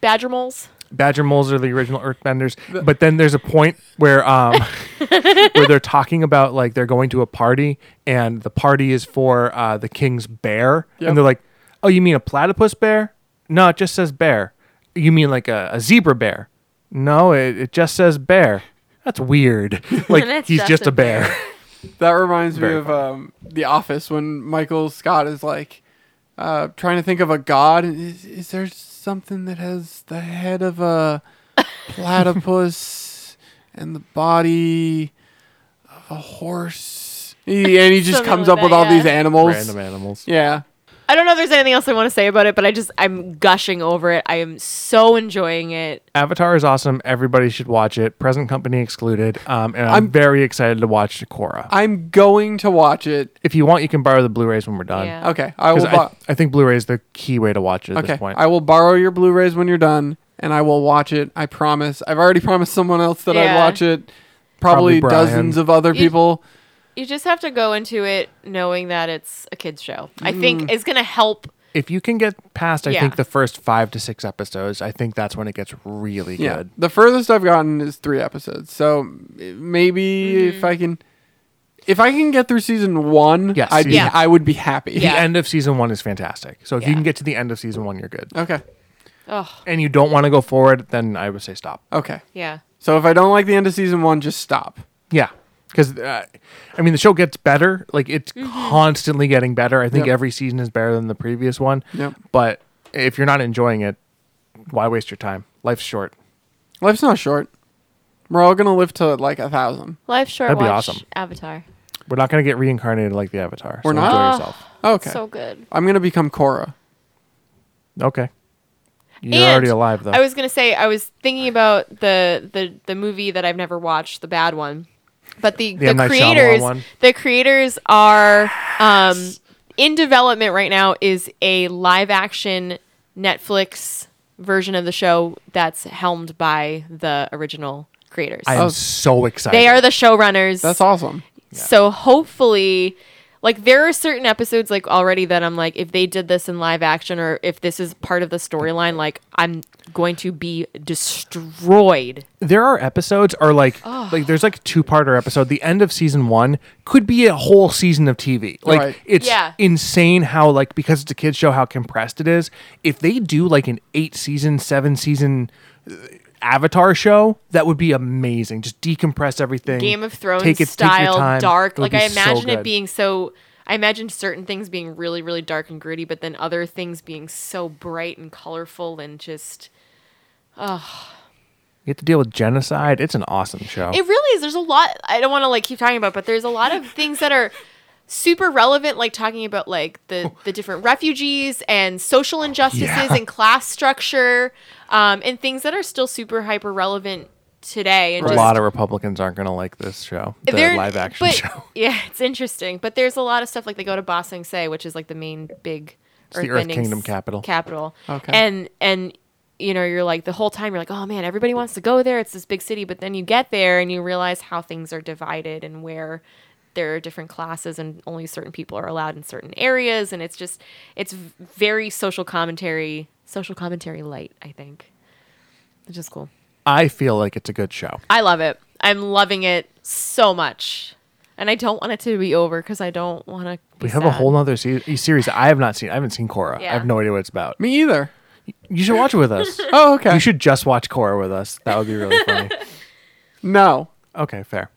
[SPEAKER 2] badger moles.
[SPEAKER 1] Badger moles are the original Earthbenders, but then there's a point where um, where they're talking about like they're going to a party and the party is for uh, the king's bear,
[SPEAKER 3] Yep.
[SPEAKER 1] and they're like, "Oh, you mean a platypus bear? No, it just says bear. You mean like a, a zebra bear? No, it, it just says bear. That's weird. Like
[SPEAKER 2] That's
[SPEAKER 1] he's
[SPEAKER 2] just
[SPEAKER 1] just
[SPEAKER 2] a
[SPEAKER 1] a bear.
[SPEAKER 3] That reminds me
[SPEAKER 1] Very
[SPEAKER 3] of um, The Office when Michael Scott is like uh, trying to think of a god. and Is, is there something that has the head of a platypus and the body of a horse? He- and he just
[SPEAKER 2] Something
[SPEAKER 3] comes
[SPEAKER 2] like
[SPEAKER 3] up with
[SPEAKER 2] that,
[SPEAKER 3] all
[SPEAKER 2] yeah.
[SPEAKER 3] these animals.
[SPEAKER 1] Random animals.
[SPEAKER 3] Yeah.
[SPEAKER 2] I don't know if there's anything else I want to say about it, but I just I'm gushing over it. I am so enjoying it.
[SPEAKER 1] Avatar is awesome. Everybody should watch it, present company excluded. Um, and I'm,
[SPEAKER 3] I'm-
[SPEAKER 1] very excited to watch Korra.
[SPEAKER 3] I'm going to watch it.
[SPEAKER 1] if you want, you can borrow the Blu-rays when we're done.
[SPEAKER 2] Yeah.
[SPEAKER 3] Okay, I will.
[SPEAKER 1] 'Cause I,
[SPEAKER 3] bo-
[SPEAKER 1] I think Blu-ray is the key way to watch it at
[SPEAKER 3] okay,
[SPEAKER 1] this point.
[SPEAKER 3] I will borrow your Blu-rays when you're done, and I will watch it. I promise. I've already promised someone else that I'd
[SPEAKER 2] Yeah.
[SPEAKER 3] watch it.
[SPEAKER 1] Probably
[SPEAKER 3] Probably,
[SPEAKER 1] Brian.
[SPEAKER 3] dozens of other
[SPEAKER 2] You-
[SPEAKER 3] people.
[SPEAKER 2] You just have to go into it knowing that it's a kids show. I
[SPEAKER 1] Mm.
[SPEAKER 2] think is going to help.
[SPEAKER 1] if you can get past, I
[SPEAKER 2] Yeah.
[SPEAKER 1] think the first five to six episodes, I think that's when it gets really
[SPEAKER 3] Yeah,
[SPEAKER 1] good.
[SPEAKER 3] the furthest I've gotten is three episodes. So m- maybe if
[SPEAKER 2] Mm-hmm.
[SPEAKER 3] I can, if I can get through season one,
[SPEAKER 1] Yes,
[SPEAKER 3] I'd be,
[SPEAKER 1] yeah.
[SPEAKER 3] I would be happy.
[SPEAKER 2] Yeah.
[SPEAKER 1] The end of season one is fantastic. So if you
[SPEAKER 2] Yeah.
[SPEAKER 1] can get to the end of season one, you're good.
[SPEAKER 3] Okay.
[SPEAKER 2] Oh,
[SPEAKER 1] And you don't want to go forward, then I would say stop.
[SPEAKER 3] Okay.
[SPEAKER 2] yeah.
[SPEAKER 3] So if I don't like the end of season one, just stop.
[SPEAKER 1] Yeah, because uh, I mean the show gets better. Like it's
[SPEAKER 2] Mm-hmm.
[SPEAKER 1] constantly getting better. I think
[SPEAKER 3] Yep.
[SPEAKER 1] every season is better than the previous one.
[SPEAKER 3] Yep.
[SPEAKER 1] But if you're not enjoying it, why waste your time? Life's short.
[SPEAKER 3] Life's not short. We're all gonna live to like a thousand.
[SPEAKER 2] Live short
[SPEAKER 1] That'd be
[SPEAKER 2] watch
[SPEAKER 1] awesome.
[SPEAKER 2] Avatar.
[SPEAKER 1] We're not going to get reincarnated like the Avatar.
[SPEAKER 3] We're
[SPEAKER 1] so
[SPEAKER 3] not?
[SPEAKER 1] Enjoy
[SPEAKER 2] Oh,
[SPEAKER 1] yourself.
[SPEAKER 3] Okay.
[SPEAKER 2] So good.
[SPEAKER 3] I'm gonna become Korra.
[SPEAKER 1] Okay. You're
[SPEAKER 2] And
[SPEAKER 1] already alive though.
[SPEAKER 2] I was gonna say I was thinking about the the the movie that I've never watched, the bad one, but the
[SPEAKER 1] The
[SPEAKER 2] the,
[SPEAKER 1] M. Night Shyamalan
[SPEAKER 2] creators
[SPEAKER 1] one?
[SPEAKER 2] the creators are um in development right now is a live action Netflix version of the show that's helmed by the original creators.
[SPEAKER 1] I am so excited.
[SPEAKER 2] Oh, they are the showrunners.
[SPEAKER 3] That's awesome.
[SPEAKER 2] So hopefully, like there are certain episodes like already that I'm like, if they did this in live action or if this is part of the storyline, like I'm going to be destroyed.
[SPEAKER 1] there are episodes are like like there's like a two-parter episode the end of season one could be a whole season of tv like
[SPEAKER 3] Right.
[SPEAKER 1] it's
[SPEAKER 2] Yeah.
[SPEAKER 1] insane how like because it's a kids show how compressed it is if they do like an eight season seven season uh, avatar show that would be amazing just decompress everything
[SPEAKER 2] Game of Thrones
[SPEAKER 1] take it,
[SPEAKER 2] style, dark.
[SPEAKER 1] It would
[SPEAKER 2] Like I
[SPEAKER 1] be so
[SPEAKER 2] imagine it
[SPEAKER 1] good.
[SPEAKER 2] being so. I imagine certain things being really, really dark and gritty, but then other things being so bright and colorful and just.
[SPEAKER 1] you have to deal with genocide it's an awesome show
[SPEAKER 2] It really is. There's a lot I don't want to like keep talking about, but there's a lot of things that are super relevant, like talking about like the the different refugees and social injustices
[SPEAKER 1] Yeah.
[SPEAKER 2] and class structure, um, and things that are still super hyper relevant today. And
[SPEAKER 1] a
[SPEAKER 2] just,
[SPEAKER 1] lot of republicans aren't going to like this show the
[SPEAKER 2] there-
[SPEAKER 1] live action
[SPEAKER 2] but-
[SPEAKER 1] show
[SPEAKER 2] Yeah, it's interesting, but there's a lot of stuff like they go to Ba Sing Se, which is like the main big
[SPEAKER 1] the Earth
[SPEAKER 2] Bending's
[SPEAKER 1] Kingdom capital.
[SPEAKER 2] Capital.
[SPEAKER 3] Okay.
[SPEAKER 2] And and you know you're like the whole time you're like oh man everybody wants to go there it's this big city but then you get there and you realize how things are divided and where there are different classes and only certain people are allowed in certain areas and it's just it's v- very social commentary social commentary light i think which is cool
[SPEAKER 1] i feel like it's a good show
[SPEAKER 2] I love it. I'm loving it so much. And I don't want it to be over because I don't want to.
[SPEAKER 1] We have a whole nother se- e-, series that I have not seen. I haven't seen Korra. I
[SPEAKER 2] Yeah.
[SPEAKER 1] have no idea what it's about.
[SPEAKER 3] Me either.
[SPEAKER 1] You should watch it with us.
[SPEAKER 3] Oh, okay.
[SPEAKER 1] You should just watch Korra with us. That would be really funny.
[SPEAKER 3] No.
[SPEAKER 1] okay, fair.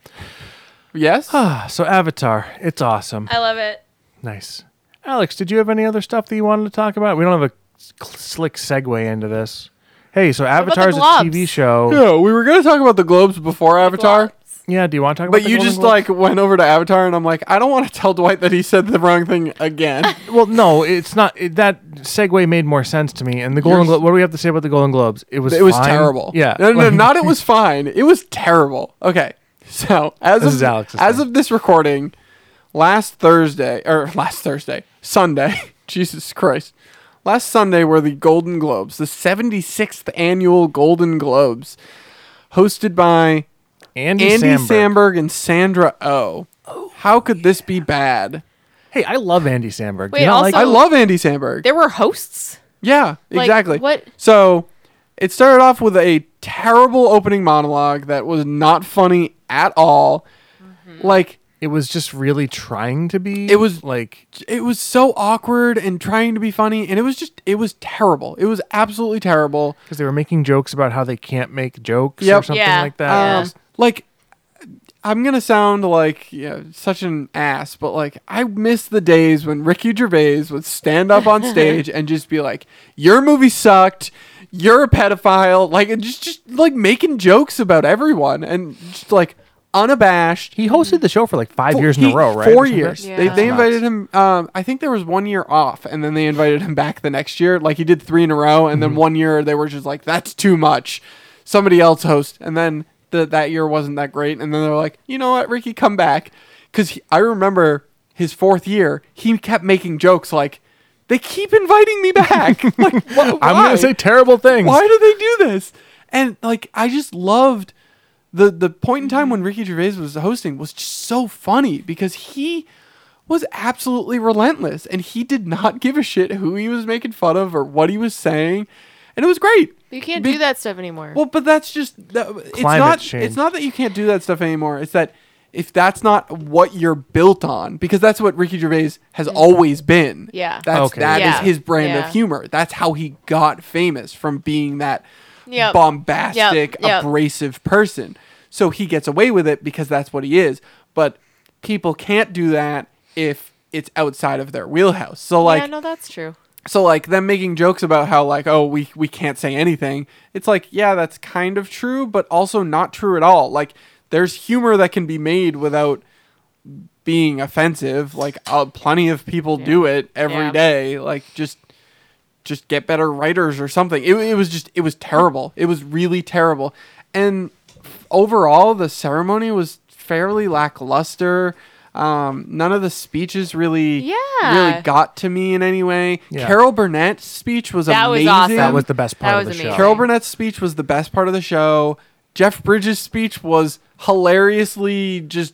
[SPEAKER 3] Yes.
[SPEAKER 1] Ah, So Avatar, it's awesome.
[SPEAKER 2] I love it.
[SPEAKER 1] Nice. Alex, did you have any other stuff that you wanted to talk about? We don't have a cl- slick segue into this. Hey, so
[SPEAKER 2] about the
[SPEAKER 1] Avatar is a
[SPEAKER 2] globes?
[SPEAKER 1] TV show.
[SPEAKER 3] no, we were gonna talk about the globes before Avatar.
[SPEAKER 1] Yeah, do you want to talk about?
[SPEAKER 3] But
[SPEAKER 1] the
[SPEAKER 3] you
[SPEAKER 1] Golden
[SPEAKER 3] just
[SPEAKER 1] Globes?
[SPEAKER 3] like went over to Avatar, and I'm like, I don't want to tell Dwight that he said the wrong thing again.
[SPEAKER 1] Well, no, it's not. It, that segue made more sense to me. And the Golden
[SPEAKER 3] Yours-
[SPEAKER 1] Globe. What do we have to say about the Golden Globes? It was
[SPEAKER 3] it was
[SPEAKER 1] fine.
[SPEAKER 3] terrible.
[SPEAKER 1] Yeah.
[SPEAKER 3] no, no,
[SPEAKER 1] Like-
[SPEAKER 3] not it was fine. It was terrible. Okay, so as
[SPEAKER 1] This
[SPEAKER 3] of
[SPEAKER 1] is Alex's
[SPEAKER 3] as
[SPEAKER 1] thing.
[SPEAKER 3] of this recording, last Thursday or last Thursday, Sunday, Jesus Christ, last Sunday were the Golden Globes, the seventy sixth annual Golden Globes, hosted by
[SPEAKER 1] Andy,
[SPEAKER 3] Andy
[SPEAKER 1] Samberg.
[SPEAKER 3] Samberg and Sandra Oh. How could this be bad?
[SPEAKER 1] Hey, I love Andy Samberg. Do
[SPEAKER 2] Wait,
[SPEAKER 1] you not
[SPEAKER 2] also-
[SPEAKER 1] like
[SPEAKER 3] I
[SPEAKER 2] Oh.
[SPEAKER 3] love Andy Samberg.
[SPEAKER 2] There were hosts.
[SPEAKER 3] Yeah,
[SPEAKER 2] Like,
[SPEAKER 3] exactly.
[SPEAKER 2] what-
[SPEAKER 3] So it started off with a terrible opening monologue that was not funny at all.
[SPEAKER 2] Mm-hmm.
[SPEAKER 3] Like
[SPEAKER 1] it was just really trying to be.
[SPEAKER 3] It was-
[SPEAKER 1] like
[SPEAKER 3] it was so awkward and trying to be funny, and it was just it was terrible. It was absolutely terrible.
[SPEAKER 1] because they were making jokes about how they can't make jokes or
[SPEAKER 3] Yep.
[SPEAKER 1] something
[SPEAKER 2] Yeah. Um,
[SPEAKER 1] like that.
[SPEAKER 2] Yeah.
[SPEAKER 1] Just-
[SPEAKER 3] Like I'm gonna sound like you know, such an ass, but like I miss the days when Ricky Gervais would stand up on stage and just be like, "Your movie sucked. You're a pedophile." Like and just just like making jokes about everyone and just like unabashed.
[SPEAKER 1] He hosted the show for like five
[SPEAKER 3] Four-
[SPEAKER 1] years in a
[SPEAKER 3] he-
[SPEAKER 1] row, right?
[SPEAKER 3] Four
[SPEAKER 1] Or something?
[SPEAKER 3] years.
[SPEAKER 2] Yeah.
[SPEAKER 3] They,
[SPEAKER 2] That's
[SPEAKER 3] they
[SPEAKER 1] nuts.
[SPEAKER 3] invited him. Um, I think there was one year off, and then they invited him back the next year. Like he did three in a row, and then
[SPEAKER 1] Mm-hmm.
[SPEAKER 3] one year they were just like, "That's too much." Somebody else host, and then the, that year wasn't that great. And then they're like, "You know what, Ricky, come back," because I remember his fourth year, he kept making jokes like, "They keep inviting me back." like, wh-
[SPEAKER 1] I'm
[SPEAKER 3] why?
[SPEAKER 1] gonna say terrible things.
[SPEAKER 3] Why do they do this? And like I just loved the the point in time when Ricky Gervais was hosting was just so funny because he was absolutely relentless and he did not give a shit who he was making fun of or what he was saying. And it was great.
[SPEAKER 2] You can't
[SPEAKER 3] Be-
[SPEAKER 2] do that stuff anymore.
[SPEAKER 3] Well, but that's just that, it's
[SPEAKER 1] Climate
[SPEAKER 3] not
[SPEAKER 1] change.
[SPEAKER 3] it's not that you can't do that stuff anymore. It's that if that's not what you're built on, because that's what Ricky Gervais has always been.
[SPEAKER 2] Mm-hmm. Yeah.
[SPEAKER 3] that's
[SPEAKER 1] Okay.
[SPEAKER 3] that is
[SPEAKER 2] Yeah.
[SPEAKER 3] his brand
[SPEAKER 2] Yeah.
[SPEAKER 3] of humor. That's how he got famous from being that
[SPEAKER 2] Yep.
[SPEAKER 3] bombastic,
[SPEAKER 2] Yep. Yep.
[SPEAKER 3] abrasive person. So he gets away with it because that's what he is. But people can't do that if it's outside of their wheelhouse. So like,
[SPEAKER 2] yeah, no, that's true.
[SPEAKER 3] so like them making jokes about how like oh we we can't say anything it's like yeah that's kind of true but also not true at all like there's humor that can be made without being offensive like uh, plenty of people do it every
[SPEAKER 2] Yeah.
[SPEAKER 3] day like just just get better writers or something it, it was just it was terrible it was really terrible and overall the ceremony was fairly lackluster um, none of the speeches really
[SPEAKER 2] Yeah.
[SPEAKER 3] really got to me in any way
[SPEAKER 1] Yeah.
[SPEAKER 3] carol burnett's speech was
[SPEAKER 2] That was
[SPEAKER 3] amazing
[SPEAKER 2] awesome.
[SPEAKER 1] That was the best part
[SPEAKER 2] That
[SPEAKER 1] of the
[SPEAKER 2] was
[SPEAKER 1] show.
[SPEAKER 2] amazing.
[SPEAKER 3] carol burnett's speech was the best part of the show jeff bridges speech was hilariously just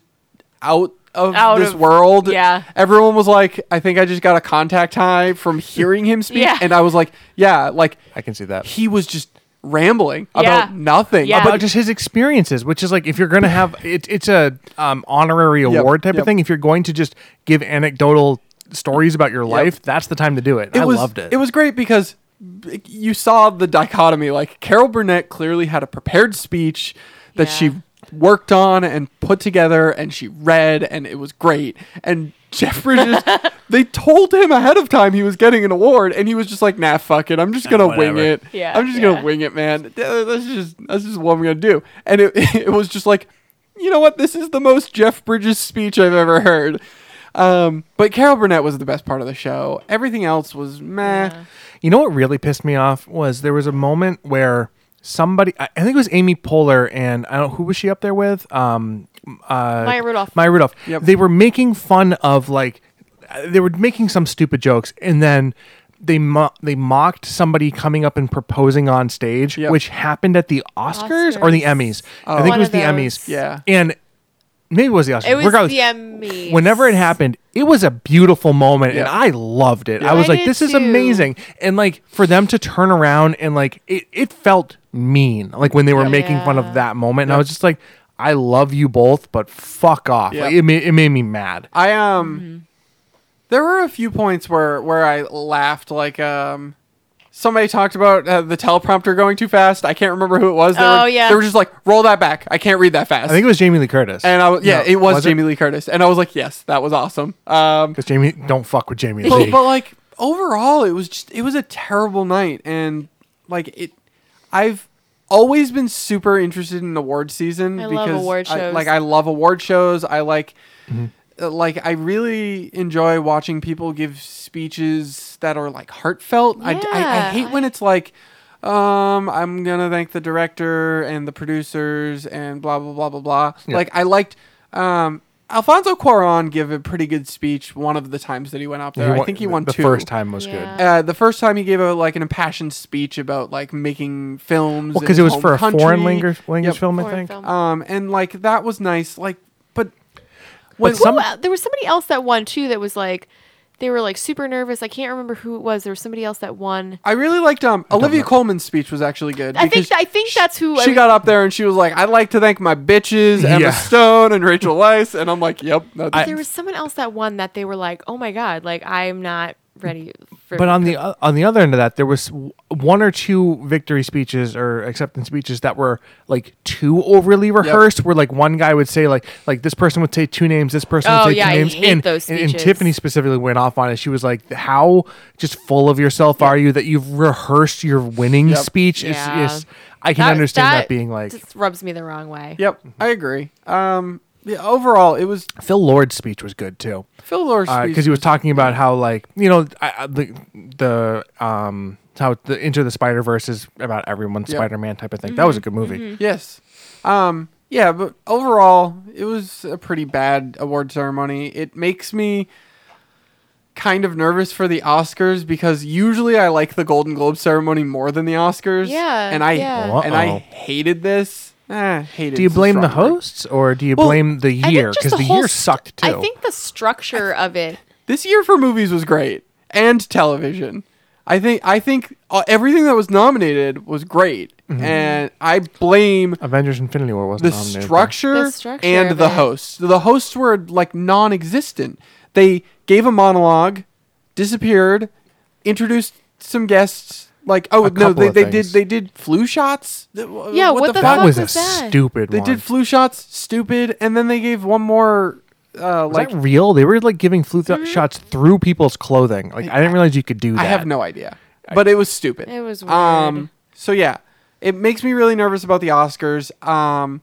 [SPEAKER 3] out of
[SPEAKER 2] Out
[SPEAKER 3] this
[SPEAKER 2] of-
[SPEAKER 3] world
[SPEAKER 2] yeah.
[SPEAKER 3] everyone was like i think i just got a contact high from hearing him speak
[SPEAKER 2] Yeah.
[SPEAKER 3] and i was like yeah like
[SPEAKER 1] I can see that.
[SPEAKER 3] he was just rambling
[SPEAKER 2] Yeah.
[SPEAKER 3] about nothing
[SPEAKER 2] Yeah.
[SPEAKER 3] about
[SPEAKER 1] But just his experiences, which is like if you're going to have it, it's a um, honorary
[SPEAKER 3] Yep,
[SPEAKER 1] award type
[SPEAKER 3] yep.
[SPEAKER 1] of thing. If you're going to just give anecdotal stories about your life, that's the time to do it. I
[SPEAKER 3] was,
[SPEAKER 1] loved it.
[SPEAKER 3] was great because b- you saw the dichotomy. Like Carol Burnett clearly had a prepared speech that
[SPEAKER 2] Yeah.
[SPEAKER 3] she worked on and put together, and she read, and it was great. And Jeff Bridges, they told him ahead of time he was getting an award, and he was just like, "Nah, fuck it. I'm just gonna wing
[SPEAKER 1] whatever."
[SPEAKER 3] it.
[SPEAKER 2] Yeah,
[SPEAKER 3] I'm just
[SPEAKER 2] yeah.
[SPEAKER 3] gonna wing it, man. Th- uh, That's just that's just what I'm gonna do." And it it was just like. You know what? This is the most Jeff Bridges speech I've ever heard. Um, but Carol Burnett was the best part of the show. Everything else was meh.
[SPEAKER 1] You know what really pissed me off was there was a moment where somebody, I I think it was Amy Poehler, and I don't who was she up there with? Um, uh,
[SPEAKER 2] Maya Rudolph.
[SPEAKER 1] Maya Rudolph.
[SPEAKER 3] Yep.
[SPEAKER 1] They were making fun of like uh, they were making some stupid jokes, and then they mo- they mocked somebody coming up and proposing on stage,
[SPEAKER 3] Yep. Oh.
[SPEAKER 1] which happened at the Oscars, or the
[SPEAKER 2] Oscars.
[SPEAKER 1] Emmys. I think it
[SPEAKER 2] One
[SPEAKER 1] was
[SPEAKER 2] of
[SPEAKER 1] the
[SPEAKER 2] those.
[SPEAKER 1] Emmys.
[SPEAKER 3] Yeah.
[SPEAKER 1] and. Maybe it was the Oscars.
[SPEAKER 2] It was
[SPEAKER 1] Regardless,
[SPEAKER 2] the Emmys.
[SPEAKER 1] whenever it happened, it was a beautiful moment and
[SPEAKER 3] Yeah.
[SPEAKER 1] I loved it. I was
[SPEAKER 2] I
[SPEAKER 1] like,
[SPEAKER 2] did
[SPEAKER 1] this is
[SPEAKER 2] too.
[SPEAKER 1] amazing. And like for them to turn around and like it, it felt mean, like when they were
[SPEAKER 2] Yep.
[SPEAKER 1] making fun
[SPEAKER 2] Yeah.
[SPEAKER 1] of that moment. And I was just like, I love you both, but fuck off.
[SPEAKER 3] Yep.
[SPEAKER 1] Like, it, made, it made me mad.
[SPEAKER 3] I um
[SPEAKER 2] Mm-hmm.
[SPEAKER 3] there were a few points where where I laughed like um somebody talked about uh, the teleprompter going too fast. I can't remember who it was. They
[SPEAKER 2] Oh,
[SPEAKER 3] were,
[SPEAKER 2] yeah.
[SPEAKER 3] They were just like, "Roll that back. I can't read that fast."
[SPEAKER 1] I think it was Jamie Lee Curtis.
[SPEAKER 3] and I was, yeah,
[SPEAKER 1] No,
[SPEAKER 3] it was,
[SPEAKER 1] was it?
[SPEAKER 3] Jamie Lee Curtis. And I was like, "Yes, that was awesome." Um
[SPEAKER 1] Because Jamie, don't fuck with Jamie Lee.
[SPEAKER 3] but, but like overall it was just it was a terrible night and like it i've always been super interested in award season
[SPEAKER 2] I love
[SPEAKER 3] because
[SPEAKER 2] award
[SPEAKER 3] I-
[SPEAKER 2] shows.
[SPEAKER 3] like i love award shows i like uh, like i really enjoy watching people give speeches that are like heartfelt I, I, I
[SPEAKER 2] Yeah,
[SPEAKER 3] hate when it's like um i'm gonna thank the director and the producers and blah blah blah blah blah
[SPEAKER 1] Yeah.
[SPEAKER 3] like i liked um Alfonso Cuaron gave a pretty good speech one of the times that he went up there. I
[SPEAKER 1] won-
[SPEAKER 3] think he
[SPEAKER 1] the-
[SPEAKER 3] won
[SPEAKER 1] the
[SPEAKER 3] two.
[SPEAKER 1] first time was
[SPEAKER 2] Yeah.
[SPEAKER 1] good.
[SPEAKER 3] Uh, the first time he gave a like an impassioned speech about like making films.
[SPEAKER 1] Well,
[SPEAKER 3] in
[SPEAKER 1] because it was
[SPEAKER 3] his home
[SPEAKER 1] for a foreign
[SPEAKER 3] country.
[SPEAKER 1] language, language
[SPEAKER 3] Yep.
[SPEAKER 1] film, I
[SPEAKER 2] Foreign
[SPEAKER 1] think.
[SPEAKER 2] film.
[SPEAKER 3] Um, and like that was nice. Like, but when
[SPEAKER 1] But some-
[SPEAKER 2] Who, uh, there was somebody else that won too that was like they were like super nervous. I can't remember who it was. There was somebody else that won.
[SPEAKER 3] I really liked um Olivia Coleman's speech was actually good.
[SPEAKER 2] I think
[SPEAKER 3] because
[SPEAKER 2] th- I think that's who
[SPEAKER 3] she
[SPEAKER 2] I,
[SPEAKER 3] got up there and she was like, "I'd like to thank my bitches, Emma
[SPEAKER 1] Yeah.
[SPEAKER 3] Stone and Rachel Weisz," and I'm like, "Yep." that's-
[SPEAKER 2] there was someone else that won that they were like, "Oh my god, like I'm not ready for
[SPEAKER 1] But on the o- on the other end of that, there was w- one or two victory speeches or acceptance speeches that were like too overly rehearsed. Where like one guy would say like like this person would say two names, this person
[SPEAKER 2] Oh,
[SPEAKER 1] would say
[SPEAKER 2] yeah, I
[SPEAKER 1] two names,
[SPEAKER 2] hate
[SPEAKER 1] and,
[SPEAKER 2] those
[SPEAKER 1] and, and
[SPEAKER 2] speeches.
[SPEAKER 1] Tiffany specifically went off on it. She was like, "How just full of yourself are you that you've rehearsed your winning
[SPEAKER 3] Yep.
[SPEAKER 1] speech?" Is,
[SPEAKER 2] Yeah.
[SPEAKER 1] is I can understand that, being like
[SPEAKER 2] just rubs me the wrong way.
[SPEAKER 3] Yep,
[SPEAKER 1] Mm-hmm.
[SPEAKER 3] I agree. Um, yeah, overall, it was
[SPEAKER 1] Phil Lord's speech was good too.
[SPEAKER 3] Phil Lord's
[SPEAKER 1] because
[SPEAKER 3] speech
[SPEAKER 1] Uh, he was talking about how like you know I, I- the the um how the Into the Spider Verse is about everyone
[SPEAKER 3] Yeah.
[SPEAKER 1] Spider Man type of thing. That was a good movie.
[SPEAKER 3] Yes. Um, yeah, but overall, it was a pretty bad award ceremony. It makes me kind of nervous for the Oscars because usually I like the Golden Globe ceremony more than the Oscars.
[SPEAKER 2] Yeah,
[SPEAKER 3] And I
[SPEAKER 2] yeah.
[SPEAKER 3] and I
[SPEAKER 1] Uh-oh.
[SPEAKER 3] hated this. Eh, hated.
[SPEAKER 1] Do you
[SPEAKER 3] is a
[SPEAKER 1] blame the
[SPEAKER 3] strong word.
[SPEAKER 1] hosts or do you
[SPEAKER 3] Well,
[SPEAKER 1] blame the
[SPEAKER 2] I think
[SPEAKER 1] year?
[SPEAKER 2] just
[SPEAKER 1] Because the,
[SPEAKER 2] whole
[SPEAKER 1] year
[SPEAKER 2] st-
[SPEAKER 1] sucked too.
[SPEAKER 2] I think the structure of it.
[SPEAKER 3] This year for movies was great and television. I think I think uh, everything that was nominated was great,
[SPEAKER 1] Mm-hmm.
[SPEAKER 3] and I blame
[SPEAKER 1] Avengers: Infinity War wasn't
[SPEAKER 3] the
[SPEAKER 1] nominated, though.
[SPEAKER 3] structure,
[SPEAKER 2] The structure
[SPEAKER 3] and
[SPEAKER 2] of
[SPEAKER 3] the
[SPEAKER 2] it.
[SPEAKER 3] hosts. The hosts were like non-existent. They gave a monologue, disappeared, introduced some guests. Like oh
[SPEAKER 1] A
[SPEAKER 3] no,
[SPEAKER 1] couple
[SPEAKER 3] they,
[SPEAKER 1] of
[SPEAKER 3] they did
[SPEAKER 1] things.
[SPEAKER 3] they did flu shots. Yeah, what,
[SPEAKER 2] what the
[SPEAKER 1] That
[SPEAKER 2] fuck
[SPEAKER 1] was a
[SPEAKER 2] was that?
[SPEAKER 1] stupid.
[SPEAKER 3] They
[SPEAKER 1] one.
[SPEAKER 3] did flu shots, stupid, and then they gave one more. Uh,
[SPEAKER 1] Was
[SPEAKER 3] like
[SPEAKER 1] that real? They were like giving flu th- shots through people's clothing. Like I didn't realize you could do that.
[SPEAKER 3] I have no idea, but it was stupid.
[SPEAKER 2] It was weird.
[SPEAKER 3] Um, so yeah, it makes me really nervous about the Oscars. Um,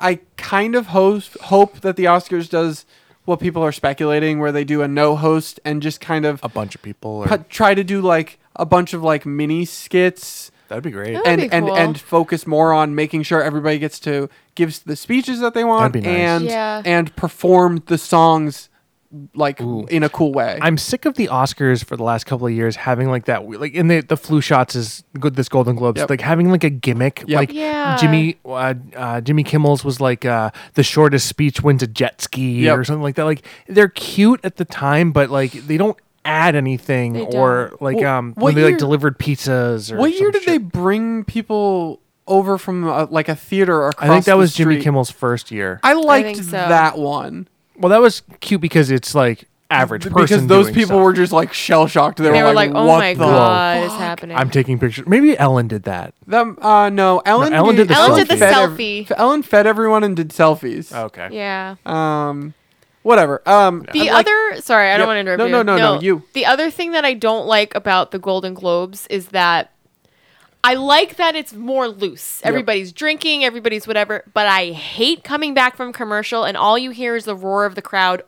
[SPEAKER 3] I kind of ho- hope that the Oscars does what people are speculating, where they do a no host and just kind of
[SPEAKER 1] A bunch of people. Or,
[SPEAKER 3] pu- try to do like a bunch of like mini skits
[SPEAKER 1] that'd be great.
[SPEAKER 2] Oh. That would
[SPEAKER 3] and
[SPEAKER 2] be
[SPEAKER 3] and
[SPEAKER 2] cool.
[SPEAKER 3] and focus more on making sure everybody gets to give the speeches that they want
[SPEAKER 1] That'd be nice.
[SPEAKER 3] and
[SPEAKER 2] Yeah.
[SPEAKER 3] and perform the songs like
[SPEAKER 1] Ooh.
[SPEAKER 3] in a cool way.
[SPEAKER 1] I'm sick of the Oscars for the last couple of years having like that we- like in the the flu shots is good this Golden Globes
[SPEAKER 3] Yep.
[SPEAKER 1] like having like a gimmick
[SPEAKER 3] Yep.
[SPEAKER 1] like
[SPEAKER 2] Yeah.
[SPEAKER 1] Jimmy uh, uh, Jimmy Kimmel's was like uh, the shortest speech wins a jet ski
[SPEAKER 3] Yep.
[SPEAKER 1] or something like that like they're cute at the time but like they don't add anything
[SPEAKER 2] They
[SPEAKER 1] or like
[SPEAKER 3] Well,
[SPEAKER 1] um
[SPEAKER 3] what
[SPEAKER 1] when they
[SPEAKER 3] year-
[SPEAKER 1] like delivered pizzas or
[SPEAKER 3] What year
[SPEAKER 1] some
[SPEAKER 3] did they
[SPEAKER 1] shit.
[SPEAKER 3] bring people over from uh like a theater or across
[SPEAKER 1] I think that
[SPEAKER 3] the
[SPEAKER 1] was Jimmy
[SPEAKER 3] street?
[SPEAKER 1] Kimmel's first year
[SPEAKER 3] I liked
[SPEAKER 2] think so.
[SPEAKER 3] that one
[SPEAKER 1] well that was cute because it's like average person
[SPEAKER 3] because those
[SPEAKER 1] doing
[SPEAKER 3] people
[SPEAKER 1] stuff.
[SPEAKER 3] were just like shell shocked. They,
[SPEAKER 2] They were like, "Oh
[SPEAKER 3] what
[SPEAKER 2] my
[SPEAKER 3] the
[SPEAKER 2] god, is
[SPEAKER 3] fuck?"
[SPEAKER 2] happening."
[SPEAKER 1] I'm taking pictures maybe Ellen did that
[SPEAKER 3] Them, uh, no, Ellen.
[SPEAKER 1] Ellen did the Ellen did the
[SPEAKER 3] fed ev-
[SPEAKER 2] selfie.
[SPEAKER 3] Ellen fed everyone and did selfies.
[SPEAKER 1] okay
[SPEAKER 2] yeah.
[SPEAKER 1] Oh.
[SPEAKER 3] Um, whatever. Um,
[SPEAKER 2] The
[SPEAKER 3] I like-
[SPEAKER 2] other, sorry, I
[SPEAKER 3] Yep.
[SPEAKER 2] don't want to interrupt
[SPEAKER 3] No,
[SPEAKER 2] you.
[SPEAKER 3] no, no, no, you.
[SPEAKER 2] The other thing that I don't like about the Golden Globes is that I like that it's more loose. Everybody's drinking, everybody's whatever, but I hate coming back from commercial and all you hear is the roar of the crowd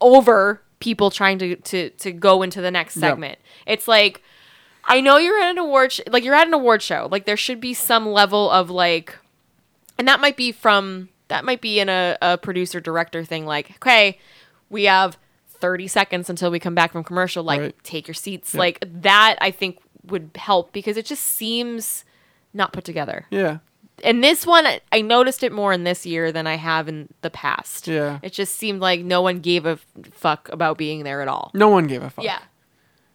[SPEAKER 2] over people trying to to to go into the next
[SPEAKER 3] Yep.
[SPEAKER 2] segment. It's like I know you're at an award sh- like you're at an award show. Like there should be some level of like and that might be from that might be in a, a producer director thing like okay we have 30 seconds until we come back from commercial like
[SPEAKER 3] Right.
[SPEAKER 2] take your seats like that i think would help because it just seems not put together
[SPEAKER 3] yeah,
[SPEAKER 2] and this one I- i noticed it more in this year than i have in the past
[SPEAKER 3] Yeah.
[SPEAKER 2] it just seemed like no one gave a f- fuck about being there at all
[SPEAKER 3] no one gave a fuck.
[SPEAKER 2] yeah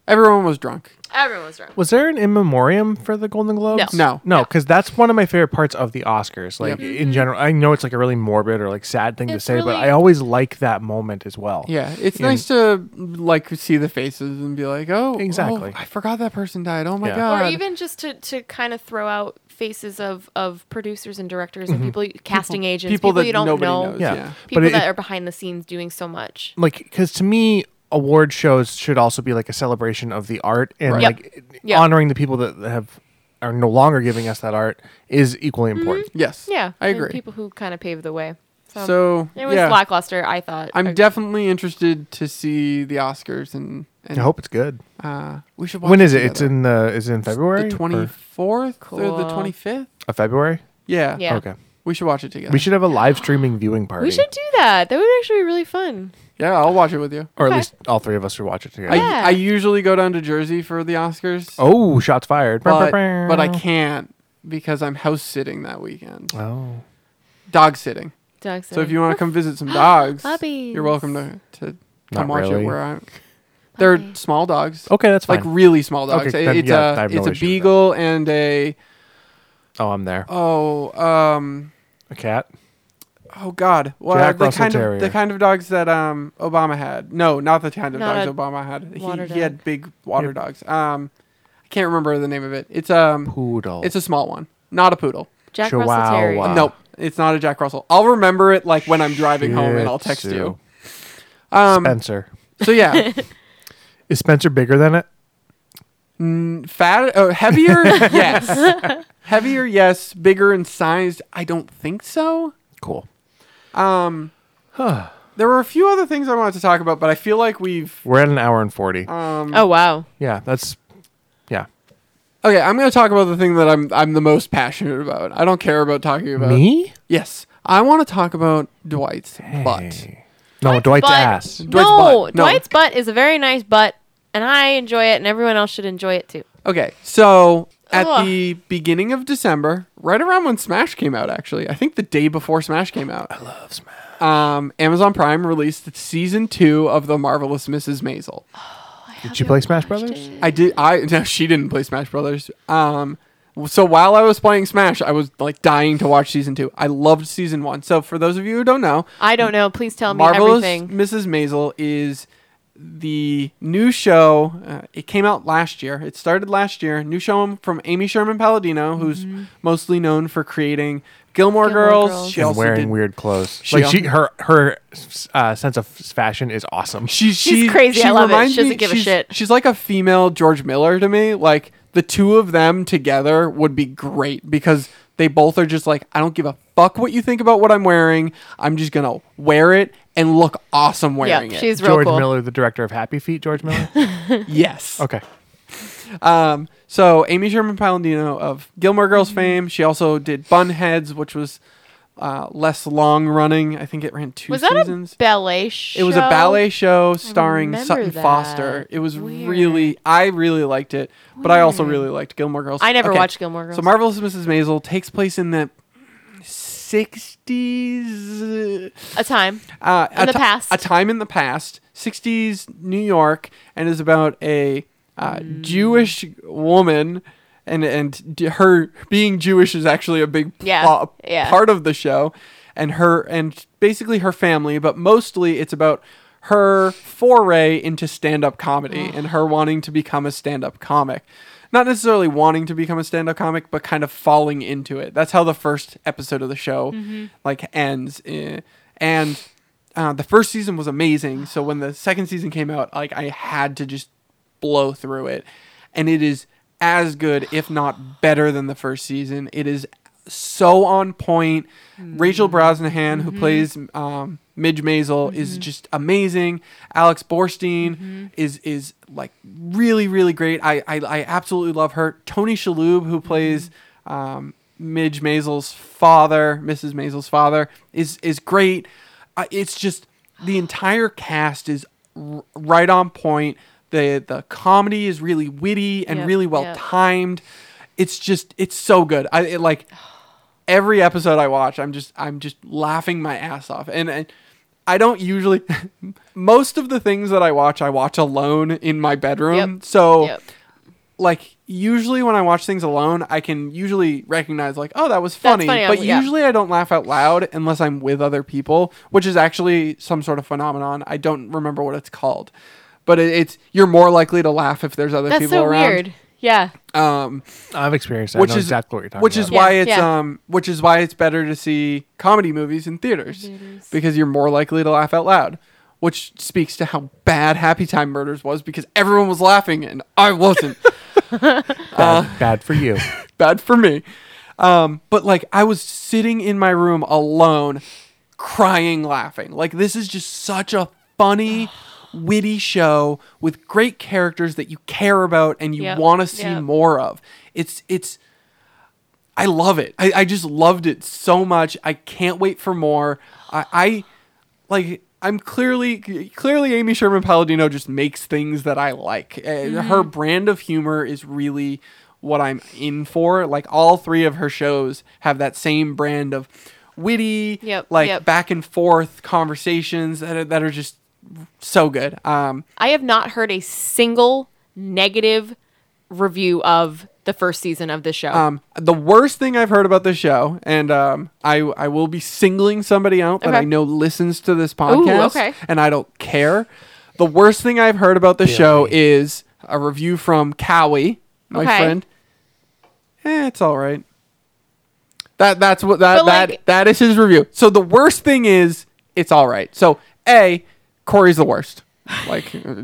[SPEAKER 3] everyone was drunk.
[SPEAKER 2] everyone was wrong
[SPEAKER 1] Was there an in memoriam for the Golden Globes?
[SPEAKER 3] No.
[SPEAKER 1] no, because that's one of my favorite parts of the Oscars. Like
[SPEAKER 3] Yep.
[SPEAKER 1] in general, I know it's like a really morbid or like sad thing
[SPEAKER 2] Mm-hmm. It's
[SPEAKER 1] to say, but
[SPEAKER 2] really-
[SPEAKER 1] I always like that moment as well.
[SPEAKER 3] Yeah, it's
[SPEAKER 1] And-
[SPEAKER 3] nice to like see the faces and be like, oh, oh,
[SPEAKER 1] Exactly.
[SPEAKER 3] I forgot that person died. Oh my
[SPEAKER 1] Yeah. Or
[SPEAKER 3] god.
[SPEAKER 2] or even just to, to kind of throw out faces of, of producers and directors and people casting agents people,
[SPEAKER 3] Mm-hmm. that
[SPEAKER 2] you don't
[SPEAKER 3] nobody
[SPEAKER 2] know
[SPEAKER 3] knows.
[SPEAKER 1] Yeah.
[SPEAKER 3] Yeah.
[SPEAKER 2] people
[SPEAKER 1] But it-
[SPEAKER 2] that are behind the scenes doing so much
[SPEAKER 1] like because to me, award shows should also be like a celebration of the art and
[SPEAKER 3] Right.
[SPEAKER 2] Yep.
[SPEAKER 1] like
[SPEAKER 2] Yep.
[SPEAKER 1] honoring the people that have are no longer giving us that art is
[SPEAKER 2] Mm-hmm.
[SPEAKER 1] equally important.
[SPEAKER 3] Yes.
[SPEAKER 2] yeah
[SPEAKER 3] I
[SPEAKER 2] and
[SPEAKER 3] agree.
[SPEAKER 2] people who kind of paved the way so,
[SPEAKER 3] so
[SPEAKER 2] it was
[SPEAKER 3] yeah.
[SPEAKER 2] lackluster i thought
[SPEAKER 3] I'm
[SPEAKER 2] I-
[SPEAKER 3] definitely interested to see the Oscars and, and
[SPEAKER 1] I hope it's good.
[SPEAKER 3] uh, we should. Watch
[SPEAKER 1] When is it?
[SPEAKER 3] together.
[SPEAKER 1] It's in the is it in February?
[SPEAKER 3] the
[SPEAKER 1] or-
[SPEAKER 3] 24th or the
[SPEAKER 2] Cool.
[SPEAKER 3] 25th.
[SPEAKER 1] of February.
[SPEAKER 3] Yeah.
[SPEAKER 2] Yeah.
[SPEAKER 1] Okay.
[SPEAKER 3] We should watch it together.
[SPEAKER 1] We should have a live streaming viewing party.
[SPEAKER 2] we should do that that would actually be really fun
[SPEAKER 3] Yeah, I'll watch it with you.
[SPEAKER 1] or at
[SPEAKER 2] Okay.
[SPEAKER 1] least all three of us should watch it together.
[SPEAKER 3] I
[SPEAKER 2] Yeah.
[SPEAKER 3] I usually go down to Jersey for the Oscars.
[SPEAKER 1] Oh, shots fired.
[SPEAKER 3] But, but I can't because I'm house sitting that weekend.
[SPEAKER 1] Oh.
[SPEAKER 3] Dog sitting.
[SPEAKER 2] Doug
[SPEAKER 3] So if
[SPEAKER 2] said.
[SPEAKER 3] you want to come visit some dogs,
[SPEAKER 2] Puppies.
[SPEAKER 3] you're welcome to, to
[SPEAKER 1] Not
[SPEAKER 3] come watch
[SPEAKER 1] really.
[SPEAKER 3] it where I'm. They're
[SPEAKER 2] Puppy.
[SPEAKER 3] small dogs.
[SPEAKER 1] Okay, that's fine.
[SPEAKER 3] Like really small dogs.
[SPEAKER 1] Okay,
[SPEAKER 3] It-
[SPEAKER 1] then,
[SPEAKER 3] it's
[SPEAKER 1] yeah, I
[SPEAKER 3] a
[SPEAKER 1] have no
[SPEAKER 3] it's
[SPEAKER 1] issue
[SPEAKER 3] a
[SPEAKER 1] with that.
[SPEAKER 3] beagle and a
[SPEAKER 1] oh, I'm there.
[SPEAKER 3] oh um
[SPEAKER 1] A cat.
[SPEAKER 3] Oh God! Well,
[SPEAKER 1] Jack
[SPEAKER 3] the
[SPEAKER 1] Russell
[SPEAKER 3] kind
[SPEAKER 1] Terrier.
[SPEAKER 3] of the kind of dogs that um Obama had. No, not the kind of
[SPEAKER 2] Not a
[SPEAKER 3] dogs Obama had.
[SPEAKER 2] water
[SPEAKER 3] He, he had
[SPEAKER 2] dog.
[SPEAKER 3] big water dogs. Um, I can't remember the name of it. It's um,
[SPEAKER 1] Poodle.
[SPEAKER 3] it's a small one, not a poodle.
[SPEAKER 2] Jack
[SPEAKER 1] Chihuahua.
[SPEAKER 2] Russell Terrier.
[SPEAKER 1] Uh,
[SPEAKER 3] nope, it's not a Jack Russell. I'll remember it like when I'm driving home, and I'll text
[SPEAKER 1] Shih
[SPEAKER 3] you.
[SPEAKER 1] Tzu.
[SPEAKER 3] Um,
[SPEAKER 1] Spencer.
[SPEAKER 3] so yeah,
[SPEAKER 1] Is Spencer bigger than it?
[SPEAKER 3] Mm, fat, oh, heavier, yes, heavier, yes, bigger in size. I don't think so.
[SPEAKER 1] Cool.
[SPEAKER 3] Um, there were a few other things I wanted to talk about, but I feel like we've
[SPEAKER 1] We're at an hour and 40.
[SPEAKER 3] um.
[SPEAKER 2] Oh wow.
[SPEAKER 1] yeah, that's. Yeah.
[SPEAKER 3] Okay, I'm gonna talk about the thing that I'm I'm the most passionate about. I don't care about talking about
[SPEAKER 1] Me?
[SPEAKER 3] Yes, I want to talk about Dwight's butt.
[SPEAKER 1] Hey. No, Dwight's
[SPEAKER 2] butt.
[SPEAKER 1] ass.
[SPEAKER 3] Dwight's
[SPEAKER 2] no,
[SPEAKER 3] butt. No.
[SPEAKER 2] Dwight's butt is a very nice butt, and I enjoy it, and everyone else should enjoy it too.
[SPEAKER 3] Okay, so at
[SPEAKER 2] Ugh.
[SPEAKER 3] the beginning of December, right around when Smash came out, actually, I think the day before Smash came out. I love Smash. Um, Amazon Prime released season two of the marvelous Mrs. Maisel.
[SPEAKER 1] Did you play Smash Brothers?
[SPEAKER 3] I did. I no, she didn't play Smash Brothers. Um, so while I was playing Smash, I was like dying to watch season two. I loved season one. So for those of you who don't know,
[SPEAKER 2] I don't know. Please tell me
[SPEAKER 3] Marvelous
[SPEAKER 2] everything.
[SPEAKER 3] Mrs. Maisel is the new show. Uh, it came out last year. It started last year. New show from Amy Sherman Palladino, who's mostly known for creating Gilmore,
[SPEAKER 2] Mm-hmm. Gilmore
[SPEAKER 3] Girls.
[SPEAKER 2] Girls.
[SPEAKER 3] She
[SPEAKER 1] and
[SPEAKER 3] also
[SPEAKER 1] wearing
[SPEAKER 3] did.
[SPEAKER 1] weird clothes.
[SPEAKER 3] She
[SPEAKER 1] like she,
[SPEAKER 3] al-
[SPEAKER 1] her her uh, sense of fashion is awesome.
[SPEAKER 3] She,
[SPEAKER 2] She's
[SPEAKER 3] she-
[SPEAKER 2] crazy.
[SPEAKER 3] she
[SPEAKER 2] I love it.
[SPEAKER 3] reminds
[SPEAKER 2] She doesn't
[SPEAKER 3] me-
[SPEAKER 2] give a
[SPEAKER 3] she's-
[SPEAKER 2] shit.
[SPEAKER 3] She's like a female George Miller to me. Like the two of them together would be great because they both are just like, I don't give a fuck what you think about what I'm wearing. I'm just gonna wear it and look awesome
[SPEAKER 2] Yeah,
[SPEAKER 3] wearing it.
[SPEAKER 2] she's real
[SPEAKER 1] George
[SPEAKER 2] cool.
[SPEAKER 1] Miller, the director of Happy Feet. George Miller.
[SPEAKER 3] yes.
[SPEAKER 1] okay.
[SPEAKER 3] Um, so Amy Sherman Palladino of Gilmore Girls
[SPEAKER 2] Mm-hmm.
[SPEAKER 3] fame. She also did Bunheads, which was uh, less long running. I think it ran two
[SPEAKER 2] Was that
[SPEAKER 3] seasons.
[SPEAKER 2] a ballet show?
[SPEAKER 3] it was a ballet show starring
[SPEAKER 2] remember
[SPEAKER 3] Sutton
[SPEAKER 2] that.
[SPEAKER 3] Foster. It was
[SPEAKER 2] Weird.
[SPEAKER 3] really, I really liked it, but I also really liked Gilmore Girls.
[SPEAKER 2] I never watched Gilmore Girls.
[SPEAKER 3] So Marvelous Mrs. Maisel takes place in the 60s. uh,
[SPEAKER 2] a time.
[SPEAKER 3] uh,
[SPEAKER 2] In
[SPEAKER 3] a
[SPEAKER 2] the
[SPEAKER 3] ti-
[SPEAKER 2] past.
[SPEAKER 3] a time in the past, 60s New York, and is about a uh,
[SPEAKER 2] Mm.
[SPEAKER 3] Jewish woman, and and d- her being Jewish is actually a big
[SPEAKER 2] Yeah,
[SPEAKER 3] pl-
[SPEAKER 2] yeah.
[SPEAKER 3] uh, part of the show, and her and basically her family, but mostly it's about her foray into stand-up comedy and her wanting to become a stand-up comic. Not necessarily wanting to become a stand-up comic, but kind of falling into it. That's how the first episode of the show
[SPEAKER 2] Mm-hmm.
[SPEAKER 3] like ends. eh, And uh, the first season was amazing. So when the second season came out, like I had to just blow through it, and it is as good, if not better, than the first season. It is so on point. Rachel Brosnahan, who plays um, Midge Maisel, is just amazing. Alex Borstein is is like really really great. I I, I absolutely love her. Tony Shalhoub, who plays um, Midge Maisel's father, Mrs. Maisel's father, is is great. Uh, it's just the entire cast is r- right on point. the The comedy is really witty and
[SPEAKER 2] Yep,
[SPEAKER 3] really well
[SPEAKER 2] yep.
[SPEAKER 3] timed. It's just it's so good. I it, like every episode I watch, I'm just I'm just laughing my ass off. And, and I don't usually most of the things that I watch, I watch alone in my bedroom.
[SPEAKER 2] Yep,
[SPEAKER 3] So
[SPEAKER 2] Yep.
[SPEAKER 3] like usually when I watch things alone, I can usually recognize like, oh, that was funny.
[SPEAKER 2] funny,
[SPEAKER 3] But
[SPEAKER 2] um, yeah.
[SPEAKER 3] usually I don't laugh out loud unless I'm with other people, which is actually some sort of phenomenon. I don't remember what it's called, but it, it's you're more likely to laugh if there's other
[SPEAKER 2] That's
[SPEAKER 3] people
[SPEAKER 2] so
[SPEAKER 3] around.
[SPEAKER 2] weird. Yeah.
[SPEAKER 3] Um,
[SPEAKER 1] I've experienced. That.
[SPEAKER 3] which
[SPEAKER 1] I know
[SPEAKER 3] is
[SPEAKER 1] exactly what you're talking
[SPEAKER 3] which
[SPEAKER 1] about.
[SPEAKER 3] is why
[SPEAKER 2] Yeah,
[SPEAKER 3] it's
[SPEAKER 2] yeah.
[SPEAKER 3] um, which is why it's better to see comedy movies in theaters,
[SPEAKER 2] Theaters.
[SPEAKER 3] because you're more likely to laugh out loud. Which speaks to how bad Happy Time Murders was because everyone was laughing and I wasn't.
[SPEAKER 1] bad, bad for you.
[SPEAKER 3] bad for me. Um, but like I was sitting in my room alone, crying, laughing. Like this is just such a funny, witty show with great characters that you care about and you
[SPEAKER 2] Yep,
[SPEAKER 3] want to see
[SPEAKER 2] yep.
[SPEAKER 3] more of. It's it's I love it. I, I just loved it so much. I can't wait for more. I, I like I'm clearly clearly Amy Sherman Palladino just makes things that I like. Uh,
[SPEAKER 2] Mm-hmm.
[SPEAKER 3] Her brand of humor is really what I'm in for. Like all three of her shows have that same brand of witty,
[SPEAKER 2] Yep,
[SPEAKER 3] like
[SPEAKER 2] yep.
[SPEAKER 3] back and forth conversations that are, that are just so good. Um,
[SPEAKER 2] I have not heard a single negative review of the first season of this show.
[SPEAKER 3] Um, the worst thing I've heard about this show, and um, I I will be singling somebody out that
[SPEAKER 2] Okay.
[SPEAKER 3] I know listens to this podcast,
[SPEAKER 2] okay.
[SPEAKER 3] and I don't care. The worst thing I've heard about the show is a review from Cowie, my
[SPEAKER 2] Okay.
[SPEAKER 3] friend. Eh, it's all right. That that's what that
[SPEAKER 2] But, like-
[SPEAKER 3] that that is his review. So the worst thing is it's all right. So a Corey's the worst. Like uh,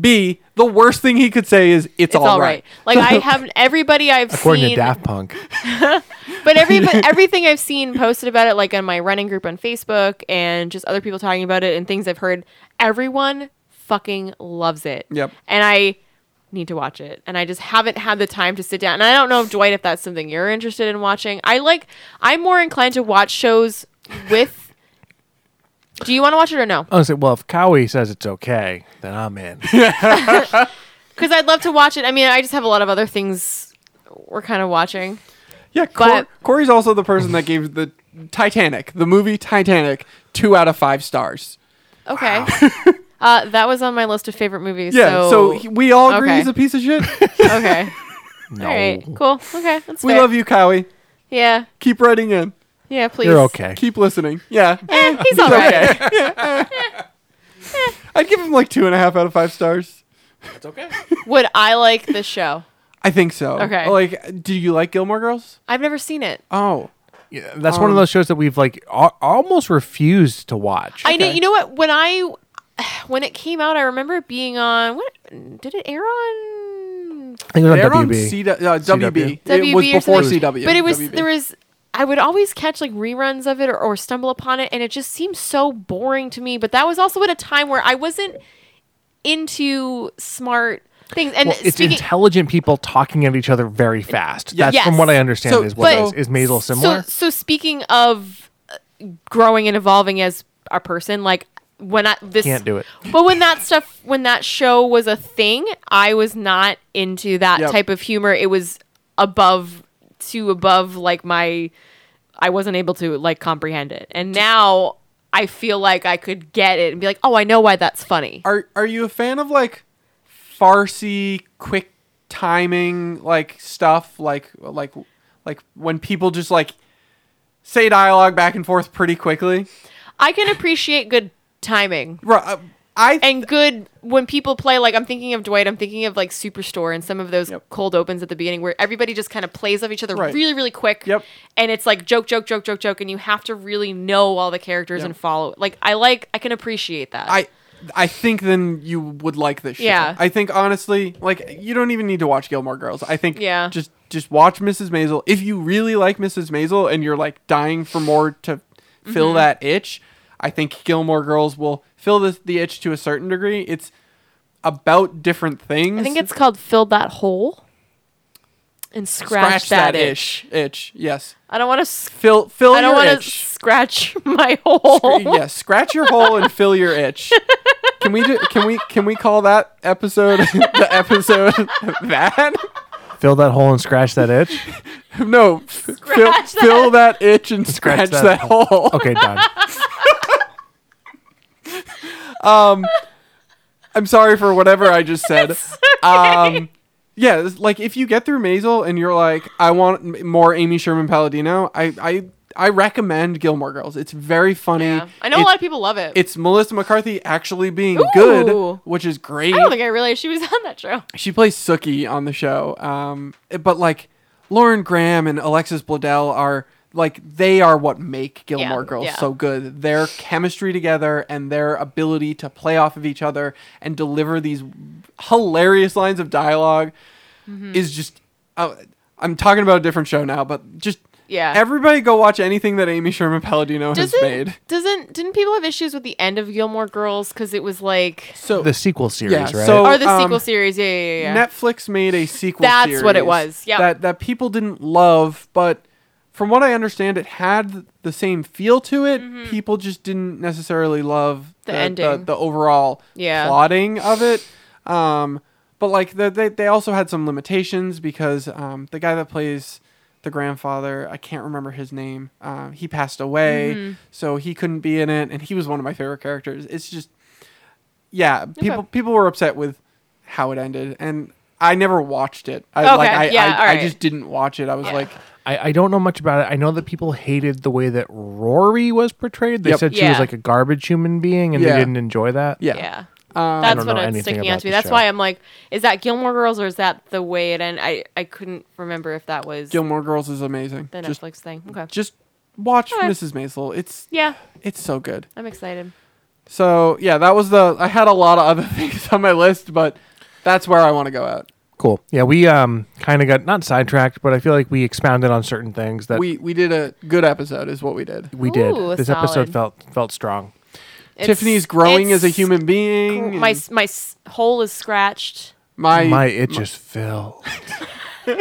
[SPEAKER 3] B, the worst thing he could say is it's,
[SPEAKER 2] it's all right. Like I have everybody I've
[SPEAKER 1] According to
[SPEAKER 2] seen
[SPEAKER 1] Daft Punk.
[SPEAKER 2] but every but everything I've seen posted about it, like on my running group on Facebook, and just other people talking about it, and things I've heard, everyone fucking loves it.
[SPEAKER 3] Yep.
[SPEAKER 2] And I need to watch it, and I just haven't had the time to sit down. And I don't know, Dwight, if that's something you're interested in watching. I like. I'm more inclined to watch shows with. Do you want to watch it or no?
[SPEAKER 1] Honestly, well, if Cowie says it's okay, then I'm in.
[SPEAKER 2] Because I'd love to watch it. I mean, I just have a lot of other things we're kind of watching.
[SPEAKER 3] Yeah, Cor-
[SPEAKER 2] But-
[SPEAKER 3] Corey's also the person that gave the Titanic, the movie Titanic, two out of five stars.
[SPEAKER 2] Okay. Uh, that was on my list of favorite movies.
[SPEAKER 3] Yeah, so,
[SPEAKER 2] so,
[SPEAKER 3] he- we all agree
[SPEAKER 2] okay.
[SPEAKER 3] he's a piece of shit.
[SPEAKER 2] okay.
[SPEAKER 1] No.
[SPEAKER 2] All right. Cool. Okay. That's
[SPEAKER 3] we
[SPEAKER 2] fair.
[SPEAKER 3] love you, Cowie.
[SPEAKER 2] Yeah.
[SPEAKER 3] Keep writing in.
[SPEAKER 2] Yeah. Please.
[SPEAKER 1] You're okay.
[SPEAKER 3] Keep listening. Yeah,
[SPEAKER 2] Eh, he's all right.
[SPEAKER 3] okay. I'd give him like two and a half out of five stars.
[SPEAKER 1] It's okay.
[SPEAKER 2] Would I like this show?
[SPEAKER 3] I think so.
[SPEAKER 2] Okay.
[SPEAKER 3] Like, do you like Gilmore Girls?
[SPEAKER 2] I've never seen it.
[SPEAKER 3] Oh,
[SPEAKER 1] Yeah, that's one of those shows that we've like al- almost refused to watch.
[SPEAKER 2] I did. You know what? When I when it came out, I remember it being on. What did it air on?
[SPEAKER 1] I think it was
[SPEAKER 3] they're
[SPEAKER 1] on
[SPEAKER 3] on
[SPEAKER 1] WB.
[SPEAKER 3] C- uh, WB. It
[SPEAKER 2] WB
[SPEAKER 3] was
[SPEAKER 2] or
[SPEAKER 3] before
[SPEAKER 2] something?
[SPEAKER 3] CW.
[SPEAKER 2] But it was
[SPEAKER 3] WB.
[SPEAKER 2] there was. I would always catch like reruns of it or, or stumble upon it, and it just seemed so boring to me. But that was also at a time where I wasn't into smart things. And
[SPEAKER 1] Well, it's
[SPEAKER 2] speaking,
[SPEAKER 1] intelligent people talking at each other very fast. That's
[SPEAKER 2] Yes.
[SPEAKER 1] from what I understand
[SPEAKER 3] So-
[SPEAKER 1] is what
[SPEAKER 2] But-
[SPEAKER 1] it is. Is Maisel similar?
[SPEAKER 2] So, so speaking of uh, growing and evolving as a person, like when I this
[SPEAKER 1] Can't do it.
[SPEAKER 2] But when that stuff, when that show was a thing, I was not into that
[SPEAKER 3] Yep.
[SPEAKER 2] type of humor. It was above, too above, like my. I wasn't able to like comprehend it, and now I feel like I could get it and be like, oh, I know why that's funny.
[SPEAKER 3] Are are you a fan of like farcy quick timing like stuff like like like when people just like say dialogue back and forth pretty quickly?
[SPEAKER 2] I can appreciate good timing.
[SPEAKER 3] Ru- uh, I
[SPEAKER 2] and good when people play like I'm thinking of Dwight, I'm thinking of like Superstore and some of those
[SPEAKER 3] Yep.
[SPEAKER 2] cold opens at the beginning where everybody just kind of plays off each other
[SPEAKER 3] Right.
[SPEAKER 2] really, really quick.
[SPEAKER 3] Yep.
[SPEAKER 2] And it's like joke, joke, joke, joke, joke, and you have to really know all the characters
[SPEAKER 3] Yep.
[SPEAKER 2] and follow. Like I like I can appreciate that.
[SPEAKER 3] I I think then you would like this show.
[SPEAKER 2] Yeah.
[SPEAKER 3] I think honestly, like you don't even need to watch Gilmore Girls. I think
[SPEAKER 2] Yeah.
[SPEAKER 3] just just watch Mrs. Maisel. If you really like Mrs. Maisel and you're like dying for more to fill
[SPEAKER 2] Mm-hmm.
[SPEAKER 3] that itch, I think Gilmore Girls will fill the the itch to a certain degree. It's about different things.
[SPEAKER 2] I think it's called Filled That Hole and Scratch, that, itch.
[SPEAKER 3] itch. Yes.
[SPEAKER 2] I don't want to
[SPEAKER 3] Fill fill
[SPEAKER 2] I don't
[SPEAKER 3] your
[SPEAKER 2] want to
[SPEAKER 3] itch.
[SPEAKER 2] scratch my hole.
[SPEAKER 3] Yes, scratch your hole and fill your itch. Can we do, can we can we call that episode the episode that?
[SPEAKER 1] Fill that hole and scratch that itch.
[SPEAKER 3] No, f- fill,
[SPEAKER 2] Scratch that.
[SPEAKER 3] fill that itch and scratch,
[SPEAKER 1] that
[SPEAKER 3] that hole.
[SPEAKER 1] Okay, done.
[SPEAKER 3] I'm sorry for whatever I just said. Um, yeah, it's like if you get through Maisel and you're like, I want m- more Amy Sherman Palladino, I I I recommend Gilmore Girls. It's very funny.
[SPEAKER 2] Yeah. I know a
[SPEAKER 3] It-
[SPEAKER 2] lot of people love it.
[SPEAKER 3] It's Melissa McCarthy actually being good,
[SPEAKER 2] Ooh.
[SPEAKER 3] which is great.
[SPEAKER 2] I don't think I realized she was on that show.
[SPEAKER 3] she plays Sookie on the show. Um, but like Lauren Graham and Alexis Bledel are like they are what make Gilmore
[SPEAKER 2] Yeah,
[SPEAKER 3] Girls
[SPEAKER 2] yeah.
[SPEAKER 3] so good. Their chemistry together and their ability to play off of each other and deliver these hilarious lines of dialogue
[SPEAKER 2] Mm-hmm.
[SPEAKER 3] is just. Uh, I'm talking about a different show now, but just
[SPEAKER 2] Yeah.
[SPEAKER 3] Everybody go watch anything that Amy Sherman Palladino has
[SPEAKER 2] doesn't
[SPEAKER 3] made.
[SPEAKER 2] doesn't didn't people have issues with the end of Gilmore Girls because it was like
[SPEAKER 3] So
[SPEAKER 1] The sequel series,
[SPEAKER 3] Yeah,
[SPEAKER 1] right?
[SPEAKER 3] so- Oh,
[SPEAKER 2] or the
[SPEAKER 3] um,
[SPEAKER 2] sequel series? Yeah, yeah, yeah. yeah.
[SPEAKER 3] Netflix made a sequel.
[SPEAKER 2] That's what it
[SPEAKER 3] series
[SPEAKER 2] was, yep.
[SPEAKER 3] That that people didn't love, but from what I understand, it had the same feel to it. People just didn't necessarily love
[SPEAKER 2] Mm-hmm. The ending.
[SPEAKER 3] the, overall
[SPEAKER 2] Yeah.
[SPEAKER 3] plotting of it. Um, but like the, they they also had some limitations because um, the guy that plays the grandfather, I can't remember his name. Uh, he passed away,
[SPEAKER 2] Mm-hmm.
[SPEAKER 3] so he couldn't be in it, and he was one of my favorite characters. It's just yeah, people people were upset with how it ended, and I never watched it. I,
[SPEAKER 2] Okay,
[SPEAKER 3] like, I,
[SPEAKER 2] yeah,
[SPEAKER 3] I,
[SPEAKER 2] all right.
[SPEAKER 3] I just didn't watch it. I was
[SPEAKER 2] Yeah.
[SPEAKER 3] like,
[SPEAKER 1] I, I don't know much about it. I know that people hated the way that Rory was portrayed. They
[SPEAKER 3] Yep.
[SPEAKER 1] said she was
[SPEAKER 2] Yeah.
[SPEAKER 1] like a garbage human being, and
[SPEAKER 3] Yeah.
[SPEAKER 1] they didn't enjoy that.
[SPEAKER 3] yeah,
[SPEAKER 2] yeah.
[SPEAKER 3] Um,
[SPEAKER 2] That's
[SPEAKER 1] don't
[SPEAKER 2] what
[SPEAKER 1] know
[SPEAKER 2] it's
[SPEAKER 1] anything
[SPEAKER 2] sticking
[SPEAKER 1] about
[SPEAKER 2] out to me.
[SPEAKER 1] the
[SPEAKER 2] That's
[SPEAKER 1] show.
[SPEAKER 2] why I'm like, is that Gilmore Girls or is that the way it ended? I, I couldn't remember if that was
[SPEAKER 3] Gilmore Girls is amazing.
[SPEAKER 2] the
[SPEAKER 3] Just,
[SPEAKER 2] Netflix thing. Okay.
[SPEAKER 3] just watch
[SPEAKER 2] Okay.
[SPEAKER 3] Mrs. Maisel. It's
[SPEAKER 2] Yeah,
[SPEAKER 3] it's so good.
[SPEAKER 2] I'm excited.
[SPEAKER 3] So yeah, that was the. I had a lot of other things on my list, but that's where I want to go at.
[SPEAKER 1] Cool. Yeah, we um kind of got not sidetracked, but I feel like we expounded on certain things that we,
[SPEAKER 3] we we did a good episode, is what we did.
[SPEAKER 1] did.
[SPEAKER 2] Ooh,
[SPEAKER 1] This
[SPEAKER 2] solid.
[SPEAKER 1] episode felt felt strong.
[SPEAKER 2] It's-
[SPEAKER 3] Tiffany's growing as a
[SPEAKER 2] it's-
[SPEAKER 3] human being.
[SPEAKER 2] My
[SPEAKER 3] and
[SPEAKER 2] s- my s- hole is scratched.
[SPEAKER 3] my,
[SPEAKER 1] My itch is filled.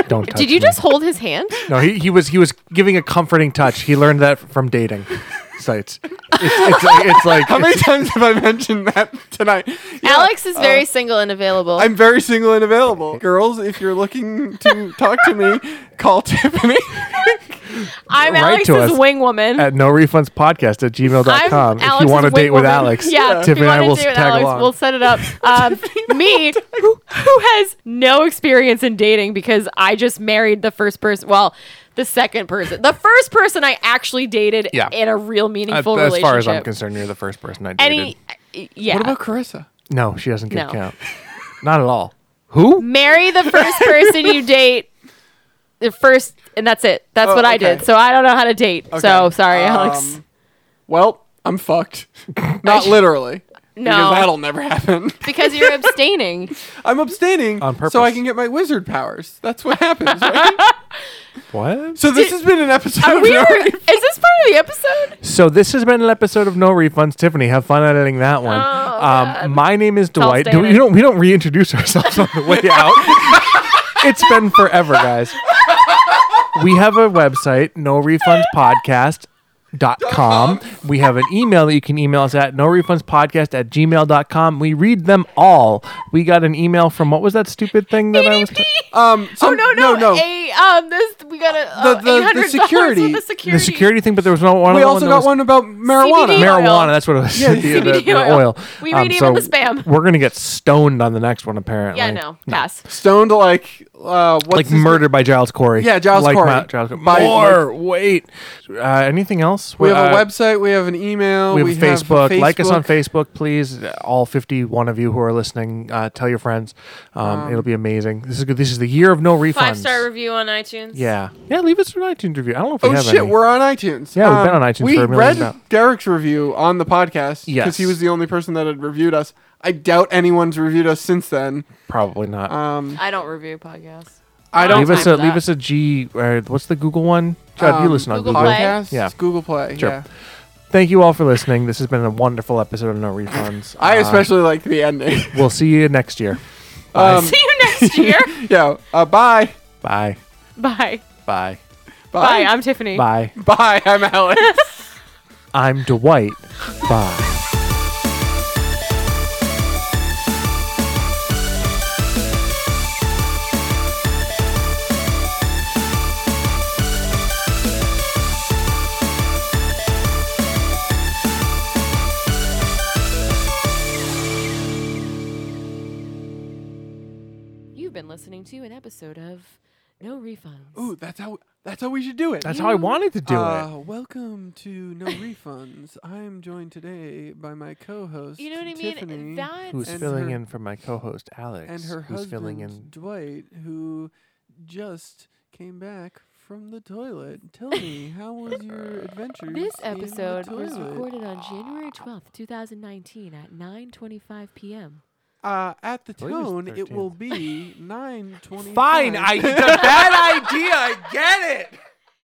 [SPEAKER 1] don't touch
[SPEAKER 2] Did you
[SPEAKER 1] me.
[SPEAKER 2] just hold his hand?
[SPEAKER 1] No, he, he was he was giving a comforting touch. He learned that from dating sites. It's, it's, like- it's like
[SPEAKER 3] How many
[SPEAKER 1] it's-
[SPEAKER 3] times have I mentioned that tonight? Yeah, Uh,
[SPEAKER 2] Alex is very single and available.
[SPEAKER 3] I'm very single and available. Girls, if you're looking to talk to me, call Tiffany.
[SPEAKER 2] I'm
[SPEAKER 1] Write
[SPEAKER 2] Alex's
[SPEAKER 1] to us
[SPEAKER 2] wing woman.
[SPEAKER 1] at no refunds podcast at gmail.com.
[SPEAKER 2] I'm
[SPEAKER 1] If you want to
[SPEAKER 2] Alex's
[SPEAKER 1] date
[SPEAKER 2] wing
[SPEAKER 1] with
[SPEAKER 2] woman.
[SPEAKER 1] Alex,
[SPEAKER 2] yeah, if
[SPEAKER 1] Tiffany and
[SPEAKER 2] you
[SPEAKER 1] I
[SPEAKER 2] wanna
[SPEAKER 1] will
[SPEAKER 2] date with
[SPEAKER 1] tag
[SPEAKER 2] Alex,
[SPEAKER 1] along.
[SPEAKER 2] We'll set it up. Um, me, who, who has no experience in dating because I just married the first person. Well, the second person, the first person I actually dated
[SPEAKER 1] Yeah. Uh,
[SPEAKER 2] in a real meaningful
[SPEAKER 1] as
[SPEAKER 2] relationship.
[SPEAKER 1] far as I'm concerned, you're the first person I dated.
[SPEAKER 2] Any, uh, yeah.
[SPEAKER 1] Oh,
[SPEAKER 3] What about Carissa?
[SPEAKER 1] no, she doesn't get
[SPEAKER 2] No.
[SPEAKER 1] count. Not at all. Who?
[SPEAKER 2] marry the first person you date? The first, and that's it. That's
[SPEAKER 3] Oh,
[SPEAKER 2] what I
[SPEAKER 3] okay.
[SPEAKER 2] did. So I don't know how to date. So
[SPEAKER 3] Okay.
[SPEAKER 2] sorry, Alex.
[SPEAKER 3] Um, Well, I'm fucked. Not literally.
[SPEAKER 2] No.
[SPEAKER 3] Because that'll never happen.
[SPEAKER 2] Because you're abstaining.
[SPEAKER 3] I'm abstaining
[SPEAKER 1] On purpose.
[SPEAKER 3] so I can get my wizard powers. That's what happens, right?
[SPEAKER 1] What?
[SPEAKER 3] so this has been an episode
[SPEAKER 2] Are
[SPEAKER 3] of
[SPEAKER 2] we?
[SPEAKER 3] No
[SPEAKER 2] Is this part of the episode?
[SPEAKER 1] So this has been an episode of No Refunds. Tiffany, have fun editing that one.
[SPEAKER 3] Oh,
[SPEAKER 2] God.
[SPEAKER 1] um, my name is
[SPEAKER 2] all
[SPEAKER 1] Dwight. Do
[SPEAKER 2] staying
[SPEAKER 1] we,
[SPEAKER 2] in.
[SPEAKER 1] you don't, we don't reintroduce ourselves on the way out. it's been forever, guys. We have a website, no refunds podcast. Dot com. We have an email that you can email us at no refunds podcast at gmail.com. We read them all. We got an email from what was that stupid thing that I was
[SPEAKER 2] ADP.
[SPEAKER 3] Um,
[SPEAKER 2] Oh
[SPEAKER 3] some-
[SPEAKER 2] no no no! A, um, this we got
[SPEAKER 3] The-
[SPEAKER 2] a uh,
[SPEAKER 3] the- the
[SPEAKER 2] eight hundred dollars
[SPEAKER 3] security-
[SPEAKER 2] worth
[SPEAKER 3] the
[SPEAKER 2] of security.
[SPEAKER 1] the security thing, but there was no one.
[SPEAKER 3] we
[SPEAKER 1] other
[SPEAKER 3] also
[SPEAKER 1] that
[SPEAKER 3] got
[SPEAKER 1] was-
[SPEAKER 3] one about marijuana.
[SPEAKER 2] CBD.
[SPEAKER 1] marijuana.
[SPEAKER 2] oil.
[SPEAKER 1] That's what it was.
[SPEAKER 3] Yeah,
[SPEAKER 1] the, the-
[SPEAKER 2] CBD
[SPEAKER 1] the
[SPEAKER 2] oil.
[SPEAKER 1] oil. Um,
[SPEAKER 2] We read even the spam.
[SPEAKER 1] We're gonna get stoned on the next one, apparently.
[SPEAKER 2] Yeah, no, pass.
[SPEAKER 3] Stoned like uh, what's
[SPEAKER 1] Like
[SPEAKER 3] his name?
[SPEAKER 1] murdered by Giles Corey.
[SPEAKER 3] Yeah, Giles
[SPEAKER 1] like
[SPEAKER 3] Corey.
[SPEAKER 1] Ma- Giles Corey.
[SPEAKER 3] By-
[SPEAKER 1] More. wait. Uh, anything else?
[SPEAKER 3] We have a
[SPEAKER 1] Uh,
[SPEAKER 3] website. We have an email.
[SPEAKER 1] We have Facebook. Like us on
[SPEAKER 3] Facebook.
[SPEAKER 1] Facebook, please. All fifty-one of you who are listening, uh, tell your friends. Um, it'll be amazing. This is good. This is the year of no refunds.
[SPEAKER 2] Five star review on iTunes.
[SPEAKER 1] Yeah, yeah. Leave us an iTunes review. I don't know if we
[SPEAKER 3] Oh
[SPEAKER 1] have
[SPEAKER 3] shit,
[SPEAKER 1] any.
[SPEAKER 3] we're on iTunes. Um,
[SPEAKER 1] Yeah, we've been on iTunes
[SPEAKER 3] We
[SPEAKER 1] for a million
[SPEAKER 3] read
[SPEAKER 1] now.
[SPEAKER 3] Derek's review on the podcast because
[SPEAKER 1] Yes.
[SPEAKER 3] he was the only person that had reviewed us. I doubt anyone's reviewed us since then.
[SPEAKER 1] Probably not.
[SPEAKER 3] Um,
[SPEAKER 2] I don't review podcasts.
[SPEAKER 3] I don't
[SPEAKER 1] leave us
[SPEAKER 2] time
[SPEAKER 1] a
[SPEAKER 2] for
[SPEAKER 1] leave
[SPEAKER 2] that.
[SPEAKER 1] us a G. Or what's the Google one? God, you
[SPEAKER 3] Um,
[SPEAKER 1] listen on
[SPEAKER 2] Google
[SPEAKER 1] Google.
[SPEAKER 2] Play.
[SPEAKER 3] podcasts.
[SPEAKER 1] Yeah.
[SPEAKER 3] Google Play.
[SPEAKER 1] Sure.
[SPEAKER 3] Yeah,
[SPEAKER 1] Thank you all for listening. This has been a wonderful episode of No Refunds.
[SPEAKER 3] I
[SPEAKER 1] Uh,
[SPEAKER 3] especially like the ending.
[SPEAKER 1] We'll see you next year.
[SPEAKER 3] Um,
[SPEAKER 2] See you next year.
[SPEAKER 3] yeah. Uh, bye.
[SPEAKER 1] Bye.
[SPEAKER 2] Bye.
[SPEAKER 1] Bye.
[SPEAKER 2] Bye.
[SPEAKER 3] Bye.
[SPEAKER 2] I'm Tiffany.
[SPEAKER 1] Bye.
[SPEAKER 3] Bye. I'm Alex.
[SPEAKER 1] I'm Dwight. Bye.
[SPEAKER 2] You've been listening to an episode of No Refunds.
[SPEAKER 3] Ooh, that's how. That's how we should do it.
[SPEAKER 1] That's how I wanted to do
[SPEAKER 3] uh,
[SPEAKER 1] it.
[SPEAKER 3] Welcome to No Refunds. I'm joined today by my co-host.
[SPEAKER 2] You know what I mean?
[SPEAKER 3] Tiffany.
[SPEAKER 2] That's
[SPEAKER 1] Who's
[SPEAKER 3] and
[SPEAKER 1] filling
[SPEAKER 3] her-
[SPEAKER 1] in for my co-host Alex?
[SPEAKER 3] and her
[SPEAKER 1] who's
[SPEAKER 3] husband
[SPEAKER 1] filling in?
[SPEAKER 3] Dwight, who just came back from the toilet. Tell me, how was your adventure?
[SPEAKER 2] This episode was recorded on January 12th, 2019 at 9:25 p.m.
[SPEAKER 3] Uh, at the
[SPEAKER 1] I believe it was
[SPEAKER 3] tone, it will
[SPEAKER 1] 13th.
[SPEAKER 3] be nine twenty.
[SPEAKER 1] Fine. I. It's a bad idea. I get it.